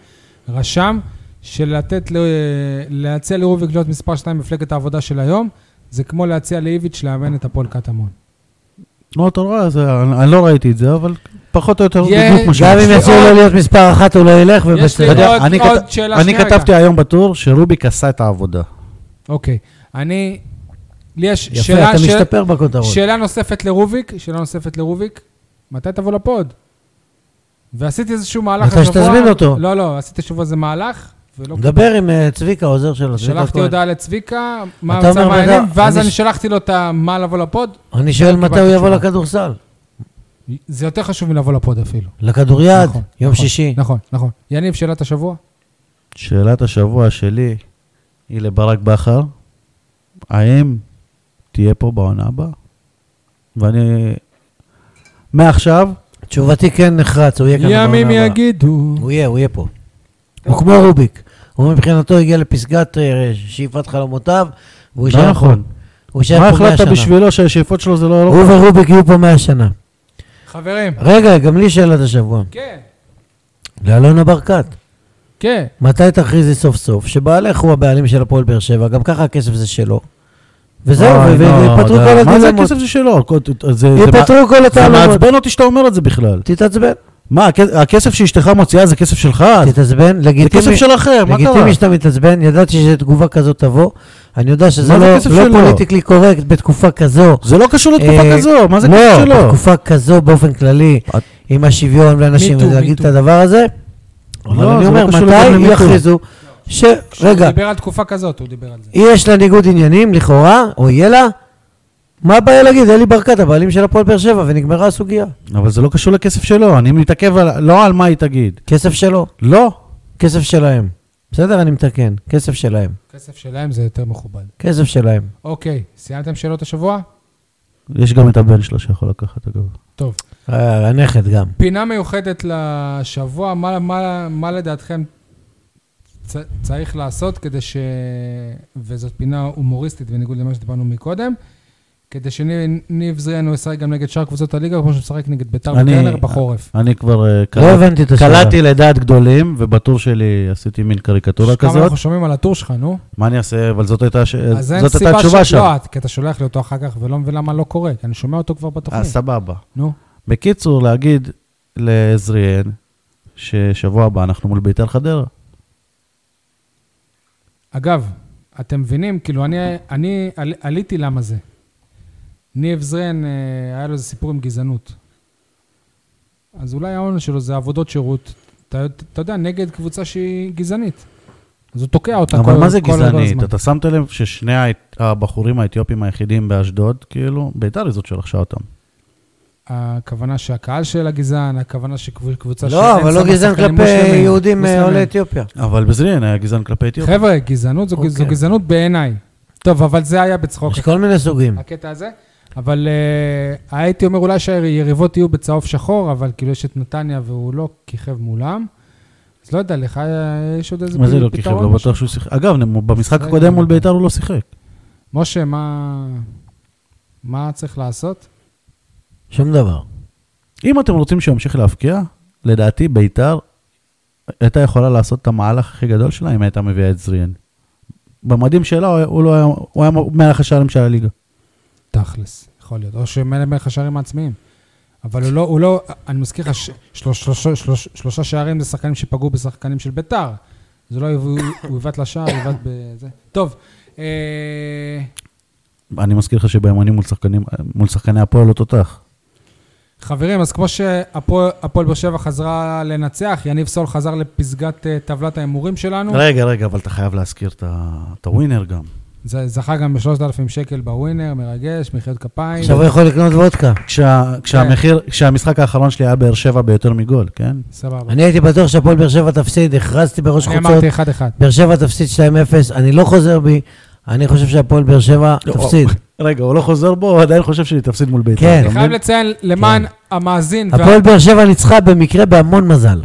A: רשם שלתת, ל- להציע לרוביק להיות מספר 2 במפלגת העבודה של היום, זה כמו להציע לאיביץ' לאמן את הפועל קטמון.
B: נו, אתה רואה, זה- אני אני לא ראיתי את זה, אבל פחות או יותר
A: יהיה-
B: בדיוק מה ש...
C: גם אם
A: יש לי
C: יציעו
A: עוד-
C: לו להיות מספר אחת, הוא לא ילך,
A: לי
B: אתה
C: ובסדר.
B: יודע,
A: עוד-
B: אני
A: עוד
B: כת-
A: שאלה
B: אני
A: שנייה
B: כתבתי היום בטור שרוביק עשה את העבודה.
A: אוקיי. אני... לי יש
C: יפה,
A: שאלה...
C: אתה
A: שאל-
C: משתפר בכותרות.
A: שאלה נוספת לרוביק, שאלה נוספת לרוביק, מתי תבוא לפוד? ועשיתי איזשהו מהלך
C: מתי שתזמין אותו.
A: לא, לא, עשיתי שוב איזה מהלך, ולא...
C: דבר עם אה, צביקה, העוזר שלו, צביקה
A: שלחתי
C: כהן.
A: הודעה לצביקה, מה
C: אתה
A: המצב
C: אומר,
A: העניינים,
C: מתי-
A: ואז
C: אני
A: אני
C: ש-
A: שלחתי לו את המה לבוא לפוד,
C: אני שואל מתי הוא
A: קיבלתי
C: יבוא
A: תשובה.
C: לכדורסל.
A: זה יותר חשוב מלבוא לפוד אפילו.
C: לכדוריד,
A: נכון,
C: יום
A: נכון,
C: שישי. כן,
A: נכון, נכון. יניב, שאלת השבוע?
B: שאלת השבוע שלי היא לברק בכר, האם תהיה פה בעונה הבאה? ואני... מעכשיו,
C: תשובתי כן נחרץ, הוא יהיה כאן בעונה
A: ימים
C: הבאה.
A: יגידו.
C: הוא יהיה, הוא יהיה פה. הוא כמו רוביק. הוא מבחינתו הגיע לפסגת אה, שאיפת חלומותיו,
B: לא
C: והוא יישאר פה.
B: נכון.
C: הוא יישאר
B: מה
C: פה 100
B: החלטת
C: שנה.
B: בשבילו שהשאיפות שלו זה לא...
C: הוא ורוביק יהיו פה 100 שנה.
A: חברים,
C: רגע, גם לי שאלת השבוע.
A: כן,
C: לאלונה ברקת.
A: כן.
C: מתי תכריזי סוף סוף שבעלך הוא הבעלים של הפועל באר שבע, גם ככה הכסף זה שלו. וזהו,
B: אוי,
C: ו-
B: לא,
C: ויפתרו
B: די.
C: כל
B: מה זה
C: הדילמות.
B: הכסף זה שלו? כל- זה- זה מה-
C: יפתרו כל
B: זה
C: התעלומות.
B: מעצבן אותי שאתה אומר את זה בכלל.
C: תתעצבן.
B: מה, הכ- הכסף שאשתך מוציאה זה כסף שלך?
C: תתעצבן,
B: זה כסף
C: לגיטימי.
B: שלכם, מה קרה?
C: לגיטימי שאתה מתעצבן, ידעתי שתגובה כזאת תבוא. אני יודע שזה
B: מה זה
C: לא
B: כסף
C: לא
B: שלו?
C: פוליטיקלי קורקט בתקופה כזו.
B: זה לא קשור לתקופה
C: אה,
B: כזו, מה זה כסף
C: לא,
B: שלו?
C: בתקופה כזו באופן כללי,
B: את-
C: עם השוויון ואנשים,
A: Me too, me
C: להגיד את
A: too.
C: הדבר הזה. אבל
B: לא,
C: אני
B: זה לא
C: אומר,
B: קשור לגמרי
C: מתי
B: me too.
C: יכריזו? ש...
A: הוא
C: רגע,
A: דיבר על תקופה כזאת, הוא דיבר על זה.
C: יש לה ניגוד עניינים, לכאורה, או יהיה לה, מה הבעיה להגיד? אלי ברקת, הבעלים של הפועל באר שבע, ונגמרה הסוגיה.
B: אבל זה לא קשור לכסף שלו, אני מתעכב על- לא על מה היא תגיד.
C: כסף שלו,
B: לא.
C: כסף שלהם. בסדר, אני מתקן, כסף שלהם.
A: כסף שלהם זה יותר מכובד.
C: כסף שלהם.
A: אוקיי, סיימתם שאלות השבוע?
B: יש גם את הבן שלו שיכול לקחת, אגב.
A: טוב.
C: אה, הנכד גם.
A: פינה מיוחדת לשבוע, מה, מה, מה לדעתכם צ, צריך לעשות כדי ש... וזאת פינה הומוריסטית בניגוד למה שדיברנו מקודם, כדי שניב זריאן ישחק גם נגד שאר קבוצות הליגה, כמו שהוא משחק נגד ביתר
B: אני-
A: וטרנר בחורף.
B: אני כבר אה,
C: לא
B: קלט-
C: הבנתי את השאלה.
B: קלעתי לדעת גדולים, ובטור שלי עשיתי מין קריקטורה
A: כמה
B: כזאת.
A: אנחנו שומעים על הטור שלך, נו.
B: מה אני אעשה? אבל זאת הייתה הש-
A: לא אז אין
B: זאת הייתה
A: סיבה
B: התשובה
A: ש...
B: שם.
A: לא, כי אתה שולח לי אותו אחר כך ולא מבין למה לא קורה, כי אני שומע אותו כבר
B: אז
A: בתוכנית.
B: אה, סבבה.
A: נו.
B: בקיצור, להגיד לעזריאן, ששבוע הבא אנחנו מול ביתר חדרה.
A: אגב, אתם מבינים, כאילו, אני, אני על, עליתי למה זה. ניב זרן, אה, היה לו איזה סיפור עם גזענות. אז אולי העונש שלו זה עבודות שירות, אתה, אתה יודע, נגד קבוצה שהיא גזענית. אז הוא תוקע אותה כל,
B: אבל מה זה
A: כל, כל
B: גזענית?
A: הזמן.
B: אתה שמת לב ששני האית- הבחורים האתיופים היחידים באשדוד, כאילו, ביתר היא זאת שלחשה אותם.
A: הכוונה שהקהל שלה גזען, הכוונה שקבוצה
C: לא, אבל לא גזען
A: שחקנים
C: כלפי
A: מוסלמים,
C: יהודים אה,
A: מוסלמים.
C: עולי אתיופיה.
B: אבל בזריאן היה גזען כלפי אתיופים.
A: חבר'ה, גזענות זו, okay. זו
C: אוקיי.
A: גזענות בעיניי. טוב, אבל זה היה בצחוק,
C: יש כל מיני
B: Mm.
C: סוגים.
A: הקטע הזה. אבל uh, הייתי אומר אולי שהיריבות יהיו בצהוב שחור, אבל כאילו יש את נתניה והוא לא כיכב מולם. אז לא יודע, לך אה, יש עוד איזה
B: מה זה לא
A: פתרון?
B: כיכב? לא בטוח שהוא שיחק. אגב, נ- במשחק
A: זה-
B: הקודם מול ביתר הוא לא שיחק.
A: משה, מה, מה צריך לעשות?
C: שום דבר.
B: אם אתם רוצים שהוא ימשיך להבקיע, לדעתי ביתר הייתה יכולה לעשות את המהלך הכי גדול שלה אם הייתה מביאה את זריאן. במדים שלה הוא היה- הוא לא היה, הוא היה מלך השערים של הליגה.
A: תכלס, יכול להיות. או שמלך השערים העצמיים. אבל הוא לא, הוא לא, אני מזכיר לך, ש- שלוש- שלוש- שלוש- שלושה שערים זה שחקנים שפגעו בשחקנים של ביתר. זה לא, הוא הוא עיוות לשער, עיוות בזה. טוב, אה,
B: אני מזכיר לך שבימנים מול, שחקנים- מול שחקני הפועל הוא תותח.
A: חברים, אז כמו שהפועל הפועל באר שבע חזרה לנצח, יניב סול חזר לפסגת אה, טבלת ההימורים שלנו.
B: רגע, רגע, אבל אתה חייב להזכיר את ה- את הווינר גם.
A: זה- זכה גם ב-3,000 שקל בווינר, מרגש, מחיאות כפיים.
C: עכשיו הוא יכול לקנות וודקה.
B: כשה, כשהמחיר, כשהמשחק האחרון שלי היה באר שבע ביותר מגול, כן?
A: סבבה.
C: אני הייתי בטוח שהפועל באר שבע תפסיד, הכרזתי בראש
A: אני
C: חוצות,
A: אמרתי 1-1.
C: באר שבע תפסיד 2-0, אני לא חוזר בי, אני חושב שהפועל באר שבע
B: לא.
C: תפסיד.
B: רגע, הוא לא חוזר בו, הוא עדיין חושב שהיא תפסיד מול ביתר.
C: כן.
B: אתה
A: אני חייב
B: מבין?
A: לציין, למען המאזין, וה-
C: הפועל באר שבע ניצחה במקרה בהמון מזל.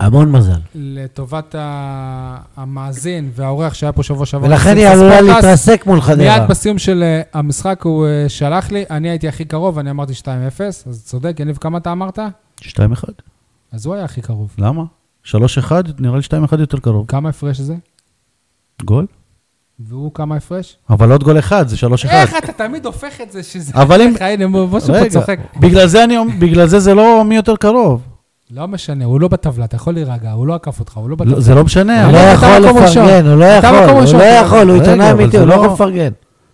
C: המון מזל.
A: לטובת ה- המאזין והאורח שהיה פה שבוע שעבר.
C: ולכן היא
A: בסקס
C: עלולה
A: פודקאסט,
C: להתרסק מול חדרה.
A: מיד בסיום של אה, המשחק הוא אה, שלח לי, אני הייתי הכי קרוב, אני אמרתי 2-0, אז צודק, יניב, כמה אתה אמרת?
B: 2-1.
A: אז הוא היה הכי קרוב.
B: למה? 3-1, נראה לי 2-1 יותר קרוב.
A: כמה הפרש זה?
B: גול?
A: והוא כמה הפרש?
B: אבל עוד גול אחד, זה 3-1.
A: איך אתה תמיד הופך את זה שזה...
B: אבל אם...
A: הנה, משהו לא פה
B: רגע,
A: צוחק.
B: בגלל זה אני אומר- בגלל זה זה לא מי יותר קרוב.
A: לא משנה, הוא לא בטבלה, אתה יכול להירגע, הוא לא עקף אותך, הוא לא
B: לא,
A: בטבלה.
B: זה לא משנה.
C: הוא לא
A: אתה
C: יכול
A: מקום ראשון.
C: לפרגן, הוא לא
A: אתה
C: יכול,
A: מקום
C: הוא
A: ראשון.
C: לא יכול, הוא
B: רגע,
C: עיתונאי
B: אבל
C: אמיתי,
B: זה
C: הוא לא
B: לא-
C: יכול לפרגן.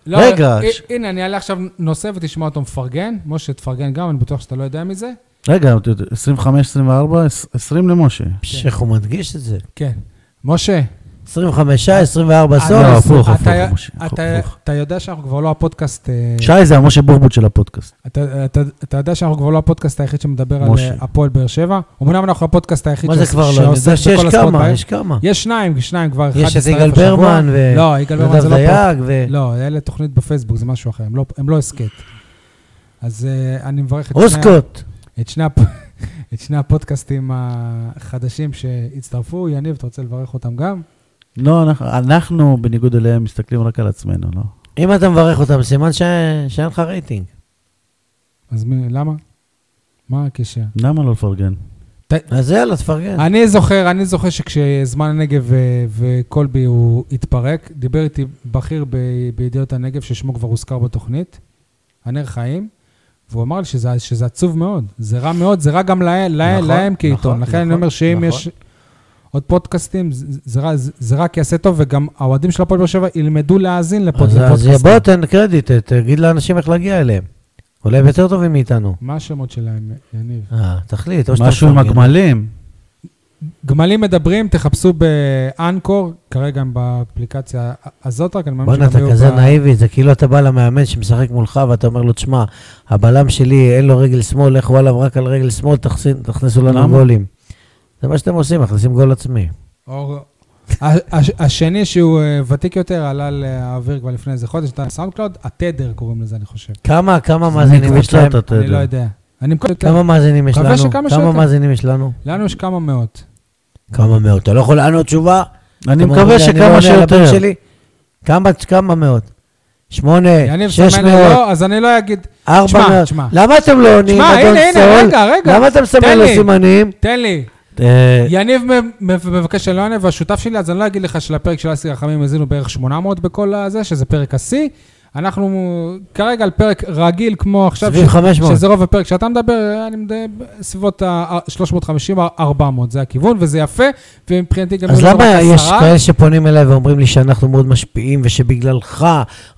A: לא,
B: רגע,
A: אה,
B: ש-
A: הנה, אני אעלה עכשיו נושא ותשמע אותו מפרגן. משה, תפרגן גם, אני בטוח שאתה לא יודע מזה.
B: רגע, 25, 24, 20 למשה.
C: פש, איך הוא מדגיש את זה?
A: כן. משה,
C: 25 שעה, 24
A: אתה-
C: סוף.
B: לא, הפוך,
A: אתה-
B: הפוך,
A: אתה-
B: משה,
A: אתה-
B: הפוך.
A: אתה יודע שאנחנו כבר לא הפודקאסט... אה,
B: שי זה המשה בוחבוט של הפודקאסט.
A: אתה- אתה- אתה יודע שאנחנו כבר לא הפודקאסט היחיד שמדבר על
B: משה.
A: אה, הפועל באר שבע. אמנם אנחנו הפודקאסט היחיד
C: מה זה
A: שעוש-
C: כבר לא? אני
A: שעוסק
C: יודע שיש
A: בכל הספורט
C: כמה,
A: בעיר.
C: יש כמה.
A: יש שניים, שניים כבר. אחד
C: יש את
A: הצטרף
C: יגאל
A: השבוע.
C: ברמן ו-
A: לא, יגאל ברמן זה
C: נדב
A: לא פודקאסט.
C: דייג ו...
A: לא, אלה תוכנית בפייסבוק, זה משהו אחר, הם לא, הם לא הסכת. אז uh, אני מברך את
C: לא,
A: שני,
C: אוסקוט.
A: את, שני הפ... את שני הפודקאסטים החדשים שהצטרפו. יניב, אתה רוצה לברך אותם גם?
B: לא, אנחנו- אנחנו, בניגוד אליהם, מסתכלים רק על עצמנו, לא?
C: אם אתה מברך אותם, סימן ש- שאין לך רייטינג.
A: אז מי, למה? מה הקשר?
B: למה לא לפרגן?
C: אז יאללה, תפרגן.
A: אני זוכר, אני זוכר שכשזמן הנגב ו- וקולבי הוא התפרק, דיבר איתי בכיר ב- בידיעות הנגב, ששמו כבר הוזכר בתוכנית, הנר חיים, והוא אמר לי שזה, שזה עצוב מאוד, זה רע מאוד, זה רע גם לה, לה,
B: נכון,
A: להם כעיתון.
B: נכון,
A: לכן אני
B: נכון,
A: אומר שאם
B: נכון.
A: יש עוד פודקאסטים, זה, זה, רע, זה, זה רק יעשה טוב, וגם האוהדים של הפועל באר שבע ילמדו להאזין לפוד-
C: אז- אז
A: לפודקאסטים.
C: בוא תן קרדיט, תגיד לאנשים איך להגיע אליהם. אולי הם יותר טובים מאיתנו.
A: מה השמות שלהם, יניב?
C: אה, תחליט, או שאתה...
B: משהו עם
C: מפרגן.
B: הגמלים.
A: גמלים מדברים, תחפשו באנקור, כרגע הם באפליקציה הזאת, רק אני מאמין
C: בואנה, אתה
A: יהיו
C: כזה
A: ב-
C: נאיבי, זה כאילו אתה בא למאמן שמשחק מולך ואתה אומר לו, תשמע, הבלם שלי אין לו רגל שמאל, לכו עליו רק על רגל שמאל, תחסין- תכניסו לנו
B: למה?
C: גולים. זה מה שאתם עושים, מכניסים גול עצמי.
A: אור... הש- השני שהוא אה, ותיק יותר, עלה לאוויר כבר לפני איזה חודש, נתן סאונד קלאוד, התדר קוראים לזה, אני חושב.
C: כמה, כמה מאזינים יש להם?
B: אתה
A: אני לא
B: יודע.
A: יודע. אני מקווה יותר.
C: כמה מאזינים יש
A: כן. מקווה
C: לנו?
A: שכמה
C: כמה
A: שיותר.
C: מאזינים יש לנו?
A: לנו יש כמה מאות.
C: כמה מאות. אתה לא יכול לענות תשובה?
B: אני
C: אתם
B: מקווה
C: אומרים לי, אני לא
B: שכמה
C: עונה על הבן
B: שיותר.
C: שלי? כמה, כמה מאות. 8,
A: יניב
C: 600,
A: סמני לא, אז אני לא אגיד... תשמע,
C: 400.
A: תשמע.
C: למה אתם לא עונים,
A: תשמע,
C: אדון
A: הנה, הנה,
C: סול?
A: רגע, רגע.
C: למה אתם שמים
A: תן
C: לו
A: לי.
C: סימנים?
A: תן לי.
B: אה,
A: יניב מ- מ- מבקש שלא אענה, והשותף שלי, אז אני לא אגיד לך שלפרק של אסי רחמים האזינו בערך 800 בכל הזה, שזה פרק השיא. אנחנו כרגע על פרק רגיל, כמו עכשיו,
C: סביב 500.
A: שזה רוב הפרק שאתה מדבר, אני מדבר סביבות ה-350-400, זה הכיוון, וזה יפה, ומבחינתי גם...
C: אז
A: אם זה
C: למה
A: רק
C: יש
A: עשרה,
C: כאלה שפונים אליי ואומרים לי שאנחנו מאוד משפיעים, ושבגללך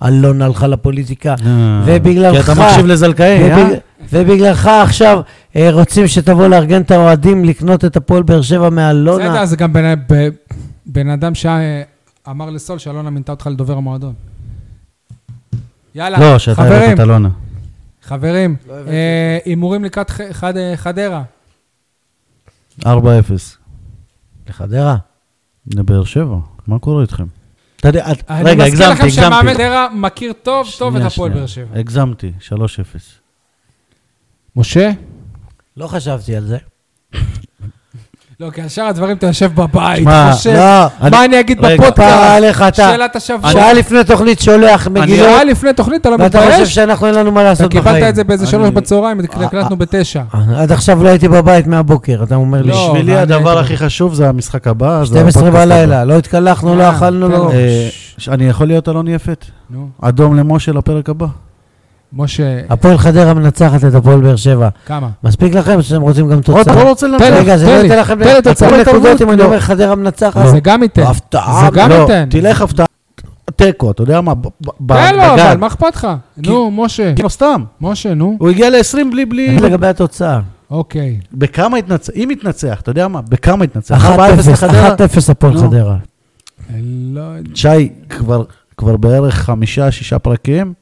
C: אלון הלכה לפוליטיקה, ובגללך...
B: אה, כי אתה מקשיב לזלקאי, אה?
C: ובג- ובגללך עכשיו אה, רוצים שתבוא לארגן את האוהדים לקנות את הפועל באר שבע
A: בסדר,
C: מאלונה.
A: זה גם בן, ב- בן אדם שאמר לסול שאלונה מינתה אותך לדובר המועדון. יאללה,
B: לא, שאתה
A: חברים,
B: הבאת את אלונה.
A: חברים,
C: לא הבנתי.
A: אה, הימורים לקראת ח- חד- אה, חדרה.
B: 4-0.
C: לחדרה.
B: לבאר שבע, מה קורה איתכם? אתה יודע, את-
A: אני מזכיר
B: רגע, הגזמתי,
A: לכם
B: הגזמתי.
A: שהמאמן חדרה מכיר טוב טוב את
B: שנייה,
A: הפועל
B: שנייה.
A: באר שבע.
B: הגזמתי, 3-0.
A: משה?
C: לא חשבתי על זה.
A: לא, כי על שאר הדברים אתה יושב בבית,
B: שמע,
A: חושב,
C: לא,
A: מה אני אגיד
B: רגע,
C: פרה
A: בפודקאסט?
C: עליך אתה.
A: שאלת השבוע.
C: שעה לפני תוכנית שולח מגילות,
A: שעה לפני תוכנית, אתה לא
C: ואתה חושב
A: מתבייש?
C: שאנחנו אין לנו מה
A: אתה
C: לעשות בחיים.
A: קיבלת את זה באיזה
B: אני-
A: שלוש בצהריים,
C: אה,
A: הקלטנו
C: אה.
A: בתשע.
C: עד עכשיו לא הייתי בבית מהבוקר, אתה אומר לי.
A: לא,
B: בשבילי
A: אבל-
B: הדבר הכי חשוב זה המשחק הבא. זה
C: 12
B: הפודקאסט
C: בלילה, לא התקלחנו, לא
A: אה,
C: אכלנו,
A: תן
C: לא...
B: הבא. אה, ש- אני יכול להיות אלון יפת?
A: נו,
B: אדום למשה לפרק הבא.
A: משה,
B: אה,
C: הפועל חדרה מנצחת את הפועל באר שבע.
A: כמה?
C: מספיק לכם שאתם רוצים גם
B: עוד
C: תוצאה.
B: לא רוצה
A: תן לי.
B: לנצח.
C: רגע, זה
A: תן
C: לא
A: לי,
C: ייתן לכם...
A: תן לי תוצאה.
C: אתם נקודות אם אני
A: לא.
C: אומר חדרה מנצחת.
A: זה גם ייתן.
C: הפתעה.
A: זה גם
B: אה, לא,
A: ייתן.
B: תלך הפתעה. תיקו, אתה יודע מה? ב- ב-
A: תן לו,
B: בגן.
A: כן, לא, אבל מה אכפת לך? נו, משה,
B: כאילו, סתם.
A: משה, נו.
B: הוא הגיע ל-20 בלי... בלי...
C: אני לגבי התוצאה.
A: אוקיי.
B: בכמה התנצח? אם התנצח, אתה יודע מה? בכמה התנצח?
C: 1-0
B: 4-0 לחדרה?
C: הפועל
A: לא.
B: נו.
C: חדרה.
A: אה, לא יודע.
B: שי, כבר- כבר בערך חמישה-שישה פרקים.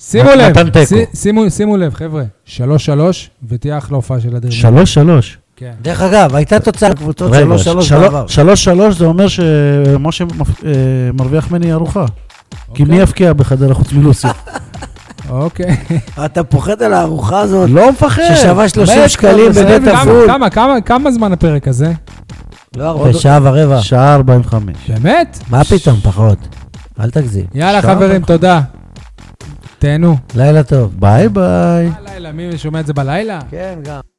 A: שימו
B: נתן
A: לב,
B: תיקו.
A: שי- שימו- שימו לב, חבר'ה, שלוש שלוש, ותהיה אחלה הופעה של אדיר.
B: שלוש-שלוש.
A: כן.
C: דרך אגב, הייתה תוצאה בקבוצות
B: רגע,
C: 3-3
B: שלוש-
C: בעבר.
B: שלוש שלוש זה אומר שמשה מפ- אה, מרוויח ממני ארוחה. כי מי יבקיע בחדרה חוץ מלוסיו?
A: אוקיי.
C: אתה פוחד על הארוחה הזאת?
B: לא מפחד.
C: ששווה 30
B: מת,
C: שקלים
B: זה
C: בבית
B: בסדר.
A: כמה-
C: הפול.
A: כמה- כמה- כמה זמן הפרק הזה?
C: לא הרבה,
B: עוד-
C: שעה ורבע.
B: שעה 45.
A: באמת?
C: מה פתאום, פחות. אל תגזים.
A: יאללה,
B: שעה
A: חברים,
B: וחצי.
A: תודה. תהנו.
C: לילה טוב.
B: ביי ביי.
A: בלילה, מי שומע את זה בלילה?
C: כן, גם.